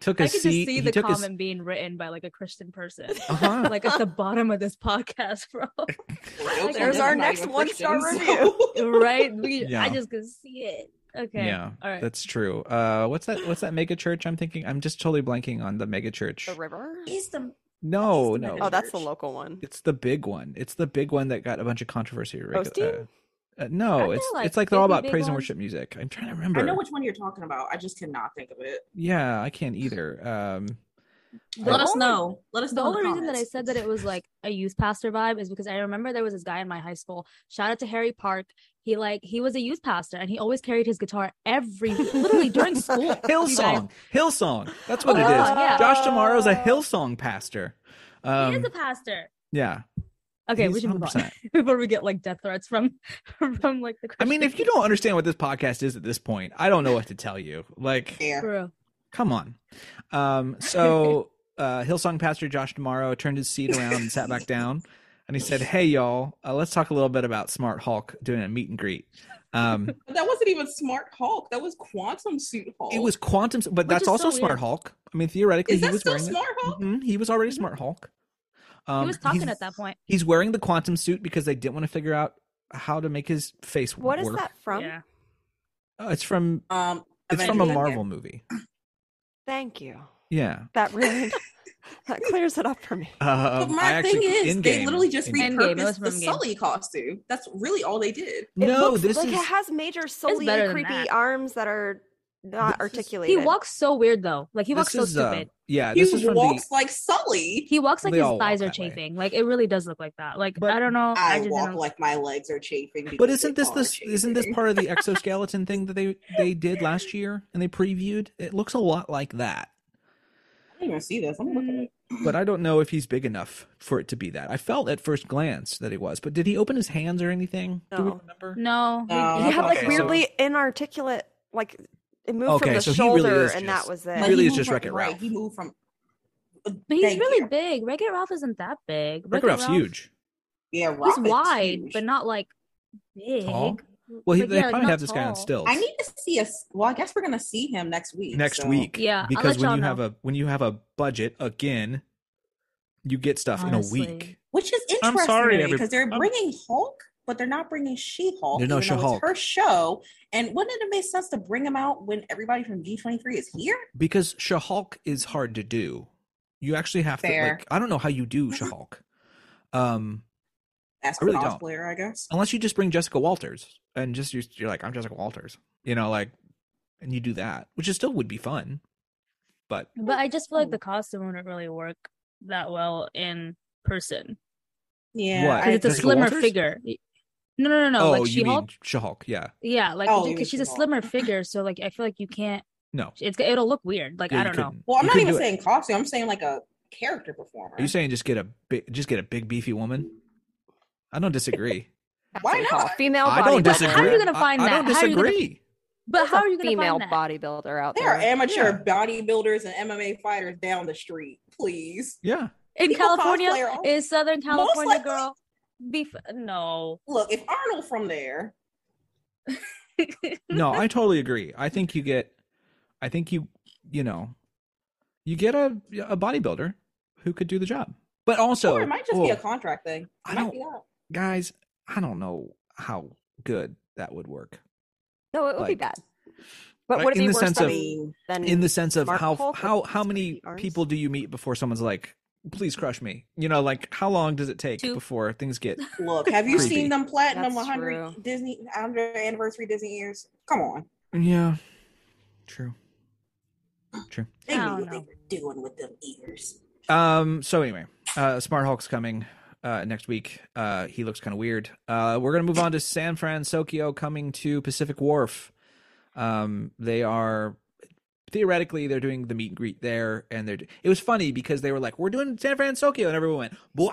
Speaker 4: took a
Speaker 7: I could just
Speaker 4: seat.
Speaker 7: see
Speaker 4: he
Speaker 7: the
Speaker 4: took
Speaker 7: comment
Speaker 4: his-
Speaker 7: being written by like a Christian person,
Speaker 4: Uh-huh.
Speaker 7: like at the bottom of this podcast, bro.
Speaker 6: Well,
Speaker 7: There's
Speaker 6: I'm
Speaker 7: our
Speaker 6: not
Speaker 5: next
Speaker 6: even
Speaker 5: one-star
Speaker 6: Christian,
Speaker 5: review.
Speaker 6: so-
Speaker 7: right? We,
Speaker 4: Yeah.
Speaker 7: I just could see it. Okay.
Speaker 4: Yeah,
Speaker 7: All right.
Speaker 4: that's true. Uh, what's that? What's that mega church? I'm thinking. I'm just totally blanking on the mega church.
Speaker 5: the river?
Speaker 6: Is the
Speaker 4: No,
Speaker 7: It's the
Speaker 4: no.
Speaker 7: mega
Speaker 5: Oh, that's the
Speaker 6: church.
Speaker 5: local one.
Speaker 4: It's the big one. It's the big one that got a bunch of controversy. regu-
Speaker 5: Osteen?
Speaker 4: Uh, no,
Speaker 5: Aren't
Speaker 4: it's
Speaker 5: they, like,
Speaker 4: it's like they're all
Speaker 5: big,
Speaker 4: about
Speaker 5: big
Speaker 4: praise and
Speaker 5: ones?
Speaker 4: worship music. I'm trying to
Speaker 6: I
Speaker 4: remember.
Speaker 6: know which one you're talking about. I just cannot think of it.
Speaker 4: yeah, I can't either. Um,
Speaker 7: The
Speaker 6: Let us
Speaker 7: only-
Speaker 6: know. Let us
Speaker 7: oh the
Speaker 6: know. in
Speaker 7: only reason that I
Speaker 6: comments.
Speaker 7: said that it was like a youth pastor vibe is because I remember there was this guy in my high school. Shout out to Harry Park. He like he was a youth pastor and he always carried his guitar every literally during school.
Speaker 4: Hillsong, Hillsong. That's what it is.
Speaker 7: Oh, yeah.
Speaker 4: Josh Tomorrow's a Hillsong pastor. Um,
Speaker 7: he is a pastor.
Speaker 4: yeah.
Speaker 7: Okay, we
Speaker 4: he's
Speaker 7: should move on
Speaker 4: 100%.
Speaker 7: before we get like death threats from from like the.
Speaker 4: I mean, if you don't understand what this podcast is at this point, I don't know what to tell you. Like,
Speaker 6: Yeah.
Speaker 7: True.
Speaker 4: come on. Um, so uh, Hillsong pastor Josh Tomorrow turned his seat around and sat back down, and he said, "Hey y'all, uh, let's talk a little bit about Smart Hulk doing a meet and greet." Um,
Speaker 6: But that wasn't even Smart Hulk. That was Quantum Suit Hulk.
Speaker 4: it was quantum, but
Speaker 7: Which
Speaker 4: that's
Speaker 7: is
Speaker 4: also
Speaker 7: so
Speaker 4: Smart
Speaker 7: weird.
Speaker 4: Hulk. I mean, theoretically,
Speaker 6: Is
Speaker 4: he
Speaker 6: that
Speaker 4: was
Speaker 6: still
Speaker 4: wearing
Speaker 6: Smart Hulk?
Speaker 4: Mhm, he was already Smart Hulk. Um,
Speaker 7: he was talking
Speaker 4: he's-
Speaker 7: at that point.
Speaker 4: He's wearing the quantum suit because they didn't want to figure out how to make his face
Speaker 5: What is
Speaker 4: work.
Speaker 5: that from?
Speaker 7: Yeah.
Speaker 4: Uh, it's from
Speaker 6: Um,
Speaker 4: it's
Speaker 6: Avengers
Speaker 4: from a
Speaker 6: Endgame.
Speaker 4: Marvel movie.
Speaker 5: Thank you.
Speaker 4: Yeah.
Speaker 5: That really that clears it up for me.
Speaker 4: Um,
Speaker 6: But my
Speaker 4: I
Speaker 6: thing
Speaker 4: actually-
Speaker 6: is, they
Speaker 4: Endgame-
Speaker 6: literally just
Speaker 4: Endgame.
Speaker 7: Endgame, it was
Speaker 6: repurposed the
Speaker 7: from Endgame.
Speaker 6: Sully costume. That's really all they did.
Speaker 5: It
Speaker 4: no,
Speaker 5: looks
Speaker 4: this
Speaker 5: like
Speaker 4: is
Speaker 5: it has major solely
Speaker 7: better than
Speaker 5: creepy
Speaker 7: that.
Speaker 5: arms that are
Speaker 4: This
Speaker 5: not
Speaker 4: is-
Speaker 5: articulated.
Speaker 7: He walks so weird though. Like he walks so
Speaker 4: this is, uh,
Speaker 7: stupid.
Speaker 4: yeah,
Speaker 6: He
Speaker 4: this is from the
Speaker 6: walks like Sully.
Speaker 7: he walks like
Speaker 4: they
Speaker 7: his
Speaker 4: all walk
Speaker 7: thighs are
Speaker 4: that way.
Speaker 7: chafing. Like it really does look like that. Like
Speaker 4: But
Speaker 7: I don't know. I,
Speaker 6: I
Speaker 7: just
Speaker 6: walk
Speaker 7: didn't-
Speaker 6: like my legs are chafing.
Speaker 4: But
Speaker 6: because
Speaker 4: isn't
Speaker 6: they
Speaker 4: this
Speaker 6: are
Speaker 4: this isn't this
Speaker 6: chafing.
Speaker 4: part of the exoskeleton thing that they they did last year and they previewed? It looks a lot like that.
Speaker 6: I didn't even see this. I'm looking at it.
Speaker 4: But I don't know if he's big enough for it to be that. I felt at first glance that he was, but did he open his hands or anything? Do we
Speaker 5: No.
Speaker 4: remember?
Speaker 7: No. he-
Speaker 6: No.
Speaker 5: He had like
Speaker 4: Okay, so-
Speaker 5: weirdly inarticulate, like it moved
Speaker 4: Okay,
Speaker 5: from the
Speaker 4: so he really
Speaker 5: shoulder,
Speaker 4: is
Speaker 5: and
Speaker 4: just-
Speaker 5: that was
Speaker 6: But
Speaker 5: it.
Speaker 4: Really
Speaker 6: he
Speaker 4: is
Speaker 6: moved
Speaker 4: just
Speaker 6: from-
Speaker 4: Wreck-It
Speaker 6: right,
Speaker 4: Ralph.
Speaker 6: He moved from.
Speaker 7: But he's
Speaker 6: Thank
Speaker 7: really
Speaker 6: you.
Speaker 7: big. Wreck It Ralph isn't that big.
Speaker 4: Wreck-It
Speaker 7: Wreck-It
Speaker 4: Ralph's
Speaker 7: Ralph-
Speaker 4: huge.
Speaker 6: Yeah,
Speaker 7: He's
Speaker 6: Ralph is
Speaker 7: wide,
Speaker 6: huge.
Speaker 7: but not like big.
Speaker 4: Tall? Well, he,
Speaker 7: Like,
Speaker 4: they
Speaker 7: yeah, like,
Speaker 4: probably
Speaker 7: not
Speaker 4: have this guy on
Speaker 7: tall.
Speaker 4: stilts
Speaker 6: I need to see us. Well, I guess we're gonna see him next week.
Speaker 4: next
Speaker 6: so-
Speaker 4: week.
Speaker 7: Yeah, I'll
Speaker 4: because
Speaker 7: let
Speaker 4: when
Speaker 7: y'all
Speaker 4: you have a when you have a budget again, you get stuff
Speaker 7: Honestly.
Speaker 4: in a week.
Speaker 6: which is
Speaker 4: I'm
Speaker 6: interesting
Speaker 4: sorry,
Speaker 6: to me,
Speaker 4: every-
Speaker 6: because they're
Speaker 4: I'm-
Speaker 6: bringing Hulk, but they're not bringing She Hulk.
Speaker 4: There's no She-Hulk.
Speaker 6: Her show, and wouldn't it make sense to bring him out when everybody from G23 is here?
Speaker 4: because Shahulk is hard to do. You actually have to
Speaker 6: Fair.
Speaker 4: like I don't know how you do
Speaker 7: Mm-hmm.
Speaker 4: Shahulk. Um
Speaker 6: As
Speaker 4: I really don't.
Speaker 6: cosplayer, I guess.
Speaker 4: unless you just bring Jessica Walters and just you're, you're like I'm Jessica Walters. You know like and you do that, which is still would be fun. But
Speaker 7: But I just feel like the costume wouldn't really work that well in person.
Speaker 6: Yeah,
Speaker 4: What?
Speaker 7: Because
Speaker 6: I
Speaker 7: it's a
Speaker 4: Jessica
Speaker 6: agree.
Speaker 7: slimmer
Speaker 4: Walters?
Speaker 7: figure. No, no, no, no.
Speaker 4: oh,
Speaker 7: like
Speaker 4: you
Speaker 7: She Hulk.
Speaker 4: mean Shahulk? Yeah.
Speaker 7: Yeah, like
Speaker 6: Oh, you mean
Speaker 7: because she's a
Speaker 6: She-Hulk.
Speaker 7: slimmer figure, so like I feel like you can't.
Speaker 4: No.
Speaker 7: It's it'll look weird. Like
Speaker 4: Yeah,
Speaker 7: I
Speaker 4: you
Speaker 7: don't know.
Speaker 4: couldn't-
Speaker 6: Well, I'm
Speaker 4: you
Speaker 6: not
Speaker 4: couldn't
Speaker 6: even
Speaker 4: do it.
Speaker 6: saying costume. I'm saying like a character performer.
Speaker 4: Are you saying just get a big just get a big beefy woman? I don't disagree.
Speaker 6: Why
Speaker 5: That's what
Speaker 6: not?
Speaker 5: it's Female
Speaker 4: I
Speaker 5: bodybuilder.
Speaker 4: don't disagree.
Speaker 7: How are you gonna
Speaker 4: I-
Speaker 7: find
Speaker 4: I,
Speaker 7: that?
Speaker 4: don't
Speaker 7: How are you gonna-
Speaker 4: disagree.
Speaker 7: But
Speaker 5: There's
Speaker 7: how
Speaker 5: a
Speaker 7: are you gonna
Speaker 5: female
Speaker 7: find that?
Speaker 5: bodybuilder out
Speaker 6: there are
Speaker 5: there?
Speaker 6: amateur bodybuilders and MMA fighters down the street. Please
Speaker 4: Yeah.
Speaker 7: in
Speaker 6: People
Speaker 7: California?
Speaker 6: cosplay all-
Speaker 7: Is Southern California
Speaker 6: likely-
Speaker 7: girl beef? No.
Speaker 6: look if Arnold from there.
Speaker 4: no, I totally agree. I think you get, I think you, you know, you get a a bodybuilder who could do the job, but also
Speaker 6: or it might just be
Speaker 4: whoa,
Speaker 6: a contract thing. It
Speaker 4: I
Speaker 6: might
Speaker 4: don't-
Speaker 6: be that.
Speaker 4: guys. I don't know how good that would work
Speaker 5: No, it would be
Speaker 4: like-
Speaker 5: bad. But
Speaker 4: Like,
Speaker 5: would it
Speaker 4: in
Speaker 5: be
Speaker 4: the
Speaker 5: worse
Speaker 4: sense
Speaker 6: I
Speaker 4: of-
Speaker 5: than,
Speaker 6: mean,
Speaker 7: Mm.
Speaker 5: than
Speaker 4: in the sense of
Speaker 5: Mark
Speaker 4: how
Speaker 5: Hulk
Speaker 4: how
Speaker 5: with
Speaker 4: how
Speaker 5: his
Speaker 4: many
Speaker 5: creepy arms?
Speaker 4: people do you meet before someone's like, please crush me? You know, like how long does it take
Speaker 7: Two.
Speaker 4: before things get?
Speaker 6: Look, have you
Speaker 4: Creepy.
Speaker 6: seen them
Speaker 5: That's
Speaker 6: platinum 100
Speaker 5: true.
Speaker 6: Disney 100 anniversary Disney years? Come on,
Speaker 4: Yeah, true.
Speaker 6: they
Speaker 7: I
Speaker 6: knew
Speaker 7: don't
Speaker 6: what they
Speaker 7: know.
Speaker 6: were doing with them ears.
Speaker 4: Um. So anyway, uh, Smart Hulk's coming uh, next week. Uh, he looks kind of weird. Uh, we're gonna move on to San Francisco coming to Pacific Wharf. Um, they are theoretically they're doing the meet and greet there, and they're. It was funny because they were like, "We're doing San Francisco," and everyone went, "Blah!"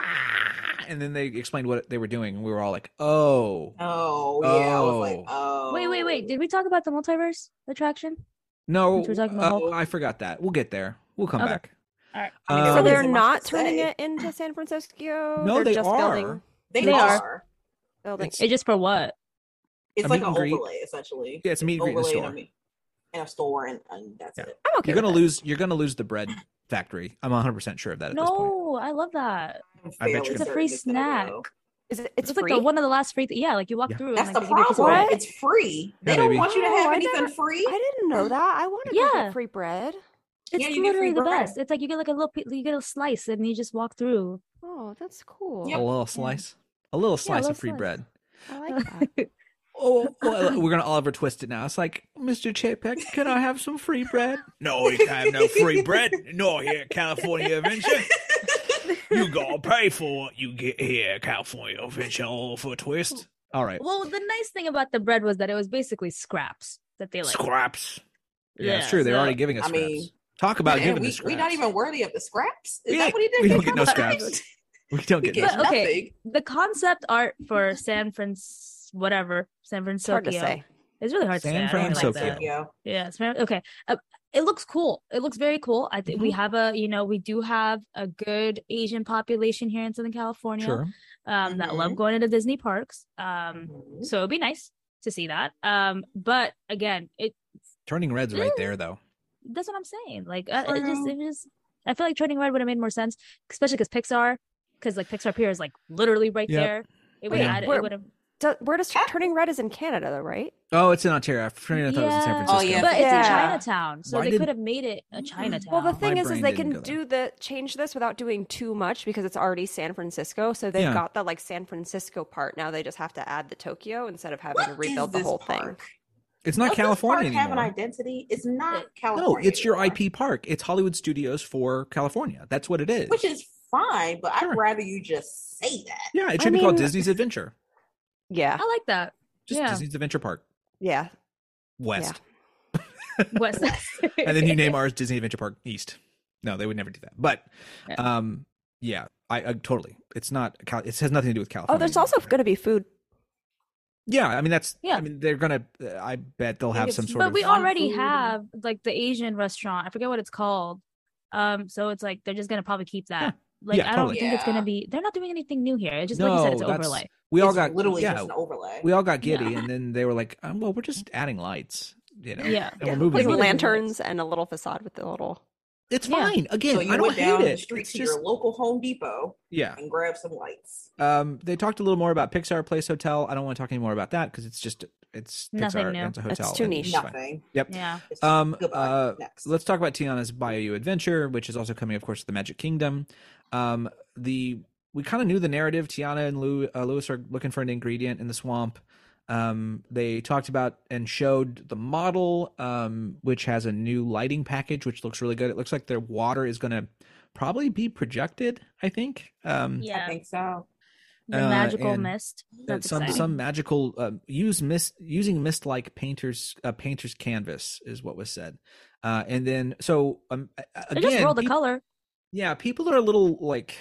Speaker 4: And then they explained what they were doing, and we were all like, "Oh,
Speaker 6: Oh yeah, I was
Speaker 4: Oh.
Speaker 6: like, oh.
Speaker 7: Wait, wait, wait. Did we talk about the multiverse attraction?
Speaker 4: no!"
Speaker 7: Since we're talking about
Speaker 4: oh,
Speaker 7: Hulk.
Speaker 4: I forgot that. We'll get there. We'll come
Speaker 7: Okay.
Speaker 4: back.
Speaker 7: All right.
Speaker 6: I mean, there
Speaker 5: so
Speaker 4: Um,
Speaker 6: was
Speaker 5: they're
Speaker 6: much
Speaker 5: not
Speaker 6: to
Speaker 5: turning
Speaker 6: say.
Speaker 5: it into San Francisco.
Speaker 4: no,
Speaker 5: they're
Speaker 4: they
Speaker 5: just
Speaker 4: are.
Speaker 5: building.
Speaker 6: They,
Speaker 7: They
Speaker 6: are.
Speaker 5: building.
Speaker 4: It's-
Speaker 7: It's just for what?
Speaker 6: It's
Speaker 4: A
Speaker 6: like
Speaker 4: meet
Speaker 6: an
Speaker 4: and greet.
Speaker 6: overlay essentially.
Speaker 4: Yeah, it's a meet and greet in a
Speaker 6: overlay
Speaker 4: store.
Speaker 6: a meet- in a store, and, and that's
Speaker 4: Yeah.
Speaker 6: it.
Speaker 5: I'm okay.
Speaker 4: You're gonna
Speaker 5: with
Speaker 4: lose. You're gonna lose the bread factory. I'm 100 percent sure of that at this point.
Speaker 7: No, I love that.
Speaker 4: I
Speaker 6: I'm
Speaker 4: bet
Speaker 6: fairly
Speaker 4: you're
Speaker 7: It's a
Speaker 6: certain
Speaker 7: free
Speaker 6: it's gonna
Speaker 7: snack.
Speaker 6: go.
Speaker 5: it. Is it, it's,
Speaker 7: It's,
Speaker 5: free.
Speaker 7: like the one of the last free. Th- yeah, like you walk
Speaker 4: Yeah.
Speaker 7: through.
Speaker 6: That's
Speaker 7: and,
Speaker 6: the
Speaker 7: like, they give you some
Speaker 6: problem.
Speaker 7: bread.
Speaker 6: It's free. They
Speaker 4: Yeah,
Speaker 6: don't
Speaker 4: baby.
Speaker 6: want you to
Speaker 5: No,
Speaker 6: have
Speaker 5: I
Speaker 6: anything
Speaker 5: never-
Speaker 6: free.
Speaker 5: I didn't know that. I wanted to
Speaker 7: Yeah.
Speaker 5: get free bread.
Speaker 7: It's
Speaker 6: Yeah, you get free
Speaker 7: literally the
Speaker 6: bread.
Speaker 7: best. It's like you get like a little, pe- you get a slice, and you just walk through.
Speaker 5: Oh, that's cool.
Speaker 6: Yeah. Mm-hmm.
Speaker 4: A little slice. A little slice
Speaker 7: little
Speaker 4: of free
Speaker 7: slice.
Speaker 4: bread.
Speaker 5: I like that.
Speaker 4: oh, well, we're gonna Oliver twist it now. It's like, Mr. Chapek, can I have some free bread?
Speaker 8: No, you can't have no free bread. Not here at California Adventure. You gotta pay for what you get here at California Adventure for twist.
Speaker 4: All right.
Speaker 7: Well, the nice thing about the bread was that it was basically scraps that they like.
Speaker 8: Scraps.
Speaker 4: Yeah, it's true. They're
Speaker 7: so-
Speaker 4: already giving us
Speaker 6: I
Speaker 4: scraps.
Speaker 6: mean-
Speaker 4: Talk about
Speaker 6: And
Speaker 4: giving
Speaker 6: we,
Speaker 4: us
Speaker 6: we're
Speaker 4: scraps.
Speaker 6: not even worthy of the scraps. Is
Speaker 4: We ain't-
Speaker 6: that what he did?
Speaker 4: we
Speaker 6: They
Speaker 4: don't get no
Speaker 6: come back-
Speaker 4: scraps. we don't
Speaker 6: We
Speaker 4: get
Speaker 6: get
Speaker 4: no
Speaker 7: But, okay.
Speaker 6: nothing.
Speaker 7: The concept art for San Francisco, whatever San
Speaker 5: It's
Speaker 7: Francisco.
Speaker 5: hard to say.
Speaker 7: It's really hard
Speaker 4: San
Speaker 7: to say. I don't like
Speaker 4: Francisco.
Speaker 7: that.
Speaker 6: Yeah.
Speaker 7: Yeah, it's very, okay. Uh, it looks cool. It looks very cool. I think we
Speaker 4: Mm-hmm.
Speaker 7: have a, you know, we do have a good Asian population here in Southern California
Speaker 4: Sure. Mm-hmm.
Speaker 7: um, that love going to Disney parks. Um, so it'd be nice to see that. Um, but again, it
Speaker 4: Turning red's right there though.
Speaker 7: that's what I'm saying. Like, uh, it just, it just, I feel like Turning Red would have made more sense, especially because Pixar, because like Pixar Pier is like literally right
Speaker 4: Yep.
Speaker 7: there. It would
Speaker 5: Wait,
Speaker 7: add.
Speaker 5: where-
Speaker 7: It would have.
Speaker 5: Do, where does Turning Red is in Canada though, right?
Speaker 4: Oh, it's in Ontario. I thought it was in San
Speaker 7: Yeah.
Speaker 4: Francisco.
Speaker 6: Oh, yeah.
Speaker 7: But it's in
Speaker 5: Yeah.
Speaker 7: Chinatown, so
Speaker 4: Why
Speaker 7: they
Speaker 4: did- Mm-hmm.
Speaker 7: could have made it a Chinatown.
Speaker 5: Well, the thing is,
Speaker 4: brain
Speaker 5: is they
Speaker 4: didn't
Speaker 5: can
Speaker 4: go there.
Speaker 5: do the change this without doing too much because it's already San Francisco. So they've
Speaker 4: Yeah.
Speaker 5: got the like San Francisco part. Now they just have to add the Tokyo instead of having
Speaker 6: What
Speaker 5: to
Speaker 6: is
Speaker 5: rebuild the
Speaker 6: this
Speaker 5: whole thing.
Speaker 6: park?
Speaker 4: It's not
Speaker 6: Does this
Speaker 4: California
Speaker 6: park have an
Speaker 4: anymore.
Speaker 6: identity? It's not
Speaker 4: No,
Speaker 6: California.
Speaker 4: it's your
Speaker 6: anymore,
Speaker 4: IP park. It's Hollywood Studios for California. That's what it is.
Speaker 6: which is fine. But
Speaker 4: Sure.
Speaker 6: I'd rather you just say that.
Speaker 4: yeah, it
Speaker 5: I
Speaker 4: should be called
Speaker 5: mean-
Speaker 4: Disney's Adventure.
Speaker 5: Yeah,
Speaker 7: I like that.
Speaker 4: Just
Speaker 7: Yeah.
Speaker 4: Disney's Adventure Park
Speaker 5: yeah,
Speaker 4: West,
Speaker 7: West.
Speaker 4: and then you name ours Disney Adventure Park East. No, they would never do that. But,
Speaker 7: Yeah.
Speaker 4: um, yeah, I, I totally. It's not. Cal- It has nothing to do with California.
Speaker 5: Oh, there's also
Speaker 4: anymore.
Speaker 5: going to be food.
Speaker 4: Yeah, I mean that's. Yeah,
Speaker 7: Yeah.
Speaker 4: I mean they're gonna. Uh, I bet they'll
Speaker 6: They
Speaker 4: have
Speaker 6: get
Speaker 4: some
Speaker 6: some-
Speaker 4: sort
Speaker 7: but
Speaker 4: of.
Speaker 7: we
Speaker 6: fun
Speaker 7: already
Speaker 6: food.
Speaker 7: have like the asian restaurant i forget what it's called um so it's like they're just gonna probably keep that
Speaker 4: Yeah.
Speaker 7: like
Speaker 4: Yeah,
Speaker 7: i don't
Speaker 4: totally.
Speaker 7: think it's gonna
Speaker 6: Yeah.
Speaker 7: be they're not doing anything new here it's just like you said it's
Speaker 4: No,
Speaker 7: an
Speaker 4: that's-
Speaker 7: overlay
Speaker 4: we all
Speaker 6: It's
Speaker 4: got
Speaker 6: literally
Speaker 4: yeah,
Speaker 6: just an overlay.
Speaker 4: we all got giddy,
Speaker 7: Yeah.
Speaker 4: and then they were like, um, "Well, we're just adding lights, you know."
Speaker 7: Yeah.
Speaker 4: and we're
Speaker 5: Like
Speaker 4: moving.
Speaker 7: Like
Speaker 4: on.
Speaker 5: lanterns and a little facade with the little.
Speaker 4: It's
Speaker 7: Yeah.
Speaker 4: fine. Again,
Speaker 6: so you
Speaker 4: I don't
Speaker 6: went down
Speaker 4: hate
Speaker 6: the
Speaker 4: it.
Speaker 6: street
Speaker 4: It's
Speaker 6: to
Speaker 4: just
Speaker 6: your local Home Depot
Speaker 4: yeah.
Speaker 6: and grab some lights.
Speaker 4: Um, they talked a little more about Pixar Place Hotel. I don't want to talk any more about that because it's just it's
Speaker 7: Nothing
Speaker 4: Pixar
Speaker 7: new.
Speaker 4: and it's a
Speaker 5: It's
Speaker 4: hotel.
Speaker 5: too
Speaker 4: and
Speaker 5: niche.
Speaker 4: it's fine.
Speaker 6: Nothing.
Speaker 4: Yep.
Speaker 7: yeah
Speaker 6: It's
Speaker 4: Um,
Speaker 6: goodbye.
Speaker 4: uh,
Speaker 6: Next.
Speaker 4: Let's talk about Tiana's BioU adventure, which is also coming, of course, to the Magic Kingdom. Um, the we kind of knew the narrative. Tiana and Lou, uh, Lewis are looking for an ingredient in the swamp. Um, they talked about and showed the model, um, which has a new lighting package, which looks really good. It looks like their water is going to probably be projected. I think. Um,
Speaker 6: I
Speaker 7: yeah
Speaker 6: think so.
Speaker 7: the
Speaker 4: uh,
Speaker 7: magical
Speaker 4: and-
Speaker 7: mist
Speaker 4: uh,
Speaker 7: That's
Speaker 4: some
Speaker 7: exciting.
Speaker 4: some magical uh, use mist using mist like painters uh, painters canvas is what was said, uh, and then so um, a- a-
Speaker 7: they
Speaker 4: again
Speaker 7: just roll the
Speaker 4: peop-
Speaker 7: color
Speaker 4: yeah people are a little like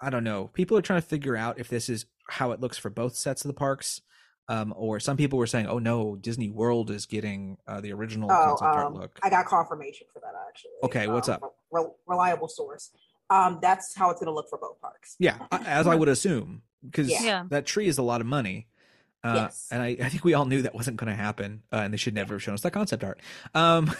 Speaker 4: I don't know people are trying to figure out if this is how it looks for both sets of the parks, um, or some people were saying oh no Disney World is getting uh, the original
Speaker 6: Oh,
Speaker 4: concept art
Speaker 6: um,
Speaker 4: look
Speaker 6: I got confirmation for that actually.
Speaker 4: Okay, what's
Speaker 6: Um, re- reliable source. Um, that's how it's going to look for both parks.
Speaker 4: yeah a- as I would assume because
Speaker 6: Yeah.
Speaker 7: Yeah.
Speaker 4: that tree is a lot of money. Uh,
Speaker 6: Yes.
Speaker 4: And I, I think we all knew that wasn't going to happen, uh, and they should never have shown us that concept art. Um,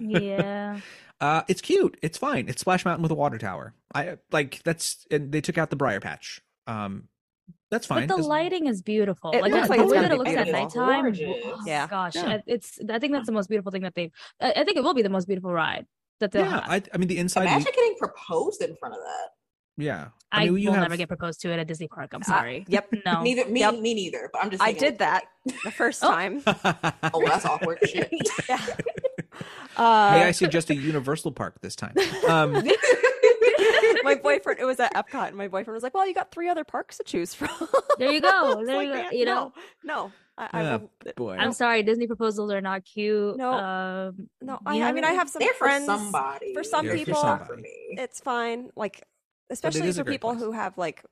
Speaker 7: yeah
Speaker 4: Uh, it's cute. It's fine. It's Splash Mountain with a water tower. I like that's and they took out the briar patch. Um, that's fine.
Speaker 7: but the
Speaker 4: As-
Speaker 7: lighting is beautiful
Speaker 5: It
Speaker 7: like
Speaker 5: looks
Speaker 7: that's
Speaker 5: like
Speaker 7: the
Speaker 5: it's
Speaker 7: way
Speaker 5: gonna
Speaker 7: that it
Speaker 5: be
Speaker 7: looks at
Speaker 5: beautiful.
Speaker 7: nighttime
Speaker 6: Gorgeous.
Speaker 7: oh,
Speaker 5: Yeah.
Speaker 7: gosh
Speaker 4: Yeah.
Speaker 7: I- it's i think that's the most beautiful thing that they've i I think it will be the most beautiful ride that they'll
Speaker 4: yeah,
Speaker 7: have
Speaker 4: I, I mean the inside.
Speaker 6: Imagine getting proposed in front of that.
Speaker 4: yeah,
Speaker 7: i,
Speaker 4: mean, you
Speaker 7: will
Speaker 4: have-
Speaker 7: never get proposed to it at disney park i'm sorry
Speaker 5: Uh, Yep.
Speaker 7: no
Speaker 6: Neither me,
Speaker 5: Yep.
Speaker 6: me neither. But I'm just.
Speaker 5: I
Speaker 6: saying it
Speaker 5: did
Speaker 6: looks
Speaker 5: that
Speaker 6: like-
Speaker 5: the first
Speaker 7: Oh.
Speaker 5: time.
Speaker 6: Oh, well, that's awkward. Shit.
Speaker 5: Yeah. Uh,
Speaker 4: May I suggest a Universal Park this time? Um,
Speaker 5: my boyfriend, it was at Epcot, and my boyfriend was like, "Well, you got three other parks to choose from."
Speaker 7: There you go.
Speaker 5: It's
Speaker 7: There you go.
Speaker 5: "Man,
Speaker 7: Oh, You know?
Speaker 5: no, no, I, I
Speaker 4: Yeah,
Speaker 5: won't-
Speaker 4: boy,
Speaker 7: I'm sorry, Disney proposals are not cute.
Speaker 5: No.
Speaker 7: um,
Speaker 5: no. I,
Speaker 7: yeah.
Speaker 5: I mean, I have some
Speaker 6: They're for
Speaker 5: friends.
Speaker 6: somebody.
Speaker 5: for some
Speaker 4: They're for people.
Speaker 6: Not for
Speaker 4: somebody.
Speaker 6: me.
Speaker 5: It's fine, like especially
Speaker 4: is a
Speaker 5: for
Speaker 4: great
Speaker 5: people
Speaker 4: place.
Speaker 5: who have like,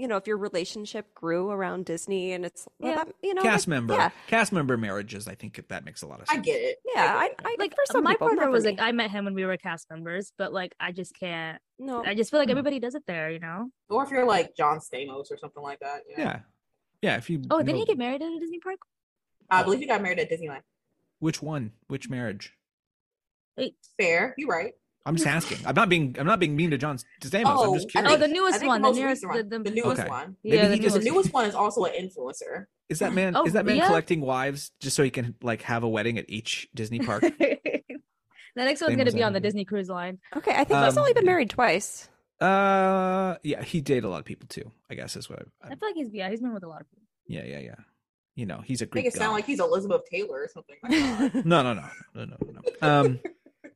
Speaker 5: you know, if your relationship grew around Disney, and it's well,
Speaker 7: Yeah.
Speaker 5: that- you know,
Speaker 4: cast
Speaker 5: like,
Speaker 4: member,
Speaker 5: yeah,
Speaker 4: cast member marriages. I think that makes a lot of
Speaker 6: I
Speaker 4: sense.
Speaker 6: get it.
Speaker 5: yeah. I,
Speaker 6: get it.
Speaker 5: I
Speaker 7: like
Speaker 5: for some
Speaker 7: my
Speaker 5: people,
Speaker 7: partner
Speaker 5: not for
Speaker 7: was
Speaker 5: me.
Speaker 7: like, I met him when we were cast members, but like, I just can't.
Speaker 5: no,
Speaker 7: I just feel
Speaker 4: Hmm.
Speaker 7: like everybody does it there, you know.
Speaker 6: or if you're like John Stamos or something like that. you know?
Speaker 4: yeah, yeah. If you
Speaker 7: Oh, did
Speaker 4: know-
Speaker 7: he get married at a Disney park?
Speaker 6: I believe he got married at Disneyland.
Speaker 4: which one? Which marriage?
Speaker 7: Wait.
Speaker 6: Fair. You're right.
Speaker 4: I'm just asking. I'm not being. I'm not being mean to John Stamos. I'm just
Speaker 6: I
Speaker 4: curious.
Speaker 7: Oh, the
Speaker 6: think-
Speaker 7: newest
Speaker 6: I think
Speaker 7: one, the
Speaker 6: most
Speaker 7: nearest-
Speaker 6: recent one.
Speaker 7: the- the-
Speaker 6: The newest
Speaker 4: Okay.
Speaker 6: one.
Speaker 4: Maybe
Speaker 7: yeah,
Speaker 4: he
Speaker 7: the
Speaker 4: just-
Speaker 6: The
Speaker 7: newest-
Speaker 6: newest one is also an influencer.
Speaker 4: Is that man?
Speaker 7: Oh,
Speaker 4: is that man
Speaker 7: yeah.
Speaker 4: collecting wives just so he can like have a wedding at each Disney park?
Speaker 7: the next one's
Speaker 4: Same
Speaker 7: gonna
Speaker 4: as
Speaker 7: be on the
Speaker 4: everything.
Speaker 7: Disney Cruise Line.
Speaker 5: okay. I think he's
Speaker 4: Um,
Speaker 5: only been married twice.
Speaker 4: Uh, yeah, he dated a lot of people too. I guess is what. I,
Speaker 7: I
Speaker 4: I,
Speaker 7: feel like he's yeah, he's been with a lot of people.
Speaker 4: yeah, yeah, yeah. you know, he's a Greek
Speaker 6: Make it
Speaker 4: god.
Speaker 6: sound like he's Elizabeth Taylor or something. Like that.
Speaker 4: no, no, no, no, no, no. no. Um,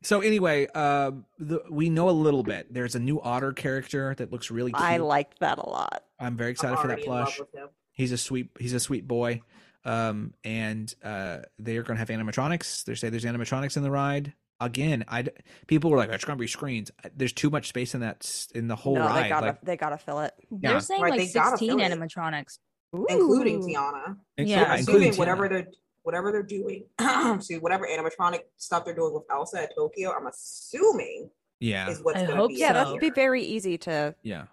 Speaker 4: so anyway, uh, the, we know a little bit. There's a new otter character that looks really cute.
Speaker 5: I liked that a lot.
Speaker 4: I'm very excited for that
Speaker 6: already in love
Speaker 4: plush.
Speaker 6: with him.
Speaker 4: He's a sweet. He's a sweet boy. Um, and uh, they're going to have animatronics. They say there's animatronics in the ride. Again, I people were like, "It's going to be screens." There's too much space in that s- in the whole
Speaker 5: no,
Speaker 4: ride.
Speaker 5: they gotta
Speaker 4: like,
Speaker 5: they gotta fill it,
Speaker 4: Yeah.
Speaker 7: They're saying
Speaker 6: Right,
Speaker 7: like
Speaker 6: they gotta
Speaker 7: 16
Speaker 6: fill it.
Speaker 7: animatronics.
Speaker 6: including
Speaker 5: Ooh.
Speaker 6: Tiana.
Speaker 4: in-
Speaker 7: yeah,
Speaker 6: I'm
Speaker 4: including
Speaker 6: assuming
Speaker 4: Tiana.
Speaker 6: whatever they're whatever they're doing, see whatever animatronic stuff they're doing with Elsa at Tokyo. I'm assuming
Speaker 4: Yeah,
Speaker 6: is what's
Speaker 7: I
Speaker 6: going to
Speaker 7: hope
Speaker 6: be.
Speaker 5: Yeah,
Speaker 7: so.
Speaker 5: that would be very easy to
Speaker 4: yeah.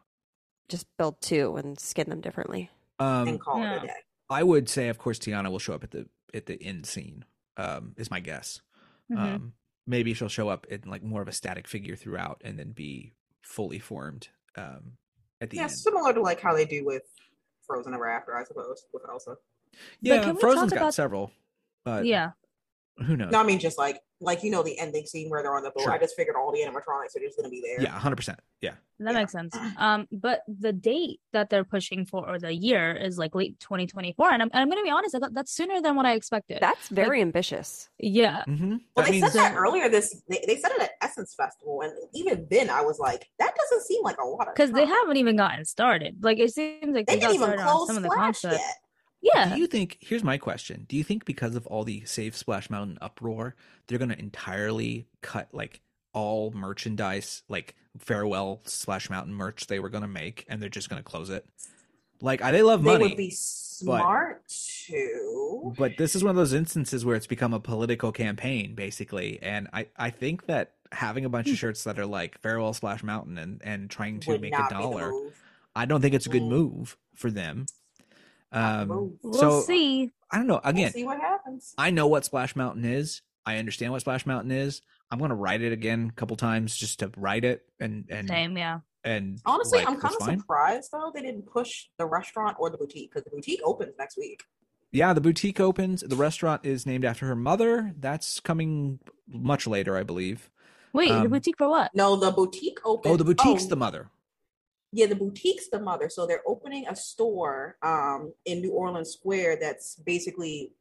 Speaker 5: just build two and skin them differently.
Speaker 4: Um,
Speaker 6: and call it
Speaker 7: Yeah.
Speaker 6: a day.
Speaker 4: I would say, of course, Tiana will show up at the at the end scene. Um, is my guess.
Speaker 6: Mm-hmm.
Speaker 7: Mhm.
Speaker 4: Um, maybe she'll show up in like more of a static figure throughout, and then be fully formed um, at the
Speaker 6: Yeah,
Speaker 4: end.
Speaker 6: similar to like how they do with Frozen Ever After, I suppose, with Elsa.
Speaker 4: yeah,
Speaker 7: can we
Speaker 4: Frozen's
Speaker 7: talk
Speaker 4: got
Speaker 7: about-
Speaker 4: several, but
Speaker 7: yeah.
Speaker 4: who knows?
Speaker 6: No, I mean just like like you know the ending scene where they're on the boat.
Speaker 4: Sure.
Speaker 6: I just figured all the animatronics are just going to be there.
Speaker 4: yeah, hundred percent. Yeah,
Speaker 7: That
Speaker 6: Yeah.
Speaker 7: makes sense. Um, but the date that they're pushing for or the year is like late 2024, and I'm and I'm gonna be honest, I thought that's sooner than what I expected.
Speaker 5: That's very ambitious.
Speaker 7: yeah,
Speaker 4: mm-hmm. that
Speaker 6: Well, they
Speaker 4: means
Speaker 6: said that earlier this. They, they said it at Essence Festival, and even then, I was like, that doesn't seem like a lot of
Speaker 7: because they
Speaker 6: time.
Speaker 7: haven't even gotten started. Like it seems like
Speaker 6: They
Speaker 7: they,
Speaker 6: didn't
Speaker 7: got
Speaker 6: even
Speaker 7: started on
Speaker 6: close
Speaker 7: some of the
Speaker 6: Splash
Speaker 7: concepts.
Speaker 6: yet.
Speaker 7: Yeah,
Speaker 4: Do you think? Here's my question: Do you think because of all the Save Splash Mountain uproar, they're going to entirely cut like all merchandise, like farewell Splash Mountain merch they were going to make, and they're just going to close it? Like, I they love
Speaker 6: They
Speaker 4: money,
Speaker 6: would be smart to.
Speaker 4: but this is one of those instances where it's become a political campaign, basically. And I, I think that having a bunch of shirts that are like farewell Splash Mountain and and trying to
Speaker 6: Hmm. would
Speaker 4: make a
Speaker 6: not be the
Speaker 4: dollar,
Speaker 6: move.
Speaker 4: I don't think it's a good
Speaker 6: Mm.
Speaker 4: move for them.
Speaker 6: Not the
Speaker 4: Um,
Speaker 6: move.
Speaker 7: we'll
Speaker 4: so
Speaker 7: see.
Speaker 4: I don't know.
Speaker 6: We'll
Speaker 4: Again,
Speaker 6: see what happens.
Speaker 4: I know what Splash Mountain is. I understand what Splash Mountain is. I'm gonna write it again a couple times just to write it and and
Speaker 7: Same, yeah.
Speaker 4: and
Speaker 6: Honestly,
Speaker 4: like,
Speaker 6: I'm kind
Speaker 4: it's
Speaker 6: of
Speaker 4: fine.
Speaker 6: surprised though they didn't push the restaurant or the boutique because the boutique opens next week.
Speaker 4: Yeah, the boutique opens. The restaurant is named after her mother. That's coming much later, I believe.
Speaker 7: Wait, the
Speaker 4: Um,
Speaker 7: boutique for what?
Speaker 6: No, the boutique opens.
Speaker 4: Oh, the boutique's
Speaker 6: oh,
Speaker 4: the mother.
Speaker 6: Yeah, the boutique's the mother. So they're opening a store um, in New Orleans Square that's basically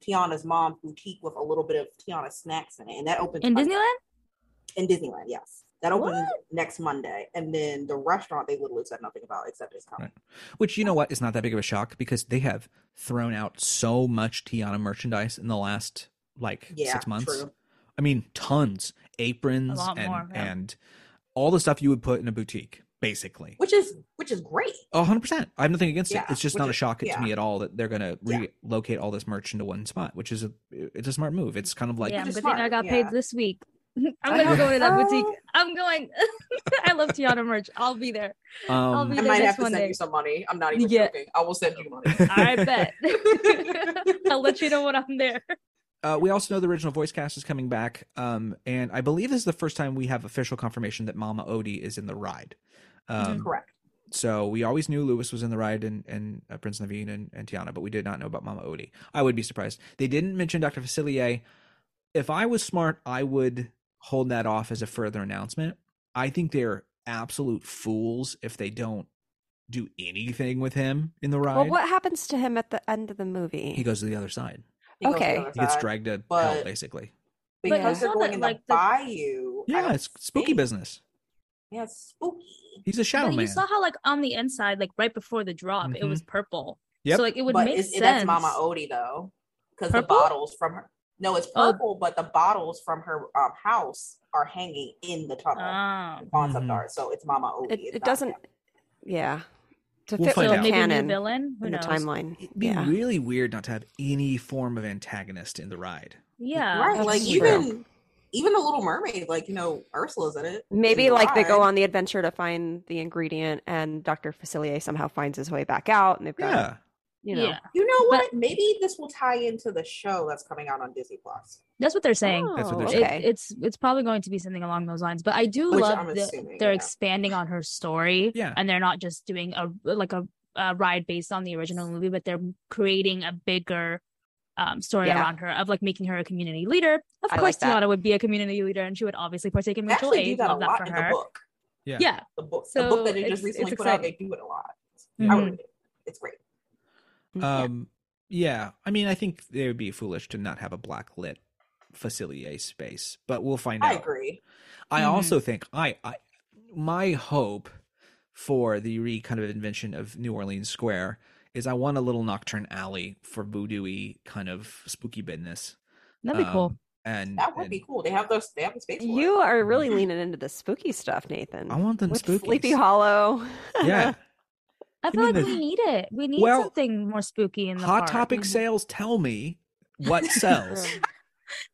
Speaker 6: Tiana's mom's boutique with a little bit of Tiana snacks in it. And that opens
Speaker 7: In
Speaker 6: Monday-
Speaker 7: Disneyland?
Speaker 6: in Disneyland, yes. That opens next Monday. And then the restaurant they literally said nothing about except it's coming.
Speaker 4: Which you know what is not that big of a shock because they have thrown out so much Tiana merchandise in the last like
Speaker 6: Yeah,
Speaker 4: six months.
Speaker 6: true.
Speaker 4: I mean, tons, aprons,
Speaker 7: lot
Speaker 4: and
Speaker 7: more, yeah.
Speaker 4: and all the stuff you would put in a boutique, basically.
Speaker 6: Which is which is great.
Speaker 4: A hundred percent. I have nothing against
Speaker 6: Yeah,
Speaker 4: it. It's just
Speaker 6: which
Speaker 4: not a
Speaker 6: is-
Speaker 4: shock
Speaker 6: yeah.
Speaker 4: to me at all that they're gonna
Speaker 6: Yeah.
Speaker 4: relocate all this merch into one spot, which is a it's a smart move. It's kind of like
Speaker 7: yeah,
Speaker 6: Which
Speaker 7: good
Speaker 6: is
Speaker 7: thing I
Speaker 6: smart,
Speaker 7: got
Speaker 6: yeah.
Speaker 7: paid this week. I'm
Speaker 6: I Oh.
Speaker 7: gonna go to that
Speaker 5: know.
Speaker 7: boutique. I'm going. I love Tiana merch. I'll be there. I'll
Speaker 4: um,
Speaker 7: be
Speaker 6: I
Speaker 7: there
Speaker 6: might have
Speaker 7: next
Speaker 6: to send
Speaker 7: Monday.
Speaker 6: you some money. I'm not even
Speaker 7: Yeah.
Speaker 6: joking. I will send you money.
Speaker 7: I bet. I'll let you know when I'm there.
Speaker 4: uh, we also know the original voice cast is coming back, um, and I believe this is the first time we have official confirmation that Mama Odie is in the ride. Um,
Speaker 6: Correct.
Speaker 4: So we always knew Lewis was in the ride and, and uh, Prince Naveen and, and Tiana, but we did not know about Mama Odie. I would be surprised. They didn't mention Dr. Facilier. If I was smart, I would hold that off as a further announcement. I think they're absolute fools if they don't do anything with him in the ride.
Speaker 5: Well, what happens to him at the end of the movie?
Speaker 4: He goes to the other side.
Speaker 6: He goes to the
Speaker 5: Okay.
Speaker 6: other
Speaker 4: He gets
Speaker 6: side.
Speaker 4: dragged to hell,
Speaker 6: but-
Speaker 4: basically.
Speaker 7: But
Speaker 5: you
Speaker 6: uh, Because
Speaker 7: saw
Speaker 6: they're going
Speaker 7: that,
Speaker 6: in
Speaker 7: like,
Speaker 6: the
Speaker 7: the-
Speaker 6: bayou. I
Speaker 4: Yeah,
Speaker 6: don't
Speaker 4: it's spooky
Speaker 6: think-
Speaker 4: business.
Speaker 6: Yeah, it's spooky.
Speaker 4: He's a shadow
Speaker 7: But you
Speaker 4: man. Mm-hmm.
Speaker 7: saw how like on the inside, like right before the drop, it was purple.
Speaker 4: Yep.
Speaker 7: So like it would
Speaker 6: but
Speaker 7: make
Speaker 6: it's,
Speaker 7: sense.
Speaker 6: that's Mama Odie though, because the
Speaker 7: Purple?
Speaker 6: bottles from her. No, it's
Speaker 7: Oh.
Speaker 6: purple, but the bottles from her um, house are hanging in the tunnel.
Speaker 7: Oh.
Speaker 6: Concept
Speaker 4: Mhm.
Speaker 6: art, so it's Mama Odie.
Speaker 5: it,
Speaker 6: it's
Speaker 5: it
Speaker 6: not
Speaker 5: doesn't.
Speaker 6: him.
Speaker 5: Yeah, to
Speaker 4: We'll
Speaker 5: fit
Speaker 4: find
Speaker 5: with
Speaker 4: out.
Speaker 5: the
Speaker 7: Maybe a new
Speaker 5: canon
Speaker 7: villain. Who
Speaker 5: in the
Speaker 7: knows?
Speaker 5: timeline.
Speaker 4: It'd be
Speaker 5: Yeah,
Speaker 4: really weird not to have any form of antagonist in the ride.
Speaker 7: Yeah.
Speaker 6: right.
Speaker 5: That's
Speaker 6: Like
Speaker 5: true.
Speaker 6: even even the Little Mermaid, like you know Ursula's in it.
Speaker 5: maybe
Speaker 6: in the
Speaker 5: like they go
Speaker 6: ride.
Speaker 5: on the adventure to find the ingredient, and Doctor Facilier somehow finds his way back out, and they've got
Speaker 4: Yeah.
Speaker 5: you know.
Speaker 7: Yeah.
Speaker 6: You know what? Maybe this will tie into the show that's coming out on Disney Plus,
Speaker 7: That's what they're saying.
Speaker 4: That's what they're
Speaker 5: Oh,
Speaker 4: saying.
Speaker 5: okay.
Speaker 7: It, it's it's probably going to be something along those lines. But I do
Speaker 6: which
Speaker 7: love
Speaker 6: I'm
Speaker 7: that
Speaker 6: assuming
Speaker 7: they're
Speaker 6: yeah.
Speaker 7: expanding on her story.
Speaker 4: Yeah.
Speaker 7: And they're not just doing a like a, a ride based on the original movie, but they're creating a bigger um, story
Speaker 5: Yeah.
Speaker 7: around her of like making her a community leader. Of
Speaker 5: I like
Speaker 7: course,
Speaker 5: that.
Speaker 7: Tiana would be a community leader, and she would obviously partake in
Speaker 6: They
Speaker 7: mutual
Speaker 6: actually do
Speaker 7: aid.
Speaker 6: that a
Speaker 7: Love that
Speaker 6: lot
Speaker 7: for
Speaker 6: in the
Speaker 7: her.
Speaker 6: book.
Speaker 4: Yeah.
Speaker 7: yeah.
Speaker 6: The book, the
Speaker 7: So
Speaker 6: book that they just
Speaker 7: it's- Mm-hmm. it's
Speaker 6: recently put out, they
Speaker 7: exciting.
Speaker 6: do it a lot. I
Speaker 7: Mhm.
Speaker 6: read it. It's great.
Speaker 5: Yeah.
Speaker 4: Um, Yeah, I mean, I think they would be foolish to not have a black lit facilier space, but we'll find
Speaker 6: I
Speaker 4: out.
Speaker 6: agree. Mm-hmm.
Speaker 4: I
Speaker 7: Mhm.
Speaker 4: also think I, I my hope for the re kind of invention of New Orleans Square is I want a little nocturne alley for voodoo kind of spooky business.
Speaker 7: That'd be cool.
Speaker 4: Um, And
Speaker 6: That would
Speaker 4: and
Speaker 6: be cool. They have those. They have the space. for it.
Speaker 5: You are really leaning into the spooky stuff, Nathan.
Speaker 4: I want them
Speaker 5: With
Speaker 4: spooky.
Speaker 5: Sleepy Hollow.
Speaker 4: Yeah.
Speaker 7: I
Speaker 4: you
Speaker 7: feel
Speaker 4: mean
Speaker 7: like
Speaker 4: the-
Speaker 7: we need it. We need
Speaker 4: Well,
Speaker 7: something more spooky in the
Speaker 4: Hot
Speaker 7: park.
Speaker 5: Mm-hmm.
Speaker 4: topic sales tell me what sells.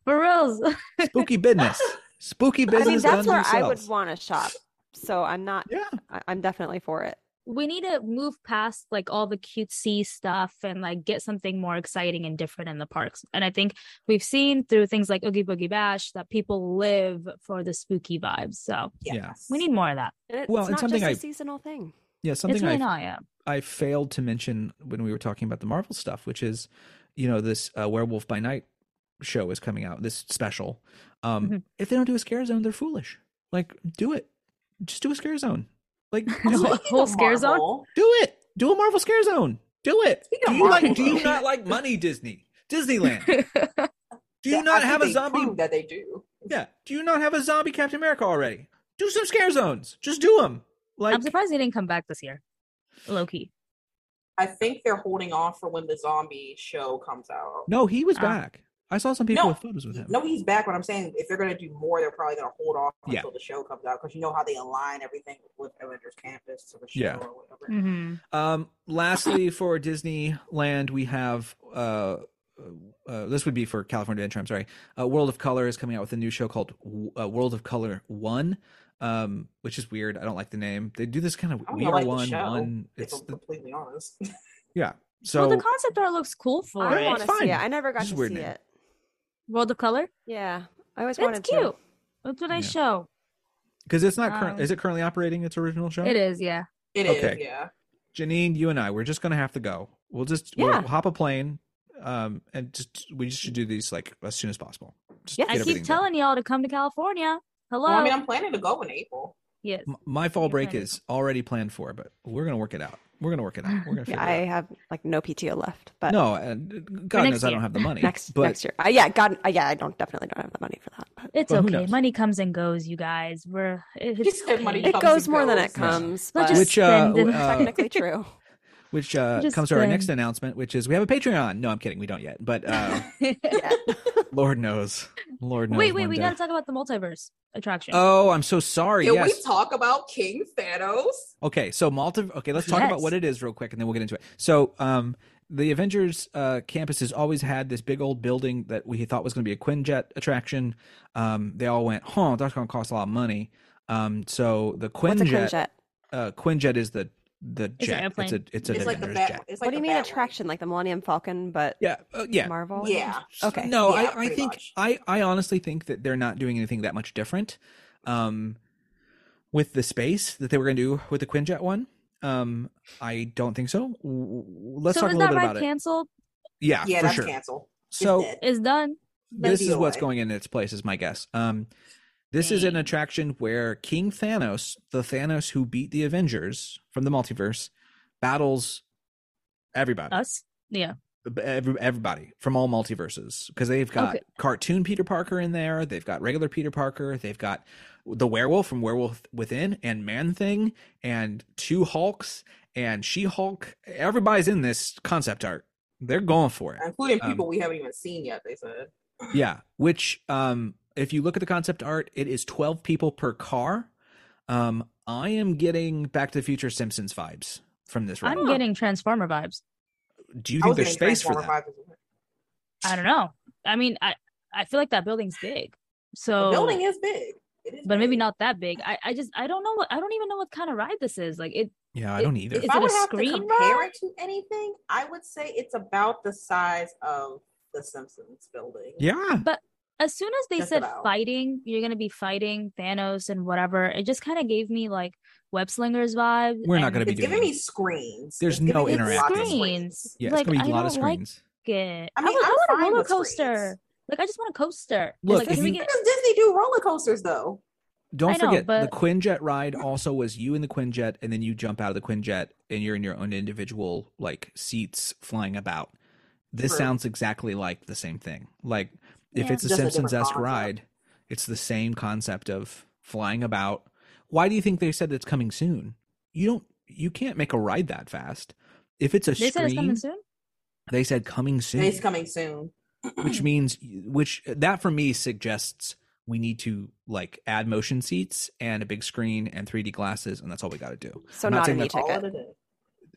Speaker 7: For reals.
Speaker 4: spooky business. Spooky
Speaker 5: I
Speaker 4: business.
Speaker 5: mean,
Speaker 4: done
Speaker 5: that's where I would
Speaker 4: themselves.
Speaker 5: want to shop. So I'm not.
Speaker 4: Yeah.
Speaker 5: I- I'm definitely for it.
Speaker 7: we need to move past like all the cutesy stuff and like get something more exciting and different in the parks. And I think we've seen through things like Oogie Boogie Bash that people live for the spooky vibes. So
Speaker 4: Yeah.
Speaker 6: Yes.
Speaker 7: we need more of that.
Speaker 5: And it-
Speaker 4: Well,
Speaker 5: it's
Speaker 4: and
Speaker 5: not
Speaker 4: something
Speaker 5: just a
Speaker 4: I-
Speaker 5: seasonal thing.
Speaker 4: Yeah,
Speaker 7: it's
Speaker 4: something
Speaker 7: really
Speaker 4: I
Speaker 7: not, yeah.
Speaker 4: I failed to mention when we were talking about the Marvel stuff, which is, you know, this uh, Werewolf by Night show is coming out, this special. Um,
Speaker 6: Mm-hmm.
Speaker 7: Mhm.
Speaker 4: If they don't do a scare zone, they're foolish. Like, do it. Just do a scare zone. Like,
Speaker 7: Just
Speaker 4: do
Speaker 7: a
Speaker 4: it.
Speaker 6: Speaking
Speaker 7: whole
Speaker 6: of
Speaker 7: scare zone?
Speaker 6: Marvel,
Speaker 4: Do it. Do a Marvel scare zone. Do it.
Speaker 6: Speaking
Speaker 4: Do
Speaker 6: of
Speaker 4: you,
Speaker 6: Marvel,
Speaker 4: like, do you
Speaker 6: though.
Speaker 4: not like money, Disney? Disneyland. Do you
Speaker 6: I
Speaker 4: not
Speaker 6: think
Speaker 4: have a
Speaker 6: they
Speaker 4: zombie?
Speaker 6: proved that they do.
Speaker 4: Yeah. Do you not have a zombie Captain America already? Do some scare zones. Just do them. Like,
Speaker 7: I'm surprised they didn't come back this year. Low key.
Speaker 6: I think they're holding off for when the zombie show comes out.
Speaker 4: no, he was
Speaker 7: Uh,
Speaker 4: back. I saw some people
Speaker 6: Oh. No.
Speaker 4: with photos with him.
Speaker 6: No, he's back. What I'm saying, if they're going to do more, they're probably going to hold off
Speaker 4: Yeah.
Speaker 6: until the show comes out because you know how they align everything with Avengers Campus to the show
Speaker 4: Yeah.
Speaker 6: or whatever.
Speaker 7: hmm
Speaker 4: Um, lastly, for Disneyland, we have uh, uh, this would be for California Adventure. I'm sorry, uh, World of Color is coming out with a new show called uh, World of Color One, um, which is weird. I don't like the name. They do this kind of
Speaker 6: I don't
Speaker 4: we are
Speaker 6: like the
Speaker 4: one
Speaker 6: show,
Speaker 4: one.
Speaker 6: If
Speaker 4: It's
Speaker 6: I'm
Speaker 4: the,
Speaker 6: completely honest,
Speaker 4: yeah. So
Speaker 7: well, the concept art looks cool for
Speaker 5: I
Speaker 7: it.
Speaker 5: want to
Speaker 4: Fine.
Speaker 5: see it. I never got
Speaker 4: Just
Speaker 5: to
Speaker 4: weird
Speaker 5: see
Speaker 4: name.
Speaker 5: it.
Speaker 7: World of Color.
Speaker 5: Yeah, I always
Speaker 7: That's
Speaker 5: wanted
Speaker 7: cute.
Speaker 5: to.
Speaker 7: That's what I
Speaker 4: Yeah.
Speaker 7: show.
Speaker 4: because it's not current,
Speaker 7: um,
Speaker 4: is it currently operating its original show?
Speaker 7: It is, yeah.
Speaker 6: it is.
Speaker 4: Okay.
Speaker 6: Yeah,
Speaker 4: Janine, you and I, we're just gonna have to go. We'll just
Speaker 5: Yeah.
Speaker 4: we'll hop a plane, um, and just we just should do these like as soon as possible. Just
Speaker 5: Yeah.
Speaker 4: get
Speaker 7: I
Speaker 4: everything
Speaker 7: keep
Speaker 4: done.
Speaker 7: telling y'all to come to California. Hello.
Speaker 6: well, I mean, I'm planning to go in April.
Speaker 7: yes.
Speaker 4: M- My fall
Speaker 7: You're
Speaker 4: break
Speaker 7: planning.
Speaker 4: is already planned for, but we're gonna work it out. We're gonna work it out. We're gonna figure
Speaker 5: Yeah, I
Speaker 4: it
Speaker 5: have like no PTO left,
Speaker 4: out.
Speaker 5: but
Speaker 4: No, and God
Speaker 7: next
Speaker 4: knows I don't
Speaker 7: year.
Speaker 4: have the money.
Speaker 5: next
Speaker 4: but
Speaker 5: next year. Uh, yeah, God, uh, yeah, I don't definitely don't have the money for that. But
Speaker 7: It's
Speaker 4: But who
Speaker 7: okay.
Speaker 4: knows?
Speaker 7: Money comes and goes, you guys. We're it- it's
Speaker 6: Just said money
Speaker 7: okay.
Speaker 5: it
Speaker 6: comes
Speaker 5: goes
Speaker 6: and
Speaker 5: more than
Speaker 6: goes.
Speaker 5: it comes. But
Speaker 7: Let's just
Speaker 4: which uh,
Speaker 7: spend
Speaker 4: w-
Speaker 7: and-
Speaker 4: uh,
Speaker 5: technically true.
Speaker 4: which uh,
Speaker 7: Just
Speaker 4: comes to our
Speaker 7: spend.
Speaker 4: next announcement, which is we have a Patreon. No, I'm kidding. We don't yet, but uh, Lord knows, Lord knows.
Speaker 7: wait, wait,
Speaker 4: one
Speaker 7: we
Speaker 4: day.
Speaker 7: gotta talk about the multiverse attraction.
Speaker 4: Oh, I'm so sorry.
Speaker 6: Can
Speaker 4: yes.
Speaker 6: we talk about King Thanos?
Speaker 4: Okay, so multi. Okay, let's talk about
Speaker 7: Yes.
Speaker 4: what it is real quick, and then we'll get into it. So, um, the Avengers uh, campus has always had this big old building that we thought was going to be a Quinjet attraction. Um, they all went, "Huh, that's going to cost a lot of money." Um, so the
Speaker 5: What's a
Speaker 4: Quinjet,
Speaker 5: Quinjet?
Speaker 4: uh, Quinjet is the the jet. It's,
Speaker 7: airplane.
Speaker 4: a it's an
Speaker 6: It's like the
Speaker 4: Avengers
Speaker 6: bat.
Speaker 4: jet.
Speaker 6: It's like
Speaker 5: What do
Speaker 6: the
Speaker 5: you mean
Speaker 6: Batwing.
Speaker 5: attraction? Like the Millennium Falcon, but
Speaker 4: Yeah, uh, yeah.
Speaker 5: Marvel?
Speaker 6: Yeah,
Speaker 5: Okay.
Speaker 4: No,
Speaker 6: Yeah,
Speaker 4: I, I
Speaker 6: pretty
Speaker 4: think
Speaker 6: much.
Speaker 4: I, I honestly think that they're not doing anything that much different um with the space that they were gonna do with the Quinjet one. Um I don't think so. W- w- Let's
Speaker 7: so
Speaker 4: talk a
Speaker 7: is
Speaker 4: little
Speaker 7: that
Speaker 4: bit
Speaker 7: ride
Speaker 4: about it.
Speaker 7: canceled?
Speaker 4: Yeah,
Speaker 6: yeah,
Speaker 4: for
Speaker 6: that's
Speaker 4: sure.
Speaker 6: canceled. It's
Speaker 4: So
Speaker 6: dead.
Speaker 7: Is done?
Speaker 4: this is what's
Speaker 6: DOA.
Speaker 4: going in its place, is my guess. Um this is an
Speaker 7: Dang.
Speaker 4: attraction where King Thanos, the Thanos who beat the Avengers from the multiverse, battles everybody.
Speaker 7: Us? Yeah.
Speaker 4: every, everybody from all multiverses because they've got
Speaker 7: Okay.
Speaker 4: cartoon Peter Parker in there, they've got regular Peter Parker, they've got the werewolf from Werewolf Within and Man Thing and two Hulks and She Hulk. Everybody's in this concept art. They're going for it.
Speaker 6: including
Speaker 4: um,
Speaker 6: people we haven't even seen yet. They said.
Speaker 7: Uh.
Speaker 4: Yeah, which um if you look at the concept art, it is 12 people per car. Um I am getting Back to the Future Simpsons vibes from this
Speaker 7: I'm
Speaker 4: ride.
Speaker 7: getting Transformer vibes.
Speaker 4: Do you
Speaker 6: I
Speaker 4: think
Speaker 6: was
Speaker 4: there's
Speaker 6: getting
Speaker 4: space for that?
Speaker 6: Transformer vibes as well.
Speaker 7: I don't know. I mean, I I feel like that building's big. So
Speaker 6: The building
Speaker 5: Oh.
Speaker 6: is big. It is
Speaker 7: but maybe
Speaker 6: big.
Speaker 7: not that big. I, I just I don't know what I don't even know what kind of ride this is. Like it
Speaker 4: Yeah, I
Speaker 7: It-
Speaker 4: don't either.
Speaker 7: Is
Speaker 6: if I
Speaker 7: it a
Speaker 6: would have
Speaker 7: screen
Speaker 6: to compare
Speaker 7: ride?
Speaker 6: it to anything, I would say it's about the size of the Simpsons building.
Speaker 4: Yeah.
Speaker 7: as soon as they
Speaker 6: Just
Speaker 7: said
Speaker 6: about.
Speaker 7: fighting, you're gonna be fighting Thanos and whatever, it just kinda gave me like web slingers vibes.
Speaker 4: We're not
Speaker 7: and
Speaker 4: gonna be
Speaker 6: It's
Speaker 4: doing
Speaker 6: giving me screens.
Speaker 4: There's
Speaker 6: It's giving
Speaker 4: no
Speaker 6: me lots of
Speaker 4: interacting.
Speaker 7: screens.
Speaker 4: Yeah,
Speaker 7: like
Speaker 4: it's gonna
Speaker 7: I
Speaker 4: be a lot of
Speaker 7: don't like
Speaker 4: screens.
Speaker 7: it.
Speaker 6: I
Speaker 7: I,
Speaker 6: mean,
Speaker 7: would, I
Speaker 6: I'm
Speaker 7: want a
Speaker 6: fine
Speaker 7: roller
Speaker 6: with
Speaker 7: coaster.
Speaker 6: screens.
Speaker 7: Like I just want a coaster.
Speaker 4: Look,
Speaker 7: like
Speaker 4: if
Speaker 7: can we
Speaker 4: you-
Speaker 7: get
Speaker 6: Does Disney do roller coasters though?
Speaker 4: Don't
Speaker 7: I know,
Speaker 4: forget
Speaker 7: but-
Speaker 4: the Quinjet ride also was you in the Quinjet, and then you jump out of the Quinjet, and you're in your own individual like seats flying about. this
Speaker 6: True.
Speaker 4: sounds exactly like the same thing. Like if
Speaker 7: Yeah.
Speaker 4: it's a
Speaker 6: Just a different
Speaker 4: Simpsons esque
Speaker 6: concept.
Speaker 4: ride, it's the same concept of flying about. Why do you think they said it's coming soon? You don't. You can't make a ride that fast. If it's a
Speaker 7: They said it's
Speaker 4: screen,
Speaker 7: coming soon.
Speaker 4: they said coming soon,
Speaker 6: It's coming soon.
Speaker 4: which means which that for me suggests we need to like add motion seats and a big screen and 3D glasses, and that's all we got to do.
Speaker 5: So
Speaker 4: I'm not
Speaker 5: not,
Speaker 4: saying
Speaker 5: an E
Speaker 4: that's
Speaker 6: All
Speaker 5: e-ticket.
Speaker 6: of it is.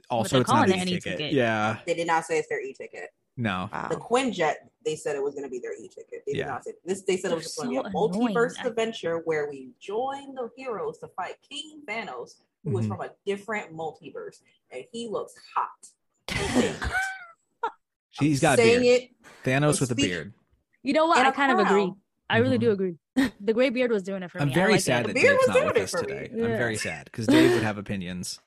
Speaker 4: Also,
Speaker 7: they're
Speaker 4: it's not
Speaker 7: calling
Speaker 4: an
Speaker 7: it an
Speaker 4: e-ticket.
Speaker 7: e-ticket.
Speaker 4: Yeah,
Speaker 6: They did not say it's their e-ticket.
Speaker 4: no,
Speaker 5: Wow.
Speaker 6: The Quinjet, they said it was going to be their e-ticket. They
Speaker 4: Yeah.
Speaker 6: did not say this. They said it was
Speaker 7: They're
Speaker 6: just going to
Speaker 7: so
Speaker 6: be a
Speaker 7: annoying.
Speaker 6: multiverse
Speaker 7: I-
Speaker 6: adventure where we join the heroes to fight King Thanos, who is
Speaker 4: Mhm.
Speaker 6: from a different multiverse, and he looks hot.
Speaker 4: she's got a
Speaker 6: saying
Speaker 4: beard.
Speaker 6: it.
Speaker 4: Thanos
Speaker 6: It's
Speaker 4: with a
Speaker 6: speak-
Speaker 4: beard.
Speaker 7: You know what?
Speaker 6: And
Speaker 7: I
Speaker 6: a
Speaker 7: kind of agree.
Speaker 6: crown.
Speaker 7: I really
Speaker 4: Mhm.
Speaker 7: do agree. The gray beard was doing it for
Speaker 4: I'm
Speaker 7: me. I
Speaker 4: very
Speaker 7: like
Speaker 4: sad
Speaker 7: it.
Speaker 4: that
Speaker 6: Beard
Speaker 4: Dave's
Speaker 6: was
Speaker 4: not with
Speaker 6: doing it
Speaker 4: us
Speaker 6: for me.
Speaker 4: today.
Speaker 7: Yeah.
Speaker 4: I'm very sad because Dave would have opinions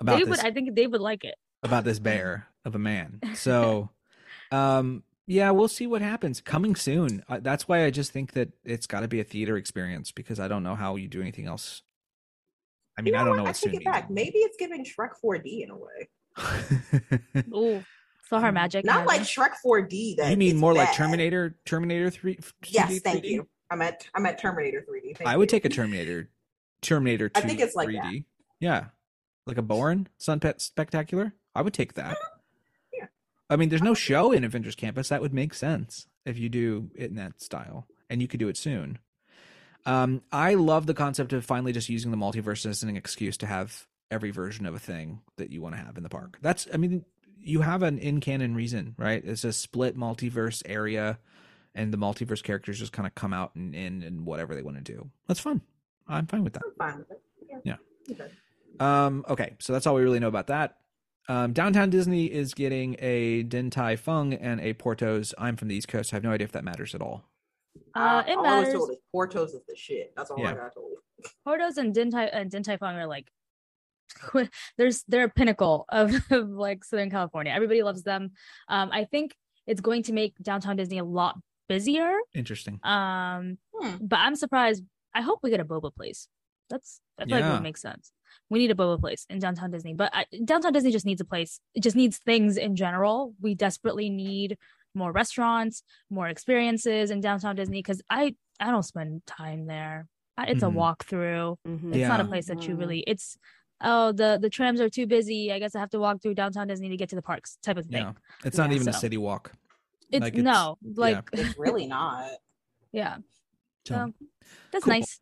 Speaker 4: about
Speaker 7: Dave
Speaker 4: this
Speaker 7: would, I think Dave would like it.
Speaker 4: about this bear of a man. So, um, yeah, we'll see what happens. Coming soon. Uh, that's why I just think that it's got to be a theater experience because I don't know how you do anything else. I mean,
Speaker 6: You
Speaker 4: I don't
Speaker 6: what?
Speaker 4: know
Speaker 6: I
Speaker 4: what soon
Speaker 6: take it back. Maybe it's giving Shrek 4D in a way.
Speaker 4: means.
Speaker 7: Ooh, so
Speaker 4: Mm.
Speaker 7: her magic.
Speaker 6: Not like
Speaker 7: imagine.
Speaker 6: Shrek 4D. That
Speaker 4: you mean
Speaker 6: is
Speaker 4: more like
Speaker 6: bad.
Speaker 4: Terminator? Terminator three? f- 2D,
Speaker 6: Yes, thank
Speaker 4: 3D?
Speaker 6: you. I'm at I'm at Terminator 3D. Thank
Speaker 4: I would
Speaker 6: you.
Speaker 4: take a Terminator. Terminator. 2,
Speaker 6: I think it's like that.
Speaker 4: 3D. Yeah, like a Bourne Sunpet Spectacular. I would take that.
Speaker 6: Yeah.
Speaker 4: I mean, there's no show in Avengers Campus. That would make sense if you do it in that style, and you could do it soon. Um, I love the concept of finally just using the multiverse as an excuse to have every version of a thing that you want to have in the park. That's, I mean, you have an in canon reason, right? It's a split multiverse area, and the multiverse characters just kind of come out and in and whatever they want to do. That's fun. I'm fine with that.
Speaker 6: I'm fine with it.
Speaker 4: Yeah.
Speaker 6: Okay.
Speaker 4: Um, okay, so that's all we really know about that. Um, Downtown Disney is getting a Din Tai Fung and a Portos. I'm from the East Coast. I have no idea if that matters at all.
Speaker 7: uh, it
Speaker 6: all I was
Speaker 7: matters.
Speaker 6: told is Portos is the shit. That's all
Speaker 4: Yeah.
Speaker 6: I got told.
Speaker 7: Portos and Din Tai and Din Tai Fung are like there's they're a pinnacle of, of like Southern California. Everybody loves them. Um, I think it's going to make downtown Disney a lot busier.
Speaker 4: Interesting.
Speaker 7: Um,
Speaker 6: Hmm.
Speaker 7: but I'm surprised. I hope we get a boba place. That's I feel like
Speaker 4: Yeah.
Speaker 7: would make sense. We need a boba place in downtown Disney, but I, downtown Disney just needs a place. It just needs things in general. We desperately need more restaurants, more experiences in downtown Disney because I I don't spend time there. I, it's
Speaker 4: Mhm.
Speaker 7: a walk through.
Speaker 5: Mhm.
Speaker 7: It's not a
Speaker 4: Yeah.
Speaker 7: place that you
Speaker 6: Mhm.
Speaker 7: really. It's oh the the trams are too busy. I guess I have to walk through downtown Disney to get to the parks type of thing.
Speaker 4: Yeah, it's not
Speaker 7: Yeah,
Speaker 4: even a
Speaker 7: so-
Speaker 4: city walk.
Speaker 7: It's,
Speaker 4: Like, it's-
Speaker 7: no like yeah.
Speaker 6: It's really not.
Speaker 4: So,
Speaker 7: So, that's
Speaker 4: Cool.
Speaker 7: nice.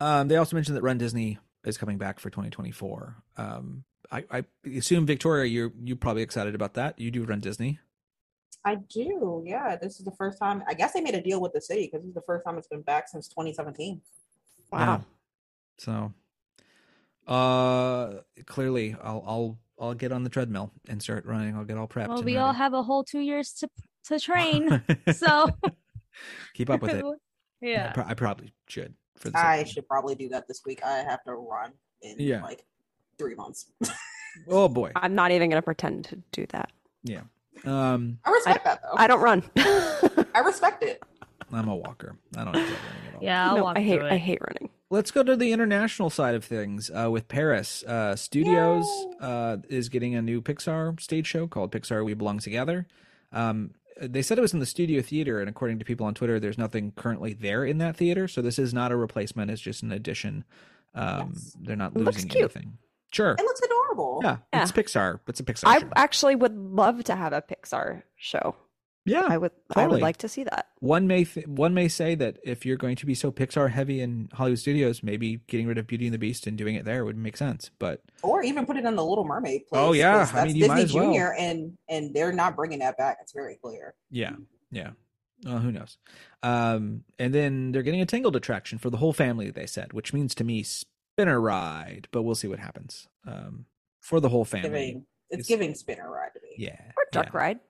Speaker 4: um, they also mentioned that Run Disney is coming back for 2024. Um, I, I assume Victoria, you're you probably excited about that. You do Run Disney.
Speaker 6: I do. Yeah, this is the first time. I guess they made a deal with the city because this is the first time it's been back since 2017.
Speaker 5: Wow.
Speaker 4: Yeah. So, uh, clearly, I'll I'll I'll get on the treadmill and start running. I'll get all prepped.
Speaker 7: Well,
Speaker 4: and
Speaker 7: we all
Speaker 4: ready.
Speaker 7: have a whole two years to to train, so
Speaker 4: keep up with it. I,
Speaker 7: yeah.
Speaker 4: pro- I probably should for the
Speaker 6: I
Speaker 4: sake of-
Speaker 6: should probably do that this week. I have to run in
Speaker 4: Yeah.
Speaker 6: like three months.
Speaker 4: Oh boy.
Speaker 5: I'm not even going to pretend to do that.
Speaker 4: Um,
Speaker 6: I respect that though.
Speaker 5: I don't run.
Speaker 6: I respect it.
Speaker 4: I'm a walker. I don't enjoy running at all.
Speaker 7: Yeah, I'll
Speaker 5: No,
Speaker 7: walk
Speaker 5: I hate
Speaker 7: through
Speaker 5: I
Speaker 7: it.
Speaker 5: hate running.
Speaker 4: Let's go to the international side of things uh, with Paris. Uh, Studios uh, is getting a new Pixar stage show called Pixar We Belong Together. Um, they said it was in the studio theater, and according to people on Twitter, there's nothing currently there in that theater. So this is not a replacement, it's just an addition. Um,
Speaker 6: Yes.
Speaker 4: They're not
Speaker 5: It looks
Speaker 4: losing
Speaker 5: cute.
Speaker 4: anything. Sure.
Speaker 6: It looks adorable.
Speaker 4: Yeah,
Speaker 5: Yeah.
Speaker 4: it's Pixar. It's a Pixar
Speaker 5: I
Speaker 4: show.
Speaker 5: actually would love to have a Pixar show.
Speaker 4: yeah.
Speaker 5: I would I
Speaker 4: totally.
Speaker 5: would like to see that.
Speaker 4: One may th- one may say that if you're going to be so Pixar heavy in Hollywood studios, maybe getting rid of Beauty and the Beast and doing it there would make sense. But
Speaker 6: Or even put it in the Little Mermaid. Place,
Speaker 4: Oh, yeah.
Speaker 6: 'cause
Speaker 4: I
Speaker 6: that's
Speaker 4: mean, you
Speaker 6: Disney
Speaker 4: might as well.
Speaker 6: Junior, and and they're not bringing that back. It's very clear.
Speaker 4: yeah, yeah, uh, who knows? Um, and then they're getting a Tangled attraction for the whole family. They said, which means to me spinner ride, but we'll see what happens. Um, for the whole family,
Speaker 6: Giving, it's,
Speaker 4: It's-
Speaker 6: giving spinner ride to me.
Speaker 4: yeah,
Speaker 5: Or Duck
Speaker 4: yeah.
Speaker 5: Ride.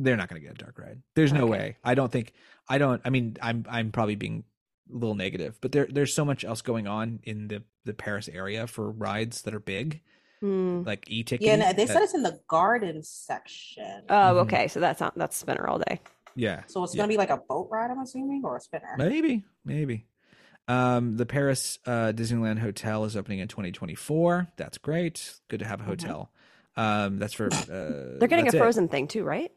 Speaker 4: They're not going to get a dark ride. There's no
Speaker 5: Okay.
Speaker 4: way. I don't think. I don't. I mean, I'm I'm probably being a little negative, but there there's so much else going on in the the Paris area for rides that are big.
Speaker 5: Hmm.
Speaker 4: like e ticket.
Speaker 6: Yeah, and they said it's in the garden section.
Speaker 5: Oh,
Speaker 4: Mhm.
Speaker 5: okay. So that's not that's spinner all day.
Speaker 4: yeah,
Speaker 6: so it's
Speaker 4: yeah.
Speaker 6: gonna be like a boat ride, I'm assuming, or a spinner.
Speaker 4: maybe, maybe. Um, the Paris uh, Disneyland Hotel is opening in 2024. That's
Speaker 6: Mm-hmm.
Speaker 4: great. Good to have a hotel. Um, that's for uh,
Speaker 5: They're getting
Speaker 4: that's
Speaker 5: a
Speaker 4: it.
Speaker 5: Frozen thing too, right?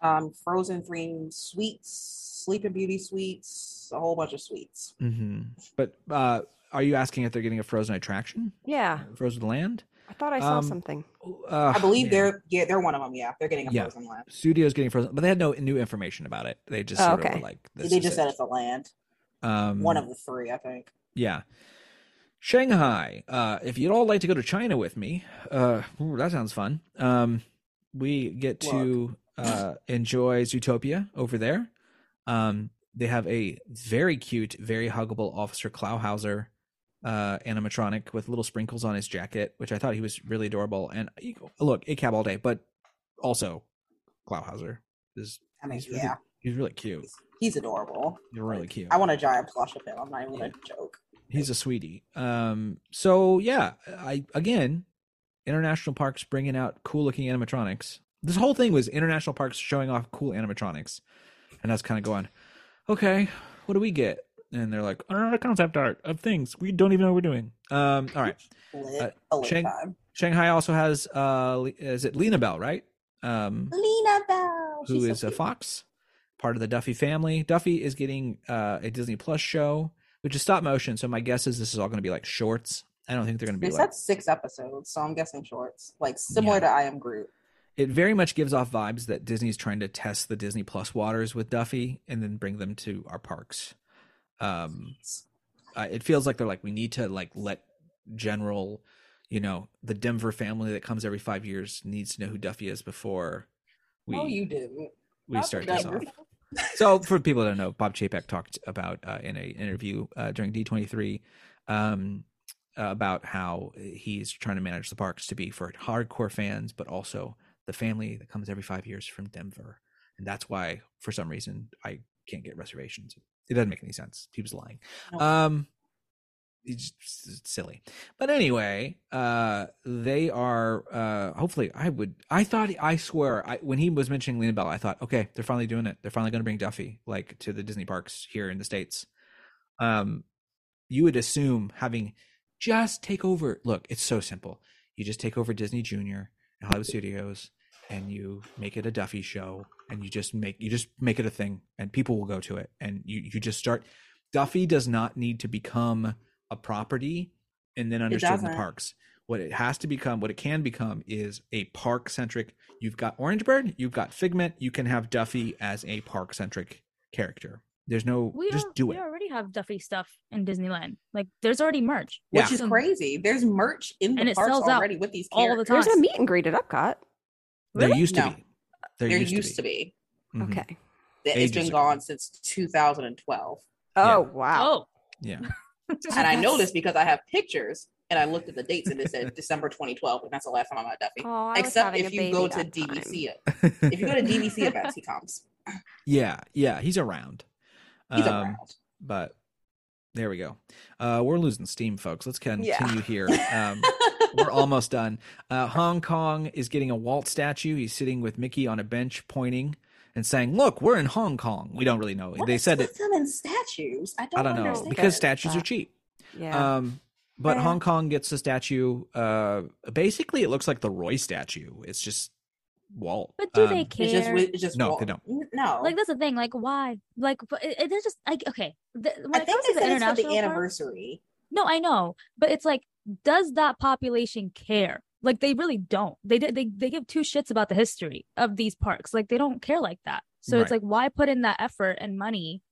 Speaker 6: um, frozen cream sweets, Sleeping Beauty sweets, a whole bunch of sweets.
Speaker 4: hmm But uh, are you asking if they're getting a frozen attraction?
Speaker 5: Yeah,
Speaker 4: Frozen land?
Speaker 5: I thought I saw
Speaker 4: Um,
Speaker 5: something.
Speaker 4: Uh,
Speaker 6: I believe
Speaker 4: man.
Speaker 6: they're yeah they're one of them. Yeah, they're getting a
Speaker 4: Yeah.
Speaker 6: frozen land.
Speaker 4: studio's getting frozen, but they had no new information about it. They just
Speaker 5: Oh,
Speaker 4: sort of
Speaker 5: okay.
Speaker 4: were like this
Speaker 6: they
Speaker 4: is
Speaker 6: just
Speaker 4: it.
Speaker 6: said it's a land.
Speaker 4: um,
Speaker 6: one of the three, I think.
Speaker 4: Yeah. Shanghai. Uh, if you'd all like to go to China with me, uh, ooh, that sounds fun. Um, we get to uh, enjoy Zootopia over there. Um, they have a very cute, very huggable Officer Klauhauser uh, animatronic with little sprinkles on his jacket, which I thought he was really adorable. And you go- look, a cab all day, but also Klauhauser is
Speaker 6: I mean,
Speaker 4: he's really,
Speaker 6: yeah,
Speaker 4: he's really cute.
Speaker 6: he's adorable.
Speaker 4: He's really
Speaker 6: Like,
Speaker 4: cute.
Speaker 6: I want a giant plush of him. I'm not even gonna joke.
Speaker 4: He's a sweetie. Um, so yeah, I again, international parks bringing out cool looking animatronics. This whole thing was international parks showing off cool animatronics, and I was kind of going, okay, what do we get? And they're like, uh, concept art of things we don't even know we're doing. Um, all right.
Speaker 6: Lit,
Speaker 4: Uh,
Speaker 6: a lit
Speaker 4: Shang-
Speaker 6: time.
Speaker 4: Shanghai also has uh, Le- is it Lena Bell, right? Um,
Speaker 6: Lena Bell.
Speaker 4: who
Speaker 6: Oh, she's so
Speaker 4: is a
Speaker 6: cute.
Speaker 4: fox, part of the Duffy family. Duffy is getting uh, a Disney Plus show, which is stop motion. So my guess is this is all going to be like shorts. I don't think they're going to
Speaker 6: They
Speaker 4: be
Speaker 6: said
Speaker 4: like.
Speaker 6: six episodes, so I'm guessing shorts, like similar
Speaker 4: Yeah.
Speaker 6: to I Am Groot.
Speaker 4: It very much gives off vibes that Disney's trying to test the Disney Plus waters with Duffy and then bring them to our parks. Um, uh, it feels like they're like we need to like let general, you know, the Denver family that comes every five years needs to know who Duffy is before we
Speaker 6: no, Oh, you didn't.
Speaker 4: we
Speaker 6: Not the
Speaker 4: start this
Speaker 6: Denver
Speaker 4: off. So, for people that don't know, Bob Chapek talked about uh, in an interview uh, during D23 um, uh, about how he's trying to manage the parks to be for hardcore fans, but also the family that comes every five years from Denver. And that's why, for some reason, I can't get reservations. It doesn't make any sense. He was lying.
Speaker 6: Nope.
Speaker 4: Um, it's just it's silly. But anyway, uh, they are. Uh, hopefully, I would. I thought. I swear. I, when he was mentioning Lena Bell, I thought, okay, they're finally doing it. They're finally going to bring Duffy like to the Disney parks here in the states. Um, you would assume having just take over. Look, it's so simple. You just take over Disney Junior and Hollywood Studios, and you make it a Duffy show, and you just make you just make it a thing, and people will go to it, and you you just start. Duffy does not need to become a property and then understood in the
Speaker 6: doesn't.
Speaker 4: parks. What it has to become, what it can become, is a park centric. You've got Orange Bird, you've got Figment. You can have Duffy as a park centric character. There's no
Speaker 7: We
Speaker 4: just
Speaker 7: al-
Speaker 4: do
Speaker 7: we
Speaker 4: it.
Speaker 7: already have Duffy stuff in Disneyland. Like there's already merch,
Speaker 6: Which
Speaker 4: Yeah.
Speaker 6: is crazy. There's merch in the
Speaker 7: And it
Speaker 6: parks
Speaker 7: sells out
Speaker 6: already with these
Speaker 7: all
Speaker 6: characters.
Speaker 7: the time.
Speaker 5: There's a meet and greet at Epcot.
Speaker 4: There
Speaker 7: Really?
Speaker 4: used to
Speaker 6: No.
Speaker 4: be. There,
Speaker 6: There used, to be.
Speaker 4: Mhm.
Speaker 5: Okay.
Speaker 6: That It's
Speaker 4: Ages
Speaker 6: been
Speaker 4: ago.
Speaker 6: gone since 2012,
Speaker 4: Yeah.
Speaker 5: Oh wow.
Speaker 7: Oh,
Speaker 4: Yeah.
Speaker 6: and I know this because I have pictures and I looked at the dates and it said December 2012, and that's the last time I met Duffy.
Speaker 5: Oh, I was
Speaker 6: Except
Speaker 5: having a
Speaker 6: if you
Speaker 5: baby
Speaker 6: go
Speaker 5: that
Speaker 6: to
Speaker 5: time.
Speaker 6: DVC, if you go to DVC events, he comes.
Speaker 4: yeah. Yeah. He's around.
Speaker 6: He's
Speaker 4: Um,
Speaker 6: around.
Speaker 4: But there we go. Uh, we're losing steam, folks. Let's continue
Speaker 5: Yeah.
Speaker 4: here. Um, we're almost done. Uh, Hong Kong is getting a Walt statue. He's sitting with Mickey on a bench, pointing and saying, "Look, we're in Hong Kong." We don't really know.
Speaker 6: What
Speaker 4: they
Speaker 6: is
Speaker 4: said
Speaker 6: with
Speaker 4: it.
Speaker 6: them in statues. I don't,
Speaker 4: I don't know
Speaker 6: understand.
Speaker 4: because
Speaker 5: that.
Speaker 4: statues are cheap.
Speaker 5: Yeah.
Speaker 4: Um, but
Speaker 5: Yeah.
Speaker 4: Hong Kong gets a statue. Uh, basically, it looks like the Roy statue. It's just Walt.
Speaker 7: but do
Speaker 4: Um,
Speaker 7: they
Speaker 6: It's
Speaker 7: care?
Speaker 6: just, it's just
Speaker 4: No,
Speaker 6: wrong.
Speaker 4: they don't.
Speaker 6: N- No,
Speaker 7: like that's the thing. Like why? Like but it, it is just like okay. The, when
Speaker 6: I think
Speaker 7: it comes
Speaker 6: they said
Speaker 7: to the
Speaker 6: it's for
Speaker 7: international
Speaker 6: the
Speaker 7: parks-
Speaker 6: anniversary.
Speaker 7: No, I know, but it's like, does that population care? Like they really don't. They d- they they give two shits about the history of these parks. Like they don't care like that. So it's
Speaker 4: Right.
Speaker 7: like, why put in that effort and money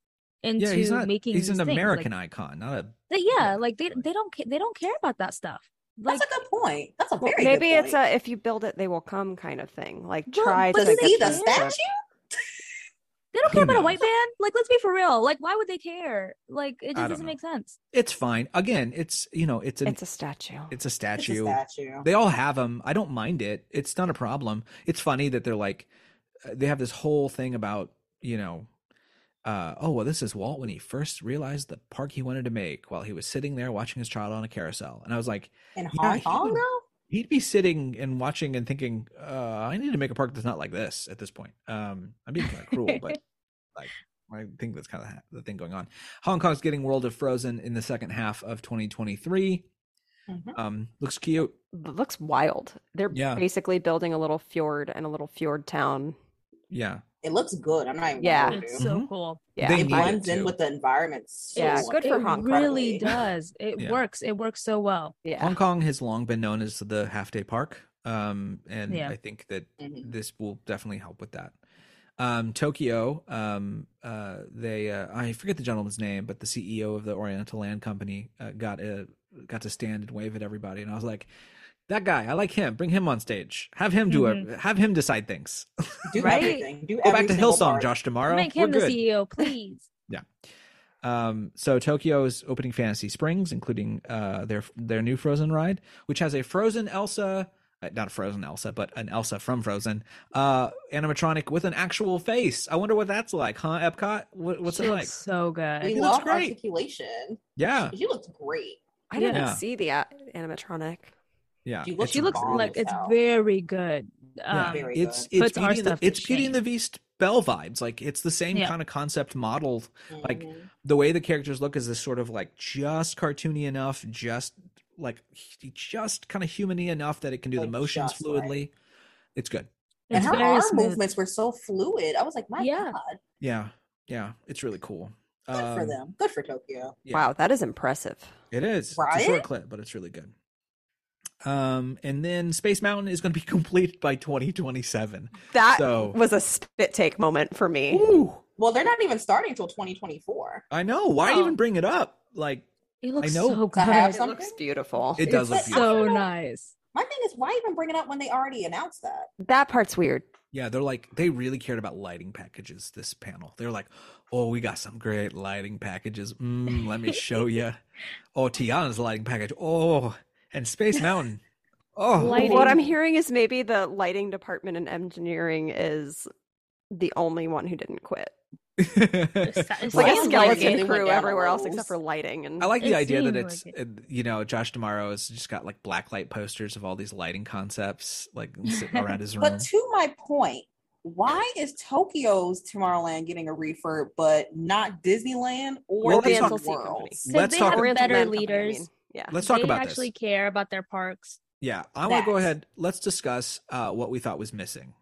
Speaker 7: into
Speaker 4: yeah, he's not.
Speaker 7: making?
Speaker 4: He's an
Speaker 7: these things? Like,
Speaker 4: American icon, not a.
Speaker 7: they- yeah, like they they don't ca- they don't care about that stuff. Like
Speaker 6: That's a good point. That's a very
Speaker 5: Well,
Speaker 6: good
Speaker 5: maybe
Speaker 6: point.
Speaker 5: it's a if you build it, they will come kind of thing. Like
Speaker 7: Well,
Speaker 5: try
Speaker 7: but
Speaker 5: to
Speaker 6: to
Speaker 7: like
Speaker 6: see
Speaker 5: get
Speaker 6: the
Speaker 5: them to-
Speaker 6: statue.
Speaker 7: they don't
Speaker 4: who
Speaker 7: care about
Speaker 4: knows?
Speaker 7: a white man. Like let's be for real. Like why would they care? Like
Speaker 4: don't
Speaker 7: it just doesn't
Speaker 4: know.
Speaker 7: make sense.
Speaker 4: It's fine. Again, it's you know, it's an
Speaker 5: It's a statue.
Speaker 4: it's a
Speaker 6: It's a
Speaker 4: statue.
Speaker 6: statue.
Speaker 4: They all have them. I don't mind it. It's not a problem. It's funny that they're like, uh, they have this whole thing about, you know, uh, oh, well, this is Walt when he first realized the park he wanted to make while he was sitting there watching his child on a carousel. And I was like,
Speaker 6: In
Speaker 4: You know,
Speaker 6: Hong
Speaker 4: he
Speaker 6: Kong,
Speaker 4: would-
Speaker 6: though,
Speaker 4: he'd be sitting and watching and thinking, uh, I need to make a park that's not like this at this point. Um, I'm being kind of cruel, but like I think that's kind of the thing going on. Hong Kong's getting World of Frozen in the second half of 2023.
Speaker 6: Mhm.
Speaker 4: Um, looks cute.
Speaker 5: It looks wild. They're
Speaker 4: Yeah.
Speaker 5: basically building a little fjord and a little fjord town.
Speaker 4: Yeah.
Speaker 6: It looks good. I'm not even. gonna
Speaker 5: Yeah.
Speaker 6: hold
Speaker 7: It's
Speaker 6: you.
Speaker 4: Mm-hmm.
Speaker 7: so cool.
Speaker 5: Yeah.
Speaker 1: They
Speaker 6: it
Speaker 1: need it
Speaker 6: blends in
Speaker 1: too.
Speaker 6: with the environment. So
Speaker 5: Yeah,
Speaker 6: well.
Speaker 5: good for Hong
Speaker 7: it
Speaker 5: Kong.
Speaker 6: Probably.
Speaker 7: really does. It
Speaker 4: Yeah.
Speaker 7: works. It works so well.
Speaker 5: yeah.
Speaker 4: Hong Kong has long been known as the half day park. Um, and
Speaker 7: Yeah.
Speaker 4: I think that
Speaker 6: Mhm.
Speaker 4: this will definitely help with that. Um, Tokyo, um, uh, they, uh, I forget the gentleman's name, but the CEO of the Oriental Land Company uh, got a, got to stand and wave at everybody, and I was like, "That guy, I like him. Bring him on stage. Have him do a, have him decide things.
Speaker 6: Do
Speaker 5: Right?
Speaker 6: everything. Do
Speaker 4: Go
Speaker 6: every
Speaker 4: back to
Speaker 6: single
Speaker 4: Hillsong,
Speaker 6: part.
Speaker 4: Josh. Tomorrow,
Speaker 7: Make
Speaker 4: we're
Speaker 7: him the
Speaker 4: good.
Speaker 7: CEO, please.
Speaker 4: Um, so Tokyo is opening Fantasy Springs, including uh, their their new Frozen ride, which has a Frozen Elsa, uh, not a Frozen Elsa, but an Elsa from Frozen uh, animatronic with an actual face. I wonder what that's like, huh? Epcot, what, what's
Speaker 7: She
Speaker 4: it like?
Speaker 7: looks so good.
Speaker 6: We
Speaker 4: He looks
Speaker 6: love
Speaker 4: great.
Speaker 6: articulation.
Speaker 4: Yeah,
Speaker 6: She looks great.
Speaker 5: I didn't
Speaker 4: Yeah.
Speaker 5: see the a- animatronic.
Speaker 4: yeah.
Speaker 6: She looks,
Speaker 7: she looks
Speaker 6: bomb
Speaker 7: like
Speaker 6: as
Speaker 7: it's
Speaker 6: hell.
Speaker 7: very good.
Speaker 4: Yeah.
Speaker 7: Um,
Speaker 6: Very
Speaker 4: It's
Speaker 6: good.
Speaker 4: it's
Speaker 7: Puts our
Speaker 4: Beauty and the,
Speaker 7: stuff to
Speaker 4: it's Beauty and the
Speaker 7: shame.
Speaker 4: Beast Belle vibes. Like it's the same
Speaker 7: Yeah.
Speaker 4: kind of concept model like,
Speaker 6: Mhm.
Speaker 4: the way the characters look is this sort of like just cartoony enough, just like h- just kind of humany enough that it can do the
Speaker 6: Like,
Speaker 4: motions
Speaker 6: just right.
Speaker 4: fluidly. It's good.
Speaker 6: and
Speaker 7: it's
Speaker 6: her
Speaker 7: very
Speaker 6: arm
Speaker 7: smooth.
Speaker 6: movements were so fluid. I was like, my
Speaker 7: Yeah.
Speaker 6: god,
Speaker 4: Yeah, yeah, it's really cool.
Speaker 6: good for
Speaker 4: Um,
Speaker 6: them. Good for Tokyo.
Speaker 4: Yeah.
Speaker 5: Wow, that is impressive.
Speaker 4: It is. It's a short
Speaker 6: Riot?
Speaker 4: clip, but it's really good. Um, and then Space Mountain is going to be completed by 2027.
Speaker 5: That
Speaker 4: So-
Speaker 5: was a spit take moment for me.
Speaker 4: Ooh,
Speaker 6: Well, they're not even starting till 2024.
Speaker 4: I know. Why
Speaker 7: Wow.
Speaker 6: Oh.
Speaker 4: even bring it up? Like
Speaker 7: It looks
Speaker 4: know.
Speaker 7: so
Speaker 6: To have
Speaker 7: good.
Speaker 5: It
Speaker 6: something?
Speaker 5: looks beautiful.
Speaker 4: it does look
Speaker 6: It's
Speaker 4: beautiful.
Speaker 7: So
Speaker 6: Yeah.
Speaker 7: nice.
Speaker 6: My thing is, why even bring it up when they already announced that?
Speaker 5: that part's weird.
Speaker 4: Yeah, they're like they really cared about lighting packages this panel. They're like, "Oh, we got some great lighting packages. Mm, let me show you. Oh, Tiana's lighting package. Oh, and Space Mountain. Oh,
Speaker 7: Lighting.
Speaker 5: What I'm hearing is maybe the lighting department and engineering is the only one who didn't quit. It's like
Speaker 7: Right.
Speaker 5: a
Speaker 7: Sounds like
Speaker 5: skeleton
Speaker 6: it.
Speaker 5: crew
Speaker 6: Yeah,
Speaker 5: everywhere else
Speaker 6: those.
Speaker 5: except for lighting and
Speaker 4: I like the
Speaker 7: It
Speaker 4: idea that
Speaker 7: seemed
Speaker 4: it's
Speaker 7: like
Speaker 4: uh you know Josh Tomorrow has just got like blacklight posters of all these lighting concepts like sitting around his room.
Speaker 6: But to my point, why is Tokyo's Tomorrowland getting a refurb, but not Disneyland
Speaker 4: Well,
Speaker 6: or
Speaker 4: let's
Speaker 6: Disney
Speaker 4: talk-
Speaker 5: Fantasy
Speaker 6: World?
Speaker 5: Company.
Speaker 4: Let's
Speaker 7: they
Speaker 4: talk-
Speaker 7: have
Speaker 5: Oriental
Speaker 7: better
Speaker 5: Land Company, I
Speaker 7: leaders.
Speaker 5: mean. Yeah.
Speaker 4: Let's talk
Speaker 7: they
Speaker 4: about this.
Speaker 7: actually care about their parks.
Speaker 4: Yeah, I want to go
Speaker 6: That.
Speaker 4: ahead. Let's discuss uh, what we thought was missing.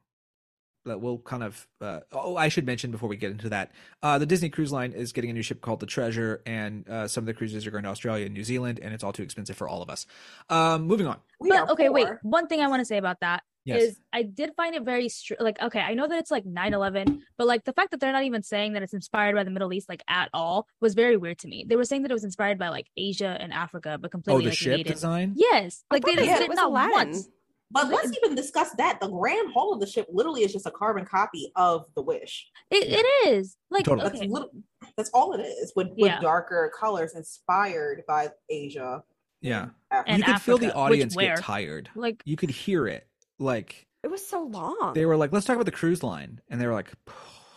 Speaker 4: But we'll kind of. Uh, oh, I should mention before we get into that, uh, the Disney Cruise Line is getting a new ship called the Treasure, and uh, some of the cruises are going to Australia and New Zealand, and it's all too expensive for all of us. Um, moving on.
Speaker 6: We
Speaker 7: but
Speaker 6: are
Speaker 7: okay, wait.
Speaker 6: poor.
Speaker 7: One thing I want to say about that is
Speaker 4: Yes.
Speaker 7: I did find it very str- like okay, I know that it's like 9/11, but like the fact that they're not even saying that it's inspired by the Middle East like at all was very weird to me. They were saying that it was inspired by like Asia and Africa, but
Speaker 4: oh,
Speaker 7: completely
Speaker 4: the
Speaker 7: like
Speaker 4: ship
Speaker 7: negated.
Speaker 4: design.
Speaker 7: Yes, like
Speaker 5: thought
Speaker 7: they
Speaker 5: they
Speaker 7: didn't
Speaker 5: said
Speaker 7: did
Speaker 5: it
Speaker 7: it
Speaker 5: was
Speaker 7: not
Speaker 5: Aladdin.
Speaker 7: once.
Speaker 6: But let's even discuss that. The grand hall of the ship literally is just a carbon copy of the Wish.
Speaker 7: It,
Speaker 4: Yeah.
Speaker 7: it is like
Speaker 4: Totally.
Speaker 6: That's
Speaker 7: okay,
Speaker 6: lit- that's all it is with, with
Speaker 7: Yeah.
Speaker 6: darker colors inspired by Asia.
Speaker 4: Yeah,
Speaker 6: Africa.
Speaker 7: And
Speaker 4: you could feel the
Speaker 7: Africa, which
Speaker 4: audience
Speaker 7: where?
Speaker 4: get tired.
Speaker 7: like
Speaker 4: You could hear it. Like
Speaker 5: It was so long.
Speaker 4: they were like, "Let's talk about the cruise line," and they were like,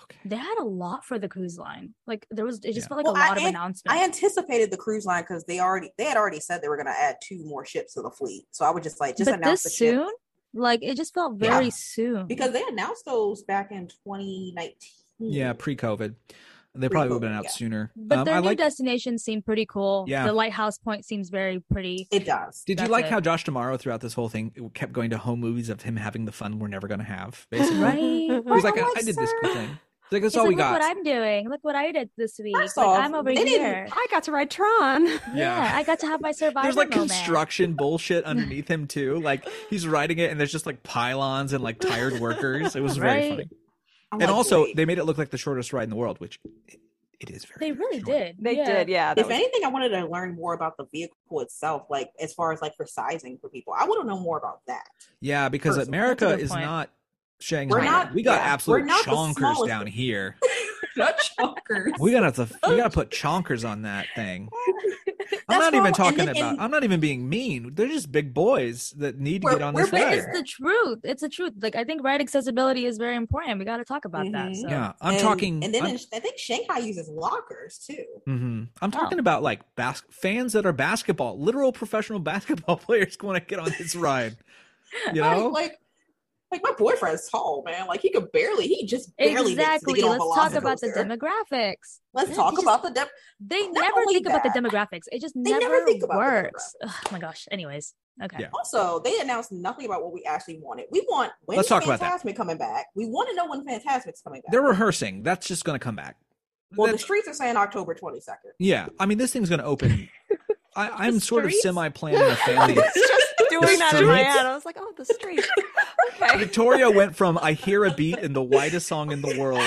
Speaker 4: "Okay."
Speaker 7: they had a lot for the cruise line. Like there was, it just
Speaker 4: Yeah.
Speaker 7: felt like
Speaker 6: Well,
Speaker 7: a
Speaker 6: I
Speaker 7: lot of
Speaker 6: an-
Speaker 7: announcements.
Speaker 6: I anticipated the cruise line because they already they had already said they were going to add two more ships to the fleet. So I would just like just
Speaker 7: but
Speaker 6: announce
Speaker 7: this
Speaker 6: the ship
Speaker 7: soon, like it just felt
Speaker 4: Yeah.
Speaker 7: very soon.
Speaker 6: because they announced those back in 2019.
Speaker 4: Yeah, pre-COVID, they probably would have been
Speaker 6: Pre-COVID,
Speaker 4: out
Speaker 6: yeah.
Speaker 4: sooner.
Speaker 7: but
Speaker 4: Um,
Speaker 7: their
Speaker 4: I
Speaker 7: new
Speaker 4: like-
Speaker 7: destination seemed pretty cool.
Speaker 4: Yeah.
Speaker 7: The lighthouse point seems very pretty.
Speaker 6: it does.
Speaker 4: Did you
Speaker 7: That's
Speaker 4: like
Speaker 7: it.
Speaker 4: how Josh Tomorrow throughout this whole thing kept going to home movies of him having the fun we're never going to have? Basically,
Speaker 7: Right? Oh,
Speaker 4: he was like,
Speaker 6: I'm
Speaker 4: I,
Speaker 6: like,
Speaker 4: I did this
Speaker 6: "Sir."
Speaker 4: cool thing. It's like that's
Speaker 7: It's
Speaker 4: all
Speaker 7: like,
Speaker 4: we
Speaker 7: look
Speaker 4: got.
Speaker 7: what I'm doing. Look what I did this week.
Speaker 6: First
Speaker 7: Like,
Speaker 6: off,
Speaker 7: I'm over
Speaker 6: they didn't-
Speaker 7: here.
Speaker 5: I got to ride Tron.
Speaker 7: Yeah. I got to have my survivor
Speaker 4: There's like
Speaker 7: moment.
Speaker 4: construction bullshit underneath him too. Like he's riding it, and there's just like pylons and like tired workers. It was very
Speaker 7: Right.
Speaker 4: funny.
Speaker 6: I'm
Speaker 4: and
Speaker 6: like,
Speaker 4: also,
Speaker 6: wait.
Speaker 4: they made it look like the shortest ride in the world, which it, it is very.
Speaker 7: They
Speaker 4: very
Speaker 7: really
Speaker 4: short.
Speaker 7: did.
Speaker 5: They
Speaker 7: Yeah.
Speaker 5: did, yeah. That
Speaker 6: if
Speaker 5: was,
Speaker 6: anything, I wanted to learn more about the vehicle itself, like as far as like for sizing for people. I want to know more about that.
Speaker 4: Yeah, because
Speaker 6: Personally,
Speaker 4: America
Speaker 7: that's a good
Speaker 4: is
Speaker 7: point.
Speaker 4: not Shanghai.
Speaker 6: We're not-
Speaker 4: we got
Speaker 6: yeah,
Speaker 4: absolute
Speaker 6: we're not the
Speaker 4: chonkers
Speaker 6: smallest-
Speaker 4: down here.
Speaker 6: That's chonkers.
Speaker 4: We gotta have to, we gotta put chonkers on that thing. I'm
Speaker 6: That's
Speaker 4: not even
Speaker 6: normal.
Speaker 4: talking
Speaker 6: And then-
Speaker 4: about.
Speaker 6: and-
Speaker 4: I'm not even being mean. They're just big boys that need to
Speaker 6: We're-
Speaker 4: get on
Speaker 6: we're
Speaker 4: this
Speaker 7: But
Speaker 6: bigger.
Speaker 4: ride.
Speaker 7: it's the truth. It's the truth. Like I think ride accessibility is very important. We got to talk about that.
Speaker 6: Mhm.
Speaker 7: So.
Speaker 4: Yeah, I'm
Speaker 6: And-
Speaker 4: talking.
Speaker 6: And then
Speaker 4: I'm,
Speaker 6: in- I think Shanghai uses lockers too.
Speaker 4: Mhm. I'm
Speaker 7: Oh.
Speaker 4: talking about like bas- fans that are basketball, literal professional basketball players want to get on this ride. You
Speaker 6: Right,
Speaker 4: know,
Speaker 6: like Like my boyfriend's tall, man. Like he could barely, he just barely needs to
Speaker 7: Exactly.
Speaker 6: get on
Speaker 7: Let's talk about the
Speaker 6: Velocicoaster.
Speaker 7: demographics.
Speaker 6: Let's
Speaker 7: Yeah,
Speaker 6: talk
Speaker 7: he just-
Speaker 6: about the depth.
Speaker 7: They
Speaker 6: Not
Speaker 7: never
Speaker 6: only
Speaker 7: think about the
Speaker 6: that,
Speaker 7: demographics. It just
Speaker 6: they
Speaker 7: never,
Speaker 6: never think about the
Speaker 7: works. oh my gosh. Anyways, okay.
Speaker 1: Yeah.
Speaker 6: Also, they announced nothing about what we actually wanted. We want when
Speaker 4: Let's talk
Speaker 6: Let's
Speaker 4: about that.
Speaker 6: Fantasmic coming back. We want to know when Fantasmic's coming back.
Speaker 4: They're rehearsing. That's just going to come back.
Speaker 6: well, the
Speaker 4: That's-
Speaker 6: streets are saying October twenty second.
Speaker 4: yeah. I mean, this thing's going to open. I, I'm sort of
Speaker 7: streets?
Speaker 4: semi planning a family.
Speaker 5: just doing that in my
Speaker 4: streets.
Speaker 5: head. I was like, oh, the street. Okay.
Speaker 4: Victoria went from I hear a beat in the whitest song in the world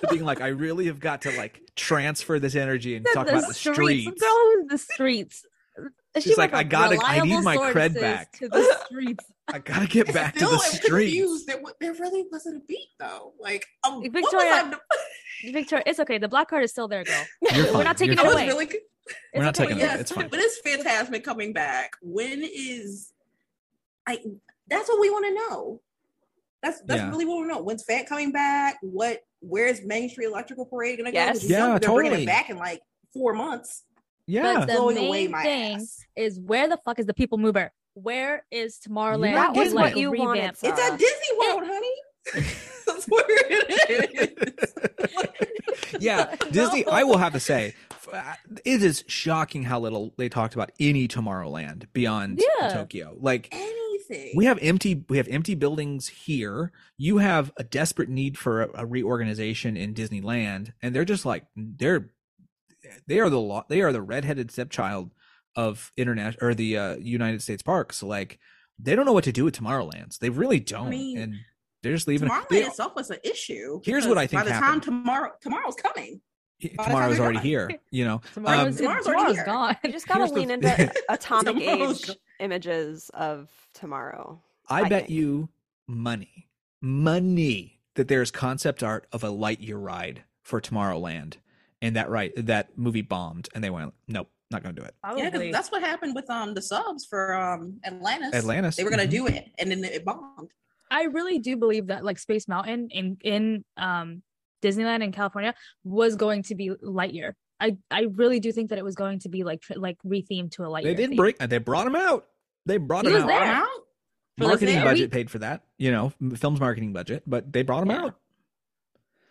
Speaker 4: to being like, I really have got to like transfer this energy and
Speaker 7: Said
Speaker 4: talk about the streets.
Speaker 7: Let's go with the streets.
Speaker 4: She's like, I gotta- I need my cred back.
Speaker 7: To the streets.
Speaker 4: I gotta get back to the streets.
Speaker 6: There, wa- there really wasn't a beat though. Like, um, what was
Speaker 7: Victoria,
Speaker 6: I- that
Speaker 7: Victoria, it's okay. The black card is still there, girl.
Speaker 4: You're
Speaker 7: We're
Speaker 4: fine.
Speaker 7: not taking
Speaker 4: You're
Speaker 7: it
Speaker 6: was
Speaker 7: away.
Speaker 6: really good.
Speaker 7: It's
Speaker 4: not
Speaker 7: okay.
Speaker 4: taking it away.
Speaker 6: yes.
Speaker 4: it's fine.
Speaker 6: When is Fantasmic coming back? When is I? That's what we want to know. That's that's
Speaker 4: Yeah.
Speaker 6: really what we know. When's Fat coming back? What? Where's Main Street Electrical Parade gonna
Speaker 5: Yes.
Speaker 6: go? 'Cause you
Speaker 4: Yeah,
Speaker 6: know they're bringing
Speaker 4: totally.
Speaker 6: it back in like four months.
Speaker 4: Yeah.
Speaker 7: But the
Speaker 6: Blowing
Speaker 7: main
Speaker 6: away my
Speaker 7: thing
Speaker 6: ass.
Speaker 7: is where the fuck is the people mover? Where is Tomorrowland?
Speaker 4: That
Speaker 7: being,
Speaker 4: was
Speaker 7: like,
Speaker 5: what you
Speaker 7: revamped?
Speaker 5: wanted,
Speaker 6: It's
Speaker 5: Sarah.
Speaker 6: at Disney World, honey. that's where it is.
Speaker 4: yeah. Disney, I will have to say, f- uh, it is shocking how little they talked about any Tomorrowland beyond
Speaker 7: Yeah.
Speaker 4: Tokyo. Like,
Speaker 6: Anything.
Speaker 4: we have empty we have empty buildings here you have a desperate need for a, a reorganization in disneyland and they're just like they're they are the lo- they are the redheaded stepchild of international or the uh, united states parks like they don't know what to do with tomorrowlands they really don't
Speaker 6: mean,
Speaker 4: and they're just leaving
Speaker 6: tomorrow
Speaker 4: they-
Speaker 6: itself was an issue.
Speaker 4: Here's what
Speaker 6: because
Speaker 4: I think
Speaker 6: By the
Speaker 4: happened.
Speaker 6: time tomorrow, tomorrow's coming. by the time
Speaker 4: tomorrow's
Speaker 6: they're
Speaker 4: already
Speaker 6: done.
Speaker 4: here you know
Speaker 7: Tomorrow's,
Speaker 6: Um, Tomorrow's already
Speaker 7: tomorrow's
Speaker 6: here.
Speaker 7: gone.
Speaker 5: You just gotta
Speaker 4: Here's the
Speaker 5: lean
Speaker 4: th-
Speaker 5: into atomic
Speaker 6: Tomorrow's
Speaker 5: age
Speaker 6: go-
Speaker 5: images of tomorrow.
Speaker 4: I,
Speaker 5: I
Speaker 4: bet
Speaker 5: think.
Speaker 4: you money, money that there's concept art of a light year ride for Tomorrowland, and that right that movie bombed, and they went, nope, not gonna do it.
Speaker 6: Yeah,
Speaker 7: Probably.
Speaker 6: because that's what happened with um the subs for um Atlantis.
Speaker 4: Atlantis,
Speaker 6: They were gonna
Speaker 4: mhm.
Speaker 6: do it, and then it bombed.
Speaker 7: I really do believe that like Space Mountain in in um Disneyland in California was going to be Lightyear. I I really do think that it was going to be like tr- like rethemed to a Lightyear.
Speaker 4: They didn't
Speaker 7: theme.
Speaker 4: break. They brought him out. They brought
Speaker 7: He
Speaker 4: him
Speaker 7: was
Speaker 4: out.
Speaker 7: there.
Speaker 6: Wow.
Speaker 7: for, like,
Speaker 4: Marketing
Speaker 7: a
Speaker 4: budget
Speaker 7: week.
Speaker 4: paid for that. You know, m- film's marketing budget, but they brought him
Speaker 7: Yeah.
Speaker 4: out.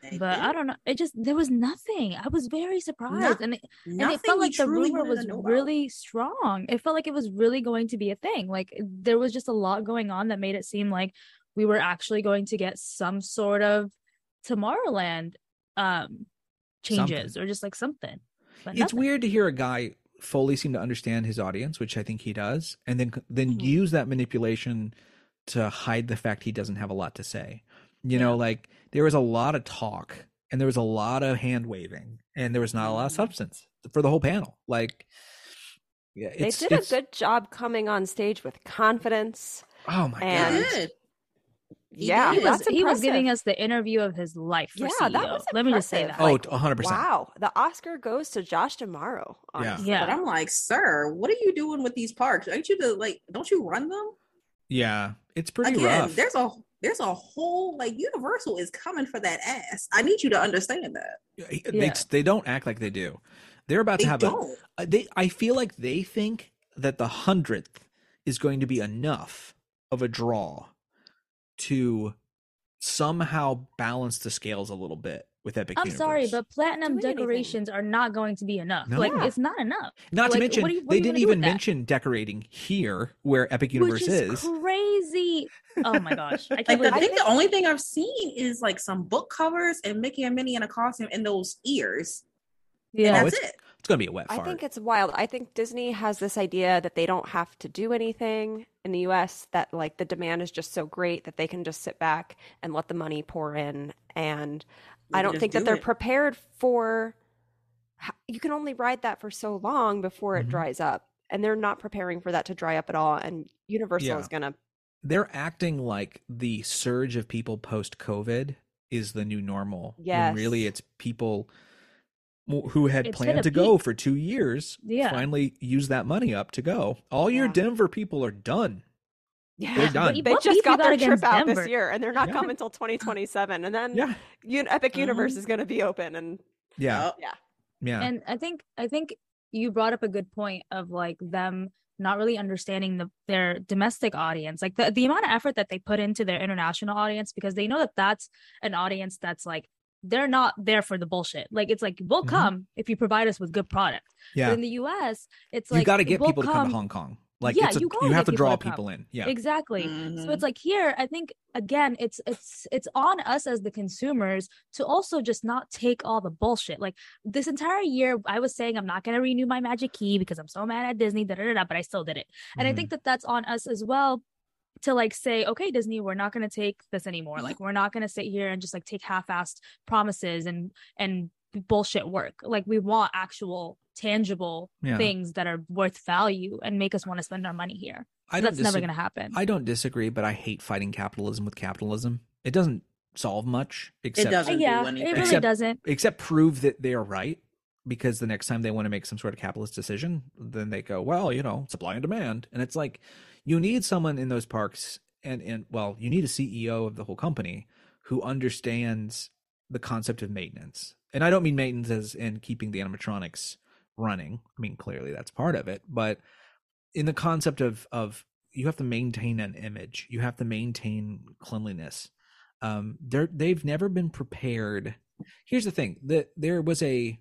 Speaker 6: They
Speaker 7: But
Speaker 6: did.
Speaker 7: I don't know. It just there was nothing. I was very surprised, and it, and
Speaker 6: Nothing
Speaker 7: it felt
Speaker 6: we
Speaker 7: like the
Speaker 6: truly
Speaker 7: rumor
Speaker 6: wanted to
Speaker 7: was
Speaker 6: know about.
Speaker 7: really strong. It felt like it was really going to be a thing. Like there was just a lot going on that made it seem like we were actually going to get some sort of Tomorrowland um changes or just like something. But
Speaker 4: It's
Speaker 7: nothing.
Speaker 4: weird to hear a guy fully seem to understand his audience, which I think he does, and then then
Speaker 5: Mhm.
Speaker 4: use that manipulation to hide the fact he doesn't have a lot to say. You know, like there was a lot of talk and there was a lot of hand waving and there was not a
Speaker 5: Mm-hmm.
Speaker 4: lot of substance for the whole panel. Like yeah, it's,
Speaker 5: they did
Speaker 4: it's-
Speaker 5: a good job coming on stage with confidence.
Speaker 4: Oh my
Speaker 6: They
Speaker 5: and-
Speaker 4: god.
Speaker 6: did. He
Speaker 5: yeah,
Speaker 7: He
Speaker 6: did.
Speaker 7: was,
Speaker 5: that's
Speaker 7: he was giving
Speaker 5: impressive.
Speaker 7: us the interview of his life. For
Speaker 5: Yeah,
Speaker 7: CEO.
Speaker 5: that was
Speaker 7: Let me just say that.
Speaker 5: impressive.
Speaker 4: Oh,
Speaker 5: like,
Speaker 4: 100%.
Speaker 5: Wow, the Oscar goes to Josh Tomorrow.
Speaker 4: Oh,
Speaker 5: Honestly.
Speaker 7: Yeah.
Speaker 6: But I'm like, sir, what are you doing with these parks? Aren't you the like? Don't you run them?
Speaker 4: Yeah. It's pretty
Speaker 6: Again,
Speaker 4: rough.
Speaker 6: there's a there's a whole like Universal is coming for that ass. I need you to understand that.
Speaker 4: They,
Speaker 7: Yeah.
Speaker 4: they don't act like they do. They're about
Speaker 6: They
Speaker 4: to have a
Speaker 6: don't.
Speaker 4: uh, they I feel like they think that the hundredth is going to be enough of a draw to somehow balance the scales a little bit with Epic.
Speaker 7: I'm sorry,
Speaker 4: Universe.
Speaker 7: but platinum
Speaker 5: Doing anything.
Speaker 7: decorations are not going to be enough.
Speaker 4: No.
Speaker 7: Like
Speaker 5: Yeah.
Speaker 7: it's not enough.
Speaker 4: not to
Speaker 7: like,
Speaker 4: mention
Speaker 7: what do you- what
Speaker 4: they
Speaker 7: are you
Speaker 4: didn't
Speaker 7: gonna do
Speaker 4: even
Speaker 7: with that?
Speaker 4: mention decorating here where Epic Universe
Speaker 7: Which is crazy. Oh my gosh, I
Speaker 6: Like
Speaker 7: can't
Speaker 6: the,
Speaker 7: believe
Speaker 6: I
Speaker 7: it.
Speaker 6: think the only thing I've seen is like some book covers and Mickey and Minnie in a costume and those ears.
Speaker 7: Yeah.
Speaker 6: And
Speaker 4: Oh,
Speaker 6: that's it.
Speaker 4: It's going to be a wet
Speaker 5: I
Speaker 4: fart.
Speaker 5: think it's wild. I think Disney has this idea that they don't have to do anything in the US, that like the demand is just so great that they can just sit back and let the money pour in. And
Speaker 6: We
Speaker 5: I
Speaker 6: can
Speaker 5: don't
Speaker 6: just
Speaker 5: think
Speaker 6: do
Speaker 5: that they're
Speaker 6: it.
Speaker 5: prepared for h- you can only ride that for so long before it
Speaker 4: Mhm.
Speaker 5: dries up. And they're not preparing for that to dry up at all. And Universal
Speaker 4: Yeah.
Speaker 5: is gonna
Speaker 4: They're acting like the surge of people post COVID is the new normal. When really,
Speaker 5: Yes.
Speaker 4: it's people w- who had
Speaker 7: It's hit
Speaker 4: planned
Speaker 7: a
Speaker 4: to go
Speaker 7: peak.
Speaker 4: for two years
Speaker 7: Yeah.
Speaker 4: finally use that money up to go. All your
Speaker 5: Yeah.
Speaker 4: Denver people are done.
Speaker 5: yeah.
Speaker 4: They're done.
Speaker 5: They
Speaker 7: What beef you
Speaker 5: just got
Speaker 7: got
Speaker 5: their trip
Speaker 7: against
Speaker 5: out
Speaker 7: Denver?
Speaker 5: this year, and they're not
Speaker 4: Yeah.
Speaker 5: coming until 2027. And
Speaker 7: Mm.
Speaker 5: then
Speaker 4: Yeah. Mm-hmm.
Speaker 5: Un- Epic
Speaker 6: Mhm.
Speaker 5: Universe is going to be open, and
Speaker 4: Yeah.
Speaker 6: Yup.
Speaker 5: yeah,
Speaker 4: Yeah.
Speaker 7: and I think I think you brought up a good point of like them not really understanding the, their domestic audience like the, the amount of effort that they put into their international audience because they know that that's an audience that's like they're not there for the bullshit like it's like we'll
Speaker 4: Mhm.
Speaker 7: come if you provide us with good product
Speaker 4: Yeah.
Speaker 7: but in the us it's
Speaker 4: you
Speaker 7: like
Speaker 4: got to get
Speaker 7: we'll
Speaker 4: people to come to Hong Kong. Like
Speaker 7: Yeah,
Speaker 4: it's a,
Speaker 7: you
Speaker 4: you, have
Speaker 7: gotta get
Speaker 4: to
Speaker 7: people
Speaker 4: draw
Speaker 7: to come.
Speaker 4: people in. Yeah.
Speaker 7: exactly so
Speaker 6: Mm-hmm.
Speaker 7: it's like here, I think again, it's it's it's on us as the consumers to also just not take all the bullshit. Like this entire year, I was saying I'm not gonna renew my Magic Key because I'm so mad at Disney, da da da, da, but I still did it. And I
Speaker 4: Mhm.
Speaker 7: think that that's on us as well to like say, okay, Disney, we're not gonna take this anymore. Like we're not gonna sit here and just like take half-assed promises and and bullshit work. Like we want actual tangible
Speaker 4: Mm-hmm. Yeah.
Speaker 7: things that are worth value and make us want to spend our money here.
Speaker 4: I don't
Speaker 7: That's never
Speaker 4: disag-
Speaker 7: gonna happen.
Speaker 4: I don't disagree, but I hate fighting capitalism with capitalism. It doesn't solve much except
Speaker 6: doesn't. do
Speaker 7: yeah, it
Speaker 6: anything.
Speaker 7: really
Speaker 4: Except-
Speaker 7: doesn't.
Speaker 4: except prove that they are right because the next time they want to make some sort of capitalist decision then they go well you know supply and demand and it's like you need someone in those parks and and well you need a ceo of the whole company who understands the concept of maintenance and i don't mean maintenance as in keeping the animatronics running i mean clearly that's part of it but in the concept of of you have to maintain an image you have to maintain cleanliness um they're they've never been prepared here's the thing that there was a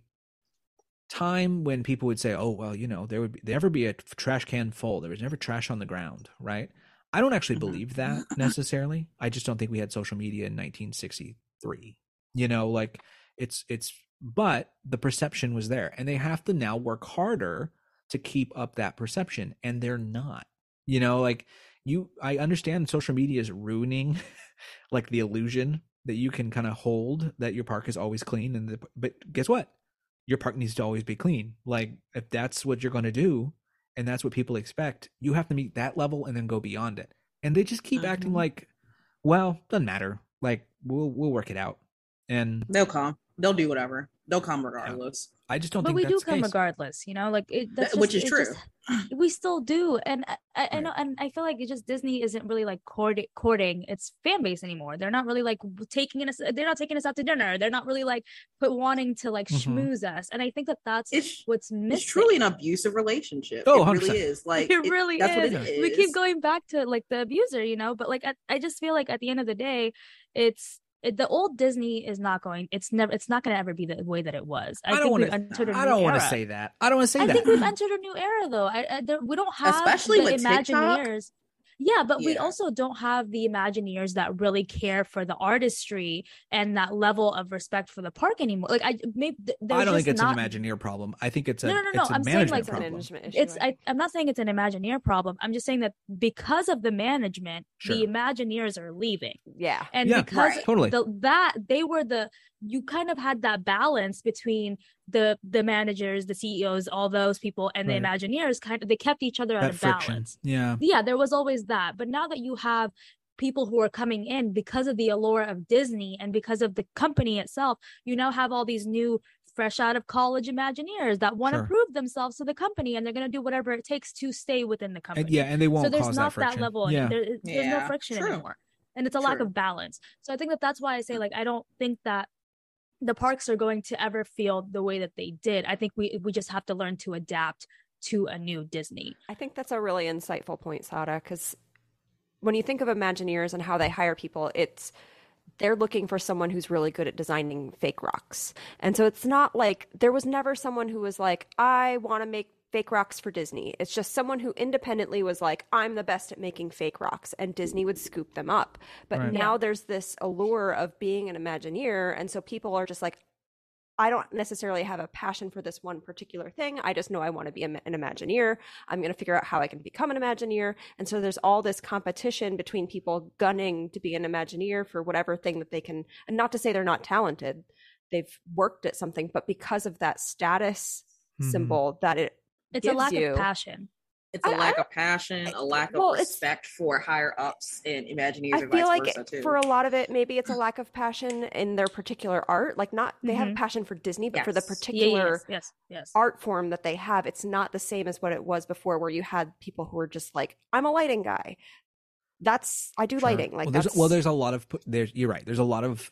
Speaker 4: time when people would say oh well you know there would be, never be a trash can full there was never trash on the ground right i don't actually
Speaker 6: Mhm.
Speaker 4: believe that necessarily i just don't think we had social media in 1963 you know like it's it's but the perception was there and they have to now work harder to keep up that perception and they're not you know like you i understand social media is ruining like the illusion that you can kind of hold that your park is always clean and the, but guess what your park needs to always be clean like if that's what you're going to do and that's what people expect you have to meet that level and then go beyond it and they just keep acting
Speaker 6: Mhm.
Speaker 4: like well doesn't matter like we'll we'll work it out and
Speaker 6: They'll come. They'll do whatever. They'll come regardless.
Speaker 4: i just don't
Speaker 7: but
Speaker 4: think
Speaker 7: we do
Speaker 4: that's the
Speaker 7: come
Speaker 4: case.
Speaker 7: regardless you know like it that's
Speaker 6: That- which
Speaker 7: just-
Speaker 6: is
Speaker 7: it
Speaker 6: true.
Speaker 7: just- we still do and I, I, I
Speaker 4: Right.
Speaker 7: know and i feel like it just disney isn't really like courting, courting its fan base anymore they're not really like taking us they're not taking us out to dinner they're not really like but wanting to like
Speaker 4: Mhm.
Speaker 7: schmooze us and i think that that's
Speaker 6: It's
Speaker 7: what's missing
Speaker 6: it's truly an abusive relationship.
Speaker 4: Oh,
Speaker 6: it
Speaker 4: 100%.
Speaker 6: really is. Like
Speaker 7: It really
Speaker 6: that's What
Speaker 4: is.
Speaker 6: it is.
Speaker 7: we keep going back to like the abuser you know but like at, i just feel like at the end of the day it's it, the old disney is not going it's never it's not going to ever be the way that it was
Speaker 4: I
Speaker 7: i,
Speaker 4: don't
Speaker 7: think
Speaker 4: want
Speaker 7: we've
Speaker 4: to.
Speaker 7: entered a
Speaker 4: I
Speaker 7: new
Speaker 4: don't want to
Speaker 7: era.
Speaker 4: say that. I don't want to say
Speaker 7: I
Speaker 4: that.
Speaker 7: think we've entered a new era, though. I, I there, we don't have
Speaker 6: Especially
Speaker 7: the
Speaker 6: with TikTok.
Speaker 7: Imagineers. Yeah, but we
Speaker 6: Yeah.
Speaker 7: also don't have the Imagineers that really care for the artistry and that level of respect for the park anymore. Like I, maybe th- there's
Speaker 4: I don't think
Speaker 7: just
Speaker 4: it's
Speaker 7: not,
Speaker 4: an Imagineer problem. I think it's a
Speaker 7: No, no, no, no,
Speaker 4: it's a
Speaker 7: I'm saying,
Speaker 4: management
Speaker 7: like,
Speaker 5: It's a
Speaker 4: problem.
Speaker 5: management issue.
Speaker 7: It's I, I'm not saying it's an Imagineer problem. I'm just saying that because of the management,
Speaker 4: Sure.
Speaker 7: the Imagineers are leaving,
Speaker 5: yeah.
Speaker 7: and
Speaker 4: Yeah,
Speaker 7: because
Speaker 6: Right.
Speaker 4: Totally.
Speaker 7: the, that they were the you kind of had that balance between the the managers the ceos all those people and the
Speaker 4: Right.
Speaker 7: imagineers kind of they kept each other out
Speaker 4: that
Speaker 7: of
Speaker 4: friction.
Speaker 7: balance
Speaker 4: Yeah.
Speaker 7: yeah there was always that but now that you have people who are coming in because of the allure of disney and because of the company itself you now have all these new fresh out of college imagineers that want to
Speaker 4: Sure.
Speaker 7: prove themselves to the company and they're going to do whatever it takes to stay within the company
Speaker 4: And, yeah, and they won't
Speaker 7: so there's
Speaker 4: cause
Speaker 7: not
Speaker 4: that friction.
Speaker 7: level any-
Speaker 4: yeah.
Speaker 7: there, there's no
Speaker 6: Yeah,
Speaker 7: friction
Speaker 6: true.
Speaker 7: anymore and it's a lack
Speaker 6: True.
Speaker 7: of balance so i think that that's why i say like i don't think that the parks are going to ever feel the way that they did i think we we just have to learn to adapt to a new disney
Speaker 5: I think that's a really insightful point, Sada, because when you think of Imagineers and how they hire people, it's they're looking for someone who's really good at designing fake rocks. And so it's not like there was never someone who was like, I want to make fake rocks for Disney. It's just someone who independently was like, I'm the best at making fake rocks. And Disney would scoop them up. But
Speaker 4: Right.
Speaker 5: now there's this allure of being an Imagineer. And so people are just like, I don't necessarily have a passion for this one particular thing. I just know I want to be a- an Imagineer. I'm going to figure out how I can become an Imagineer. And so there's all this competition between people gunning to be an Imagineer for whatever thing that they can. And not to say they're not talented, they've worked at something, but because of that status
Speaker 4: Mhm.
Speaker 5: symbol that it
Speaker 7: it's a
Speaker 5: gives
Speaker 7: lack
Speaker 5: you,
Speaker 7: of passion
Speaker 6: It's a
Speaker 5: I- I
Speaker 6: lack
Speaker 5: don't-
Speaker 6: of passion, a lack of
Speaker 5: Well, it's-
Speaker 6: respect for higher ups and Imagineers.
Speaker 5: I
Speaker 6: and
Speaker 5: feel
Speaker 6: vice
Speaker 5: like
Speaker 6: versa,
Speaker 5: it-
Speaker 6: too.
Speaker 5: for a lot of it, maybe
Speaker 4: Mm.
Speaker 5: it's a lack of passion in their particular art. Like not they have a
Speaker 4: Mm-hmm.
Speaker 7: Mhm.
Speaker 5: passion for Disney, but for the
Speaker 6: Yes. Yeah,
Speaker 7: yeah,
Speaker 5: particular
Speaker 7: yeah, yes yes yes
Speaker 5: art form that they have, it's not the same as what it was before, where you had people who were just like, "I'm a lighting guy." That's I do
Speaker 4: Sure.
Speaker 5: lighting. Like
Speaker 4: well, there's,
Speaker 5: that's
Speaker 4: well, there's a lot of pu- there's. You're right. There's a lot of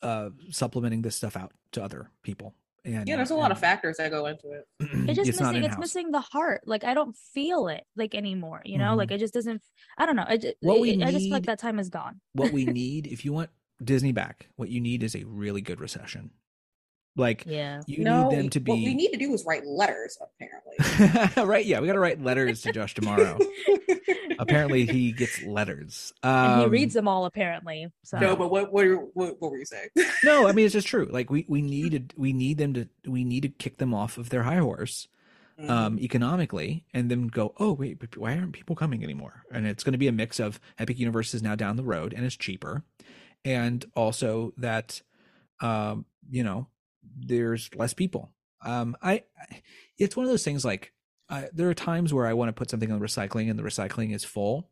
Speaker 4: uh supplementing this stuff out to other people. Yeah,
Speaker 6: Yeah,
Speaker 4: no,
Speaker 6: there's a lot of
Speaker 4: and
Speaker 6: factors that go into it.
Speaker 7: It's just
Speaker 4: not
Speaker 7: missing. It's
Speaker 4: in-house.
Speaker 7: missing the heart. Like I don't feel it like anymore. You know,
Speaker 4: Mhm.
Speaker 7: like it just doesn't. I don't know. I just,
Speaker 4: What we
Speaker 7: I just feel like
Speaker 4: need-
Speaker 7: that time is gone.
Speaker 4: what we need, if you want Disney back, what you need is a really good recession. Like
Speaker 7: Yeah.
Speaker 4: you
Speaker 6: no,
Speaker 4: need them to be
Speaker 6: what we need to do is write letters, apparently.
Speaker 4: right. Yeah, we got to write letters to Josh tomorrow. Apparently, he gets letters. Um,
Speaker 7: And he reads them all apparently. So
Speaker 6: no, but what what what, what were you saying?
Speaker 4: no, I mean it's just true. Like we we needed we need them to we need to kick them off of their high horse
Speaker 7: Mm-hmm.
Speaker 4: um, economically, and then go, oh wait, but why aren't people coming anymore? And it's going to be a mix of Epic Universe is now down the road and it's cheaper, and also that um, you know there's less people. Um, I, I- it's one of those things like uh, there are times where I want to put something on recycling and the recycling is full.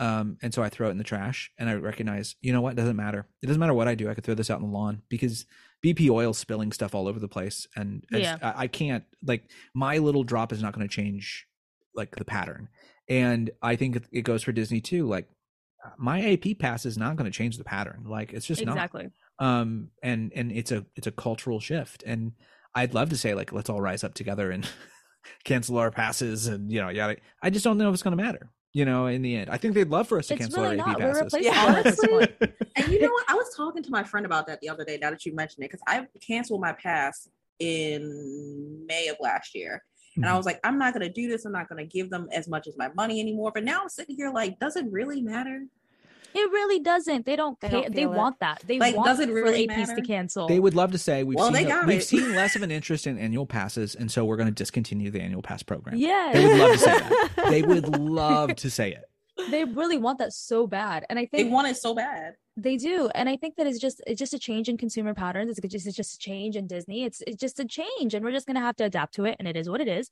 Speaker 4: Um, and so I throw it in the trash and I recognize, you know what, doesn't matter. It doesn't matter what I do. I could throw this out in the lawn because BP oil spilling stuff all over the place. And I, just- I, I can't like my little drop is not going to change like the pattern. And I think it- it goes for Disney too. Like my AP pass is not going to change the pattern. Like it's just not
Speaker 7: exactly.
Speaker 4: um and and it's a it's a cultural shift and i'd love to say like let's all rise up together and cancel our passes and you know yada i just don't know if it's going to matter you know in the end i think they'd love for us to
Speaker 7: It's
Speaker 4: cancel
Speaker 7: really
Speaker 4: our ap
Speaker 7: not. We're
Speaker 4: passes
Speaker 7: replacing
Speaker 6: Yeah,
Speaker 7: them at this point.
Speaker 6: And you know what? I was talking to my friend about that the other day. Now that you mentioned it, because I canceled my pass in May of last year, and I
Speaker 4: Mhm.
Speaker 6: was like, I'm not going to do this. I'm not going to give them as much as my money anymore. But now I'm sitting here like, does it really matter?
Speaker 7: It really doesn't. They don't
Speaker 5: They
Speaker 7: care.
Speaker 5: don't
Speaker 7: they
Speaker 5: feel it.
Speaker 7: want that. They
Speaker 6: Like,
Speaker 7: want
Speaker 6: does it really
Speaker 7: for APs
Speaker 6: matter?
Speaker 7: to cancel.
Speaker 4: they would love to say we've
Speaker 6: Well, they
Speaker 4: seen a-
Speaker 6: got
Speaker 4: we've
Speaker 6: it.
Speaker 4: seen less of an interest in annual passes and so we're going to discontinue the annual pass program
Speaker 7: Yeah.
Speaker 4: they would love to say that they would love to say it
Speaker 7: they really want that so bad. And I
Speaker 6: They
Speaker 7: think
Speaker 6: want it so bad.
Speaker 7: They do, and I think that it's just it's just a change in consumer patterns. It's just it's just a change in Disney. It's it's just a change, and we're just gonna have to adapt to it. And it is what it is.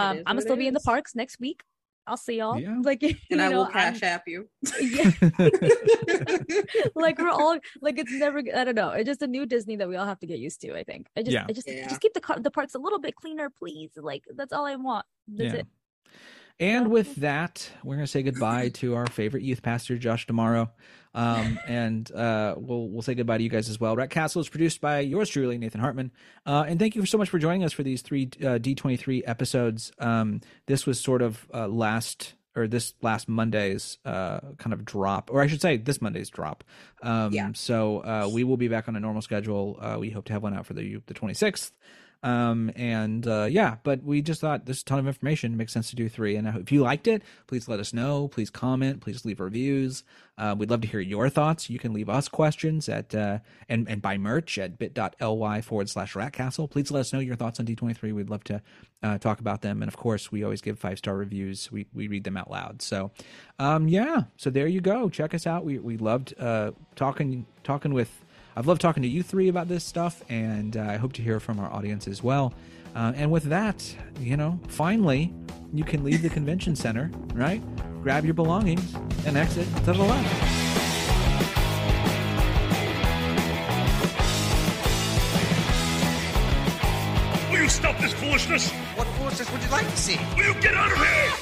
Speaker 6: is
Speaker 7: I'm
Speaker 6: what
Speaker 7: gonna
Speaker 6: it
Speaker 7: still be in the
Speaker 6: is.
Speaker 7: parks next week. I'll see y'all.
Speaker 4: Yeah.
Speaker 7: Like you
Speaker 6: And I
Speaker 7: know,
Speaker 6: will
Speaker 7: I'm-
Speaker 6: cash app you.
Speaker 7: yeah, like we're all like it's never. I don't know. It's just a new Disney that we all have to get used to. I think. I just
Speaker 4: Yeah.
Speaker 7: I just
Speaker 6: Yeah.
Speaker 7: just keep the car- the parks a little bit cleaner, please. Like that's all I want. That's
Speaker 4: Yeah.
Speaker 7: it.
Speaker 4: And with that, we're going to say goodbye to our favorite youth pastor, Josh Tomorrow, um, and uh, we'll we'll say goodbye to you guys as well. Rat Castle is produced by yours truly, Nathan Hartman, uh, and thank you so much for joining us for these three uh, D twenty three episodes. Um, this was sort of uh, last or this last Monday's uh, kind of drop, or I should say this Monday's drop. Um,
Speaker 6: Yeah.
Speaker 4: So uh, we will be back on a normal schedule. Uh, we hope to have one out for the the twenty sixth um and uh yeah but we just thought there's a ton of information makes sense to do three and I hope- if you liked it please let us know please comment please leave reviews uh, we'd love to hear your thoughts you can leave us questions at uh and and buy merch at bit.ly forward slash ratcastle please let us know your thoughts on d23 we'd love to uh, talk about them and of course we always give five star reviews we we read them out loud so um yeah so there you go check us out we we loved uh talking talking with I've loved talking to you three about this stuff, and uh, I hope to hear from our audience as well. Uh, and with that, you know, finally, you can leave the convention center, right? Grab your belongings and exit to the left.
Speaker 2: Will you stop this foolishness?
Speaker 9: What foolishness would you like to see?
Speaker 2: Will you get out of here?